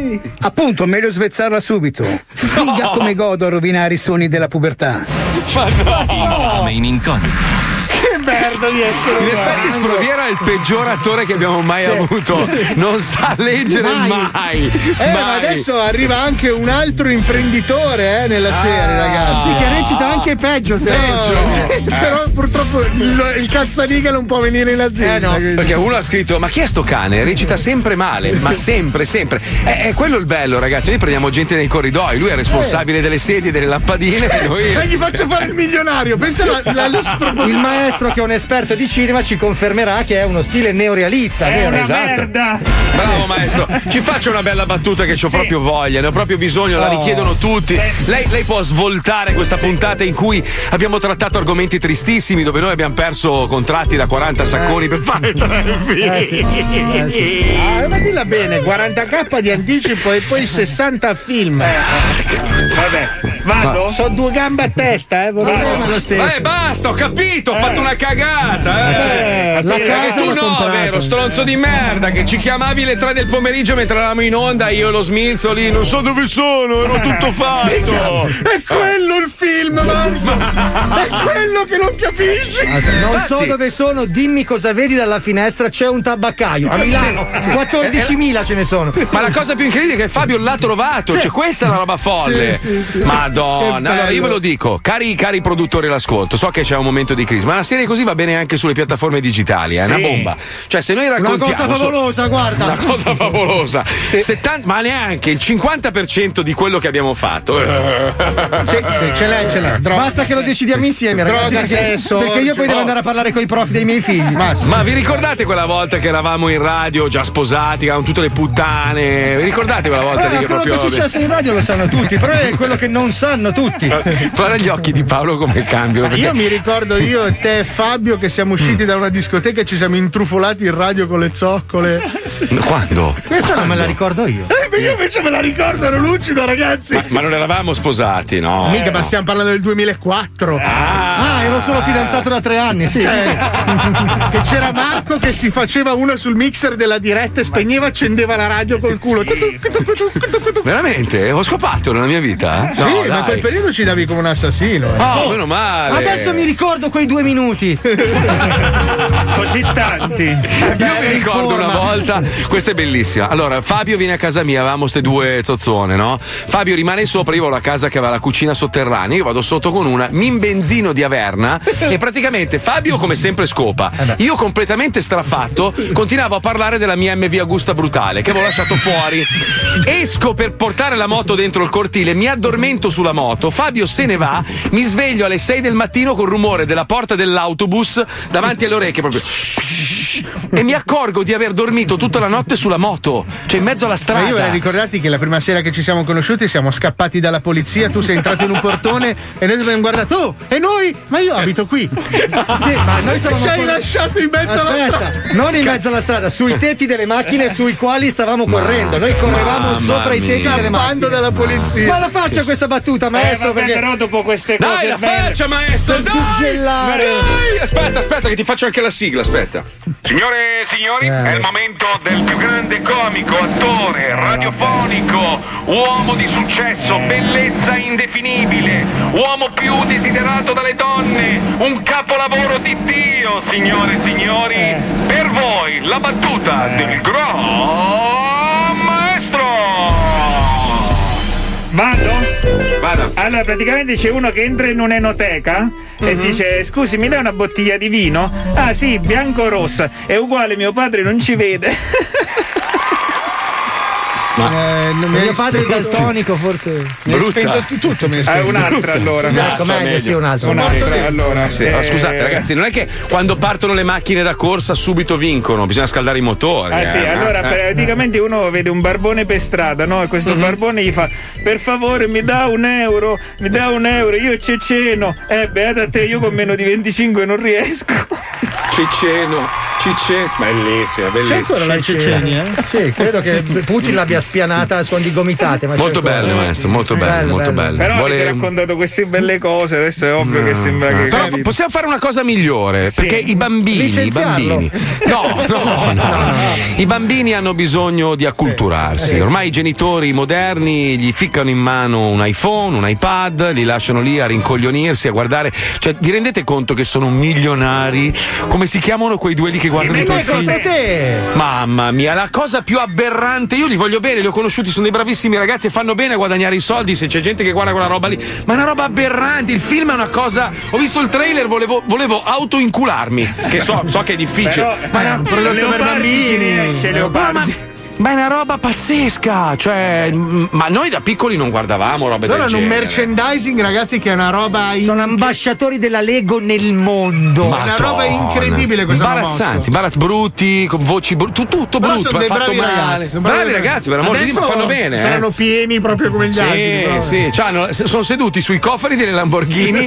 [SPEAKER 15] anni!
[SPEAKER 31] Appunto, meglio svezzarla subito. Figa come godo a rovinare i sogni della pubertà.
[SPEAKER 2] Ma no! Infame in incognito.
[SPEAKER 15] Che
[SPEAKER 6] merda di essere
[SPEAKER 1] In
[SPEAKER 6] umano.
[SPEAKER 1] effetti Sproviera è il peggior attore che abbiamo mai avuto. Non sa leggere mai.
[SPEAKER 6] Eh,
[SPEAKER 1] mai.
[SPEAKER 6] ma adesso arriva anche un altro imprenditore eh, nella serie, ragazzi.
[SPEAKER 3] Sì, che recita anche peggio, se
[SPEAKER 6] peggio.
[SPEAKER 3] no.
[SPEAKER 6] Sì,
[SPEAKER 1] Eh.
[SPEAKER 6] Però purtroppo il, il cazzaniga non può venire in azienda. quindi.
[SPEAKER 1] Eh, Perché uno ha scritto: Ma chi è sto cane? Recita sempre male, ma sempre, sempre. È, è quello il bello, ragazzi. Noi prendiamo gente nei corridoi, lui è responsabile delle sedie, delle lampadine. e noi-
[SPEAKER 6] E gli faccio fare il milionario. Pensa alla, alla, alla spropositata.
[SPEAKER 3] Il maestro, che è un esperto di cinema, ci confermerà che è uno stile neorealista.
[SPEAKER 1] È
[SPEAKER 3] vero?
[SPEAKER 1] una Esatto. merda. Bravo maestro, ci faccia una bella battuta che ho proprio voglia, ne ho proprio bisogno, la
[SPEAKER 3] Oh.
[SPEAKER 1] richiedono tutti.
[SPEAKER 3] Sì.
[SPEAKER 1] Lei, lei può svoltare questa puntata in cui abbiamo trattato argomenti tristissimi, dove noi abbiamo perso contratti da 40 sacconi per fare tre film.
[SPEAKER 6] Eh, sì. Eh, sì. Ah, ma dilla bene, 40k di anticipo e poi 60 film.
[SPEAKER 7] Vabbè,
[SPEAKER 6] vado. Sono Eh. due gambe a testa, eh, volevo lo stesso.
[SPEAKER 1] Eh, basta, ho capito, ho fatto una cagata. Eh.
[SPEAKER 6] Eh, la
[SPEAKER 1] Perché
[SPEAKER 6] casa
[SPEAKER 1] tu
[SPEAKER 6] l'ho
[SPEAKER 1] no,
[SPEAKER 6] comprata.
[SPEAKER 1] vero stronzo di merda, che ci chiamavi le 3 del pomeriggio mentre eravamo in onda, io e lo smilzo lì, non so dove sono, ero
[SPEAKER 3] Eh.
[SPEAKER 1] tutto fatto. Eh.
[SPEAKER 6] È quello il film, Marco! È quello che non capisci!
[SPEAKER 1] Ah,
[SPEAKER 3] Non so
[SPEAKER 6] Infatti-
[SPEAKER 3] dove sono, dimmi cosa vedi dalla finestra, c'è un tabaccaio. A Milano,
[SPEAKER 1] Eh, Sì, sì.
[SPEAKER 3] 14.000 ce ne sono.
[SPEAKER 1] Ma la cosa più incredibile è che Fabio l'ha trovato,
[SPEAKER 3] Sì.
[SPEAKER 1] cioè questa è una roba folle.
[SPEAKER 3] Sì, sì, sì.
[SPEAKER 1] Madonna,
[SPEAKER 3] Che bello.
[SPEAKER 1] allora io ve lo dico, cari, cari produttori all'ascolto, so che c'è un momento di crisi, ma una serie così va bene anche sulle piattaforme digitali, è
[SPEAKER 3] Sì.
[SPEAKER 1] una bomba. Cioè se noi
[SPEAKER 3] Una
[SPEAKER 1] raccontiamo...
[SPEAKER 3] cosa
[SPEAKER 1] so-
[SPEAKER 3] favolosa, guarda.
[SPEAKER 1] Una cosa favolosa. 70 ma neanche il 50% di quello che abbiamo fatto.
[SPEAKER 6] Sì, sì, ce l'hai, ce l'hai. Droga.
[SPEAKER 3] Basta che lo decidiamo insieme,
[SPEAKER 6] Droga,
[SPEAKER 3] ragazzi. perché,
[SPEAKER 6] sesso,
[SPEAKER 3] perché io poi
[SPEAKER 1] oggi.
[SPEAKER 3] devo
[SPEAKER 1] Oh.
[SPEAKER 3] andare a parlare con i prof dei miei figli.
[SPEAKER 1] Ma vi ricordate quella volta che eravamo in radio già sposati, che avevamo tutte le puttane? Vi ricordate quella volta
[SPEAKER 3] Eh,
[SPEAKER 1] lì che
[SPEAKER 3] quello che
[SPEAKER 1] proprio
[SPEAKER 3] è successo in radio lo sanno tutti, però è quello che non sanno tutti.
[SPEAKER 1] Guarda gli occhi di Paolo come cambiano. perché- Mm.
[SPEAKER 6] Io mi ricordo io, e te e Fabio che siamo usciti da una discoteca e ci siamo intrufolati in radio con le zoccole.
[SPEAKER 1] Quando?
[SPEAKER 3] Questa non me la ricordo io.
[SPEAKER 6] Eh, ma io invece me la ricordo, ero lucido, ragazzi.
[SPEAKER 1] Ah, Ma, ma non eravamo sposati, no?
[SPEAKER 6] Mica,
[SPEAKER 1] no.
[SPEAKER 6] ma stiamo parlando del 2004.
[SPEAKER 1] Ah,
[SPEAKER 3] ero solo fidanzato da tre anni, sì.
[SPEAKER 6] Cioè, che c'era Marco che si faceva uno sul mixer della diretta e spegneva e accendeva la radio col culo.
[SPEAKER 1] Veramente? Ho scopato nella mia vita? No,
[SPEAKER 6] sì, ma
[SPEAKER 1] dai.
[SPEAKER 6] in quel periodo ci davi come un assassino. eh.
[SPEAKER 1] Oh, meno male.
[SPEAKER 3] Adesso mi ricordo quei due minuti.
[SPEAKER 7] Così tanti.
[SPEAKER 1] Io mi ricordo una volta, questa è bellissima. Allora, Fabio viene a casa mia, avevamo ste due zozzone, no? Fabio rimane sopra, io ho la casa che aveva la cucina sotterranea, io vado sotto con una, mi imbenzino di Averna e praticamente Fabio come sempre scopa. Io completamente strafatto continuavo a parlare della mia MV Agusta brutale che avevo lasciato fuori. Esco per portare la moto dentro il cortile, mi addormento sulla moto, Fabio se ne va, mi sveglio alle 6 del mattino col rumore della porta dell'autobus davanti alle orecchie proprio e mi accorgo di aver dormito tutta la notte sulla moto, cioè in mezzo alla
[SPEAKER 6] Ma
[SPEAKER 1] strada.
[SPEAKER 6] io vorrei ricordarti che la prima sera che ci siamo conosciuti siamo scappati dalla polizia, tu sei entrato in un portone e noi abbiamo guardato, oh, e noi? Ma io abito qui.
[SPEAKER 3] Sì, ma noi stavamo
[SPEAKER 6] Ci hai
[SPEAKER 3] cor-
[SPEAKER 6] lasciato in mezzo alla
[SPEAKER 3] Aspetta,
[SPEAKER 6] strada.
[SPEAKER 3] non in mezzo alla strada, sui tetti delle macchine sui quali stavamo correndo. Noi correvamo
[SPEAKER 6] Mamma
[SPEAKER 3] sopra i tetti
[SPEAKER 6] mia.
[SPEAKER 3] delle macchine.
[SPEAKER 6] Scappando dalla polizia.
[SPEAKER 3] Ma la faccia questa
[SPEAKER 1] Eh,
[SPEAKER 3] battuta, maestro?
[SPEAKER 7] Eh, vabbè,
[SPEAKER 3] perché...
[SPEAKER 7] però dopo queste
[SPEAKER 1] Dai,
[SPEAKER 7] cose
[SPEAKER 1] la
[SPEAKER 7] belle-
[SPEAKER 1] faccia, maestro!
[SPEAKER 3] Per
[SPEAKER 1] dai!
[SPEAKER 3] suggellare.
[SPEAKER 1] Dai! Aspetta, aspetta, che ti faccio anche la sigla, aspetta.
[SPEAKER 11] Signore e signori, è il momento del più grande comico, attore, radiofonico, uomo di successo, bellezza indefinibile, uomo più desiderato dalle donne, un capolavoro di Dio, signore e signori.
[SPEAKER 7] Eh.
[SPEAKER 11] Per voi la battuta del gran maestro!
[SPEAKER 7] Vado? Allora, praticamente c'è uno che entra in un'enoteca
[SPEAKER 1] Mhm.
[SPEAKER 7] e dice: Scusi, mi dai una bottiglia di vino? Ah, sì, bianco rossa. È uguale, mio padre non ci vede.
[SPEAKER 6] Eh, non mi
[SPEAKER 3] Mio
[SPEAKER 6] hai
[SPEAKER 3] padre è
[SPEAKER 6] spento-
[SPEAKER 3] daltonico, forse.
[SPEAKER 6] Mi hai
[SPEAKER 1] Brutta.
[SPEAKER 6] spento tu- tutto, mi hai
[SPEAKER 7] Ah,
[SPEAKER 6] spento
[SPEAKER 7] un'altra
[SPEAKER 6] tutto.
[SPEAKER 7] allora.
[SPEAKER 3] Ecco, meglio,
[SPEAKER 1] meglio.
[SPEAKER 3] sì, un altro.
[SPEAKER 7] Un'altra,
[SPEAKER 1] Sì.
[SPEAKER 7] allora.
[SPEAKER 1] Sì,
[SPEAKER 7] Eh,
[SPEAKER 1] ma scusate ragazzi, non è che quando partono le macchine da corsa subito vincono, bisogna scaldare i motori.
[SPEAKER 7] Ah
[SPEAKER 1] eh,
[SPEAKER 7] sì,
[SPEAKER 1] eh.
[SPEAKER 7] allora
[SPEAKER 1] Eh. Mhm.
[SPEAKER 7] praticamente uno vede un barbone per strada, no? E questo barbone gli fa: Per favore, mi dà un euro, mi dà un euro, io ci ceno. Eh, beata te, io con meno di 25 non riesco.
[SPEAKER 1] Ciceno, Cicce. Bellissima,
[SPEAKER 3] C'è ancora la Cecenia? Sì, credo che Putin l'abbia spianata al suono di gomitate. ma c'è
[SPEAKER 1] Molto
[SPEAKER 3] ancora.
[SPEAKER 1] bello, maestro, molto bello, molto bello.
[SPEAKER 7] Però
[SPEAKER 1] Vuole-
[SPEAKER 7] avete raccontato queste belle cose, adesso è ovvio che sembra che.
[SPEAKER 1] Però fa- possiamo fare una cosa migliore, perché i bambini, i
[SPEAKER 7] Licenziarlo.
[SPEAKER 1] bambini, no, no, no, no. i bambini hanno bisogno di
[SPEAKER 7] Eh,
[SPEAKER 1] acculturarsi. Ah, Ormai i genitori moderni gli ficcano in mano un iPhone, un iPad, li lasciano lì a rincoglionirsi, a guardare. Cioè, vi rendete conto che sono milionari? Come si chiamano quei due lì che guardano i tuoi figli?
[SPEAKER 3] te!
[SPEAKER 1] Mamma mia, la cosa più aberrante, io li voglio bene, li ho conosciuti, sono dei bravissimi ragazzi e fanno bene a guadagnare i soldi se c'è gente che guarda quella roba lì. Ma è una roba aberrante, il film è una cosa. Ho visto il trailer, volevo, volevo autoincularmi. Che so, so che è difficile.
[SPEAKER 7] Però- eh,
[SPEAKER 1] ma è un prodotto per
[SPEAKER 7] Leopardi ci
[SPEAKER 1] bambini.
[SPEAKER 6] eh,
[SPEAKER 7] riesce,
[SPEAKER 1] No,
[SPEAKER 7] Leopardi.
[SPEAKER 1] ma- ma è una roba pazzesca, cioè, m- ma noi da piccoli non guardavamo roba
[SPEAKER 6] Loro
[SPEAKER 1] del
[SPEAKER 6] hanno un
[SPEAKER 1] genere.
[SPEAKER 6] merchandising, ragazzi, che è una roba. Sono
[SPEAKER 3] ambasciatori della Lego nel mondo.
[SPEAKER 6] È una roba incredibile cosa hanno
[SPEAKER 1] imbarazzanti, imbarazz- brutti, con voci brutte, tutto
[SPEAKER 6] Però
[SPEAKER 1] brutto,
[SPEAKER 6] sono dei
[SPEAKER 1] fatto
[SPEAKER 6] bravi
[SPEAKER 1] male.
[SPEAKER 6] ragazzi, sono bravi
[SPEAKER 1] bravi ragazzi, per amor di Dio, ma
[SPEAKER 6] Adesso
[SPEAKER 1] fanno bene. eh.
[SPEAKER 6] Saranno pieni proprio come gli altri.
[SPEAKER 1] Sì,
[SPEAKER 6] però.
[SPEAKER 1] sì, cioè, hanno- s- sono seduti sui cofani delle Lamborghini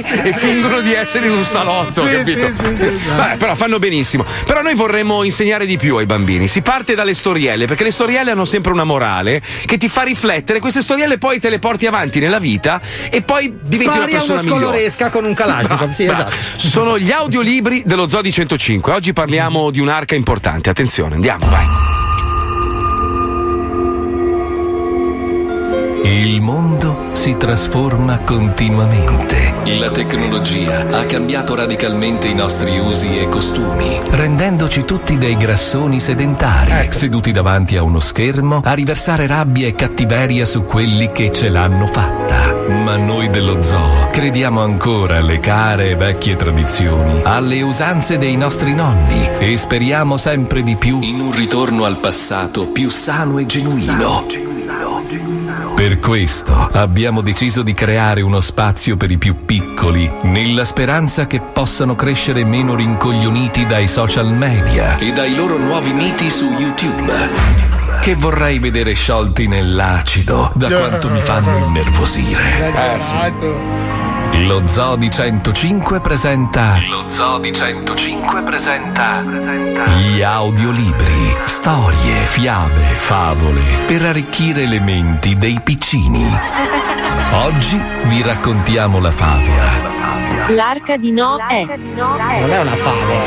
[SPEAKER 6] Sì,
[SPEAKER 1] e
[SPEAKER 6] sì.
[SPEAKER 1] fingono di essere in un salotto,
[SPEAKER 6] Sì,
[SPEAKER 1] capito?
[SPEAKER 6] sì, sì, sì, sì.
[SPEAKER 1] Vabbè, però fanno benissimo. Però noi vorremmo insegnare di più ai bambini. Si parte dalle storielle, perché le storielle hanno sempre una morale che ti fa riflettere. Queste storielle poi te le porti avanti nella vita e poi diventi una
[SPEAKER 3] Spari a uno
[SPEAKER 1] persona migliore.
[SPEAKER 3] scoloresca con un Kalashnikov.
[SPEAKER 1] Bravo,
[SPEAKER 3] Sì,
[SPEAKER 1] bravo.
[SPEAKER 3] esatto.
[SPEAKER 1] Sono gli audiolibri dello Zoo di 105. Oggi parliamo di un'arca importante. Attenzione, andiamo, vai.
[SPEAKER 2] Il mondo si trasforma continuamente. La tecnologia ha cambiato radicalmente i nostri usi e costumi, rendendoci tutti dei grassoni sedentari,
[SPEAKER 1] Ecco.
[SPEAKER 2] seduti davanti a uno schermo a riversare rabbia e cattiveria su quelli che ce l'hanno fatta. Ma noi dello zoo crediamo ancora alle care e vecchie tradizioni, alle usanze dei nostri nonni e speriamo sempre di più in un ritorno al passato più sano e genuino. Per questo abbiamo deciso di creare uno spazio per i più piccoli, nella speranza che possano crescere meno rincoglioniti dai social media e dai loro nuovi miti su YouTube. Che vorrei vedere sciolti nell'acido da quanto mi fanno innervosire. Lo Zoo di 105 presenta. Lo Zoo di 105 presenta. Gli audiolibri, storie, fiabe, favole per arricchire le menti dei piccini. Oggi vi raccontiamo la favola.
[SPEAKER 9] L'arca di Noè.
[SPEAKER 1] Non è una favola.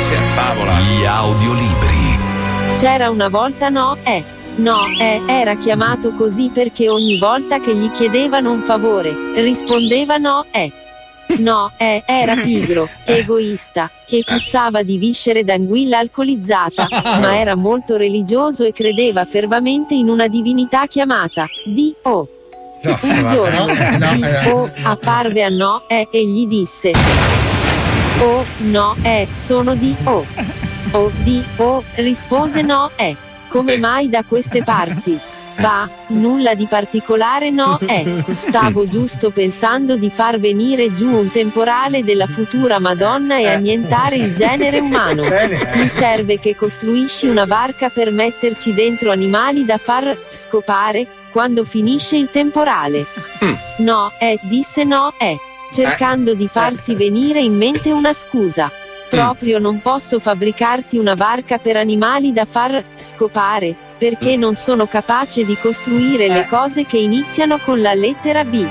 [SPEAKER 1] Sì, è una favola.
[SPEAKER 2] Gli audiolibri.
[SPEAKER 9] C'era una volta Noè. Noè era chiamato così perché ogni volta che gli chiedevano un favore, rispondeva Noè. Noè era pigro, egoista, che puzzava di viscere d'anguilla alcolizzata, ma era molto religioso e credeva fervamente in una divinità chiamata Dio. Un giorno, Dio apparve a Noè e gli disse: Oh, Noè, sono di O. Oh, di O, rispose Noè. Come mai da queste parti? Bah, nulla di particolare Noè. Stavo giusto pensando di far venire giù un temporale della futura Madonna e annientare il genere umano. Mi serve che costruisci una barca per metterci dentro animali da far scopare quando finisce il temporale.
[SPEAKER 6] Mm.
[SPEAKER 9] No, eh, disse no, eh, cercando di
[SPEAKER 32] Eh.
[SPEAKER 9] farsi venire in mente una scusa.
[SPEAKER 32] Mm.
[SPEAKER 9] Proprio non posso fabbricarti una barca per animali da far scopare, perché
[SPEAKER 32] Mm.
[SPEAKER 9] non sono capace di costruire
[SPEAKER 32] Eh.
[SPEAKER 9] le cose che iniziano con la lettera B.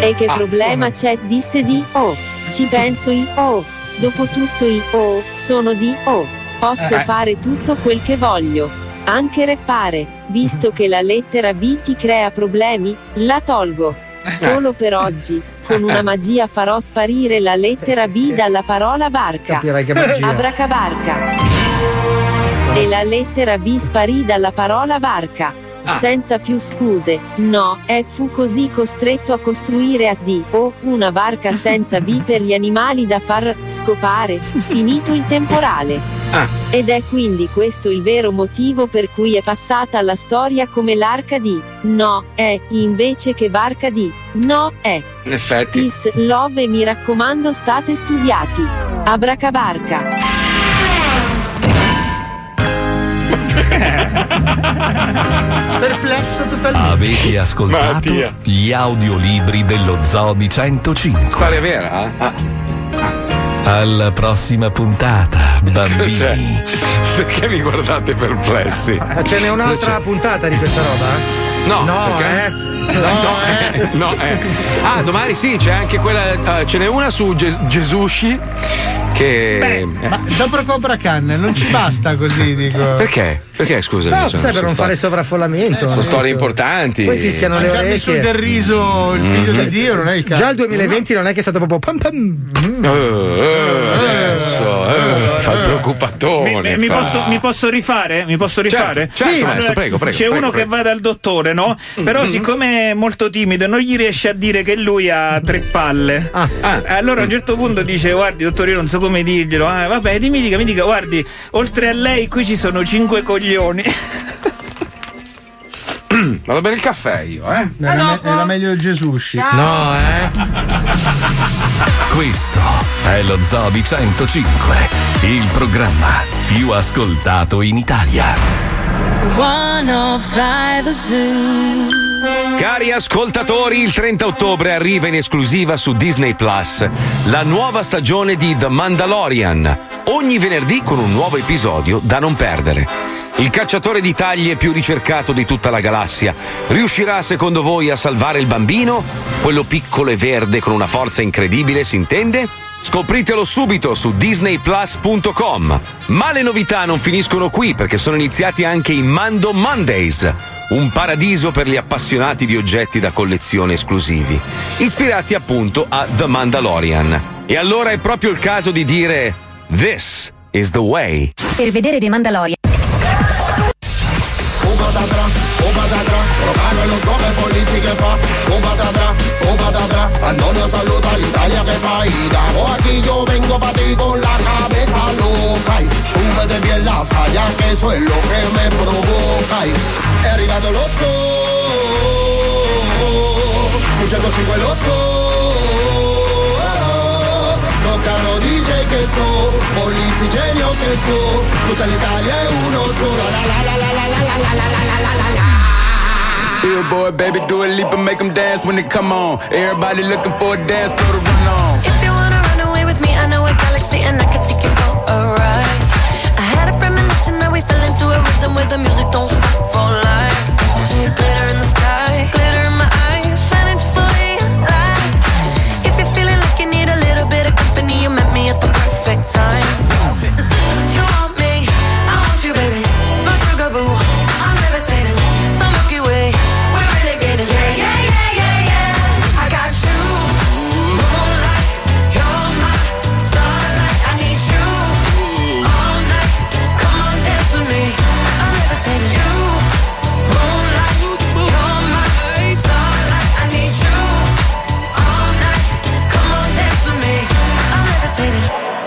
[SPEAKER 9] E che
[SPEAKER 32] Ah,
[SPEAKER 9] problema c'è? disse di O. Ci penso io. Oh. Dopotutto io oh, sono di O. Posso
[SPEAKER 32] Eh.
[SPEAKER 9] fare tutto quel che voglio. Anche reppare,
[SPEAKER 32] Mm.
[SPEAKER 9] visto che la lettera B ti crea problemi, la tolgo. Solo
[SPEAKER 3] Eh.
[SPEAKER 9] per oggi, con una magia farò sparire la lettera B dalla parola barca.
[SPEAKER 3] Capirai che magia.
[SPEAKER 9] Abracabarca. E la lettera B sparì dalla parola barca.
[SPEAKER 32] Ah.
[SPEAKER 9] Senza più scuse, no, e fu così costretto a costruire a D o una barca senza B per gli animali da far scopare, finito il temporale.
[SPEAKER 6] Ah.
[SPEAKER 9] Ed è quindi questo il vero motivo per cui è passata alla storia come l'arca di No, è, invece che barca di No, è.
[SPEAKER 1] In effetti.
[SPEAKER 9] Peace, love e mi raccomando state studiati. Abracabarca.
[SPEAKER 6] Perplesso
[SPEAKER 1] Ah,
[SPEAKER 6] totalmente.
[SPEAKER 2] Avete ascoltato
[SPEAKER 1] Mattia.
[SPEAKER 2] gli audiolibri dello Zoo di 105.
[SPEAKER 1] Storia vera? eh? Ah.
[SPEAKER 2] Alla prossima puntata, bambini.
[SPEAKER 1] Cioè, perché mi guardate perplessi?
[SPEAKER 3] esatto. Ce n'è un'altra puntata di questa roba? eh?
[SPEAKER 1] No,
[SPEAKER 3] no,
[SPEAKER 1] perché?
[SPEAKER 3] eh.
[SPEAKER 1] No, eh, no, eh. Ah, domani sì, c'è anche quella. eh, ce n'è una su Ges- Gesushi. Che.
[SPEAKER 33] Ma dopo Cobra Khan non ci basta così, dico.
[SPEAKER 1] Perché? Perché scusami?
[SPEAKER 3] Eh. No,
[SPEAKER 1] sono-
[SPEAKER 3] sai, per
[SPEAKER 1] sono
[SPEAKER 3] non fare
[SPEAKER 1] state-
[SPEAKER 3] sovraffollamento.
[SPEAKER 1] Sono
[SPEAKER 3] nel
[SPEAKER 1] storie
[SPEAKER 3] senso-
[SPEAKER 1] importanti.
[SPEAKER 3] Poi fischiano le
[SPEAKER 33] Mangiarmi
[SPEAKER 3] orecchie. Mm-hmm.
[SPEAKER 33] sul del riso il figlio
[SPEAKER 1] Mhm.
[SPEAKER 33] di Dio non è il caso.
[SPEAKER 3] Già il 2020 non è che è stato proprio pam pam.
[SPEAKER 1] Eh, eh, adesso, eh, fa il
[SPEAKER 7] Mi,
[SPEAKER 1] preoccupatone.
[SPEAKER 7] mi
[SPEAKER 1] fa.
[SPEAKER 7] posso, mi posso rifare? Mi posso rifare?
[SPEAKER 1] Certo, certo, Sì. maestro, prego, prego,
[SPEAKER 7] C'è
[SPEAKER 1] prego,
[SPEAKER 7] uno
[SPEAKER 1] prego. Mm-hmm.
[SPEAKER 7] che va dal dottore, no? Però, siccome è molto timido, non gli riesce a dire che lui ha tre palle.
[SPEAKER 1] Ah,
[SPEAKER 7] Allora a un certo punto dice: Guardi, dottore, io non so come dirglielo. Ah, vabbè, dimmi, dica, mi dica, guardi, oltre a lei qui ci sono cinque coglioni.
[SPEAKER 1] Vado a bere il caffè io, eh?
[SPEAKER 33] Era, me- era meglio il Gesushi.
[SPEAKER 2] No, eh. Questo è lo Zobi 105, il programma più ascoltato in Italia.
[SPEAKER 25] 105 The Zoo.
[SPEAKER 1] Cari ascoltatori, il 30 ottobre arriva in esclusiva su Disney Plus la nuova stagione di The Mandalorian. Ogni venerdì con un nuovo episodio da non perdere. Il cacciatore di taglie più ricercato di tutta la galassia riuscirà, secondo voi, a salvare il bambino? Quello piccolo e verde con una forza incredibile, si intende? Scopritelo subito su disneyplus.com. Ma le novità non finiscono qui perché sono iniziati anche i Mando Mondays, un paradiso per gli appassionati di oggetti da collezione esclusivi, ispirati appunto a The Mandalorian. E allora è proprio il caso di dire This is the way.
[SPEAKER 4] Per vedere dei Mandalorian.
[SPEAKER 6] Antonio saluda a Italia que faida. O aquí yo vengo para ti con la cabeza loca. Y súbete bien la saya, que eso es lo que me provoca. Y arriba del otro. Escuchando chico el otro. Toccano DJ che so, polizi genio che so, tutta l'Italia è uno solo. La la la la la la la la la la la la la.
[SPEAKER 32] Billboard, baby, do a leap and make them dance when they come on. Everybody looking for a dance floor to run on.
[SPEAKER 4] If you wanna run away with me, I know a galaxy and I can take you for a ride. I had a premonition that we fell into a rhythm where the music don't stop for life. Glitter in the sky, glitter in my eyes, shining just the way I like. If you're feeling like you need a little bit of company, you met me at the perfect time. You want me, I want you, baby. My sugar boo, I'm levitating. The Milky Way, we're renegading. Yeah, yeah, yeah, yeah, yeah. I got you, moonlight. You're my starlight. I need you all night. Come on, dance with me. I'm levitating. You, moonlight. You're my starlight. I need you all night. Come on, dance with me. I'm levitating.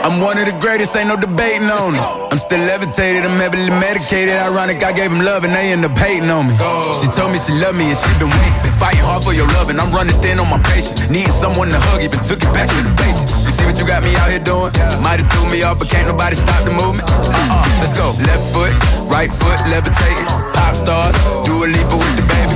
[SPEAKER 32] I'm one of the greatest, ain't no debating on it. I'm still levitated, I'm heavily medicated. Ironic, I gave him love and they end up hating on me. She told me she loved me and she been waiting. Been fighting hard for your love and I'm running thin on my patience. Needing someone to hug, even took it back to the basics. You see what you got me out here doing? Might have threw me off, but can't nobody stop the movement. Uh-uh, let's go. Left foot, right foot, levitating. Pop stars, do a leap with the baby.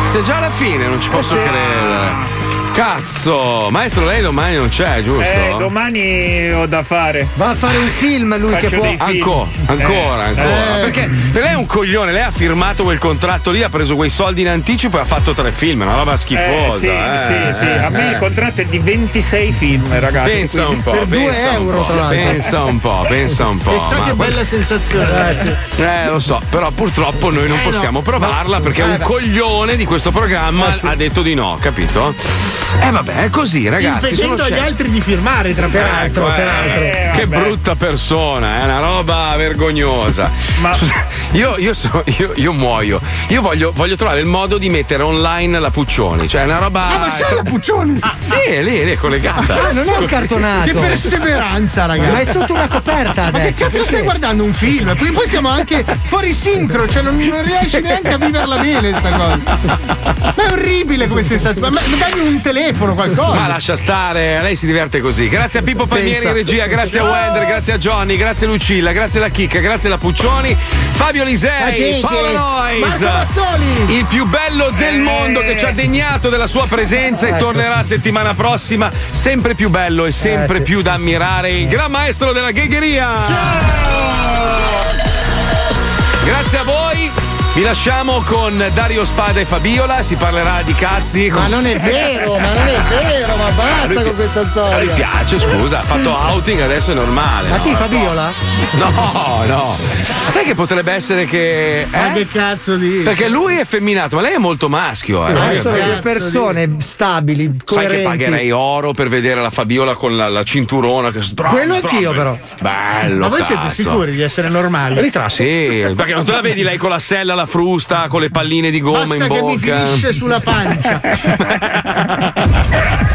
[SPEAKER 1] Se già alla fine non ci posso credere. Cazzo, maestro, lei domani non c'è, giusto?
[SPEAKER 7] Eh, domani ho da fare.
[SPEAKER 3] Va a fare un film lui
[SPEAKER 7] Faccio Eh,
[SPEAKER 1] Faccio dei film. Ancora, ancora, ancora. Perché per lei è un coglione, lei ha firmato quel contratto lì, ha preso quei soldi in anticipo e ha fatto tre film, una roba schifosa.
[SPEAKER 7] sì,
[SPEAKER 1] eh,
[SPEAKER 7] sì, sì.
[SPEAKER 1] eh,
[SPEAKER 7] A me il
[SPEAKER 1] eh.
[SPEAKER 7] contratto è di 26 film, ragazzi.
[SPEAKER 1] Pensa
[SPEAKER 7] quindi-
[SPEAKER 1] un po', pensa un po', pensa un po', pensa un po'.
[SPEAKER 7] sa
[SPEAKER 1] ma
[SPEAKER 7] che
[SPEAKER 1] poi-
[SPEAKER 7] bella
[SPEAKER 6] sensazione.
[SPEAKER 1] Eh, lo so, però purtroppo noi non
[SPEAKER 6] Eh, no. Eh,
[SPEAKER 1] possiamo provarla perché un coglione di questo programma ha detto di no, capito? Eh vabbè, è così, ragazzi. Sono
[SPEAKER 6] Impedendo agli
[SPEAKER 1] scelta.
[SPEAKER 6] altri di firmare, tra peraltro,
[SPEAKER 1] Ecco, eh,
[SPEAKER 6] peraltro.
[SPEAKER 1] che brutta persona, è una roba vergognosa. Ma io, io so- io- io muoio. Io voglio, voglio trovare il modo di mettere online la Puccioni, cioè è una roba. ecco,
[SPEAKER 6] Ah, ma c'è la Puccioni?
[SPEAKER 1] Ah, Sì, è lì, è lì è collegata.
[SPEAKER 6] Ah, non è un cartonato. Che perseveranza, ragazzi.
[SPEAKER 1] Ma è sotto una coperta
[SPEAKER 6] Ma che
[SPEAKER 1] adesso,
[SPEAKER 6] cazzo stai
[SPEAKER 1] perché?
[SPEAKER 6] guardando un film? Poi, poi siamo anche fuori sincro, cioè non, non riesci neanche a viverla bene sta cosa. Ma è orribile come sensazione. Ma, ma dammi un telefono, qualcosa.
[SPEAKER 1] Ma lascia stare, lei si diverte così. Grazie a Pippo Palmieri
[SPEAKER 6] Pensa.
[SPEAKER 1] in regia, grazie a
[SPEAKER 6] Ciao.
[SPEAKER 1] Wender, grazie a Johnny, grazie a Lucilla, grazie alla Chicca, grazie alla Puccioni, Fabio Lisei,
[SPEAKER 6] Facete.
[SPEAKER 1] Paolo Nois.
[SPEAKER 6] Marco Mazzoli.
[SPEAKER 1] Il più bello
[SPEAKER 3] Eh.
[SPEAKER 1] del mondo che ci ha degnato della sua presenza e
[SPEAKER 6] Ecco.
[SPEAKER 1] tornerà settimana prossima, sempre più bello e sempre
[SPEAKER 3] Eh,
[SPEAKER 1] più da ammirare, il gran maestro della ghegheria. Grazie a voi. Vi lasciamo con Dario Spada e Fabiola, si parlerà di cazzi.
[SPEAKER 3] Ma
[SPEAKER 1] con-
[SPEAKER 3] non è vero, ma non è vero, ma
[SPEAKER 1] Ah, lui
[SPEAKER 3] basta
[SPEAKER 1] pi-
[SPEAKER 3] con questa
[SPEAKER 1] Ma Lui
[SPEAKER 3] storia.
[SPEAKER 1] piace, scusa, ha fatto outing, adesso è normale.
[SPEAKER 3] Ma
[SPEAKER 1] no?
[SPEAKER 3] chi Fabiola?
[SPEAKER 1] No, no. Sai che potrebbe essere che.
[SPEAKER 6] Ma
[SPEAKER 1] Eh?
[SPEAKER 6] che cazzo di.
[SPEAKER 1] Perché lui è femminato, ma lei è molto maschio. Eh?
[SPEAKER 3] Ma
[SPEAKER 1] Lei è
[SPEAKER 3] sono due
[SPEAKER 1] molto-
[SPEAKER 3] persone stabili,
[SPEAKER 1] Sai che
[SPEAKER 3] coerenti.
[SPEAKER 1] pagherei oro per vedere la Fabiola con la, la cinturona che sbrom,
[SPEAKER 6] Quello
[SPEAKER 1] sbrom.
[SPEAKER 6] anch'io, però.
[SPEAKER 1] Bello.
[SPEAKER 6] Ma voi siete
[SPEAKER 1] cazzo.
[SPEAKER 6] sicuri di essere normali?
[SPEAKER 1] Sì, perché non te la vedi lei con la sella, la frusta, con le palline di gomma
[SPEAKER 6] Basta
[SPEAKER 1] in
[SPEAKER 6] che mi
[SPEAKER 1] bocca.
[SPEAKER 6] finisce sulla pancia.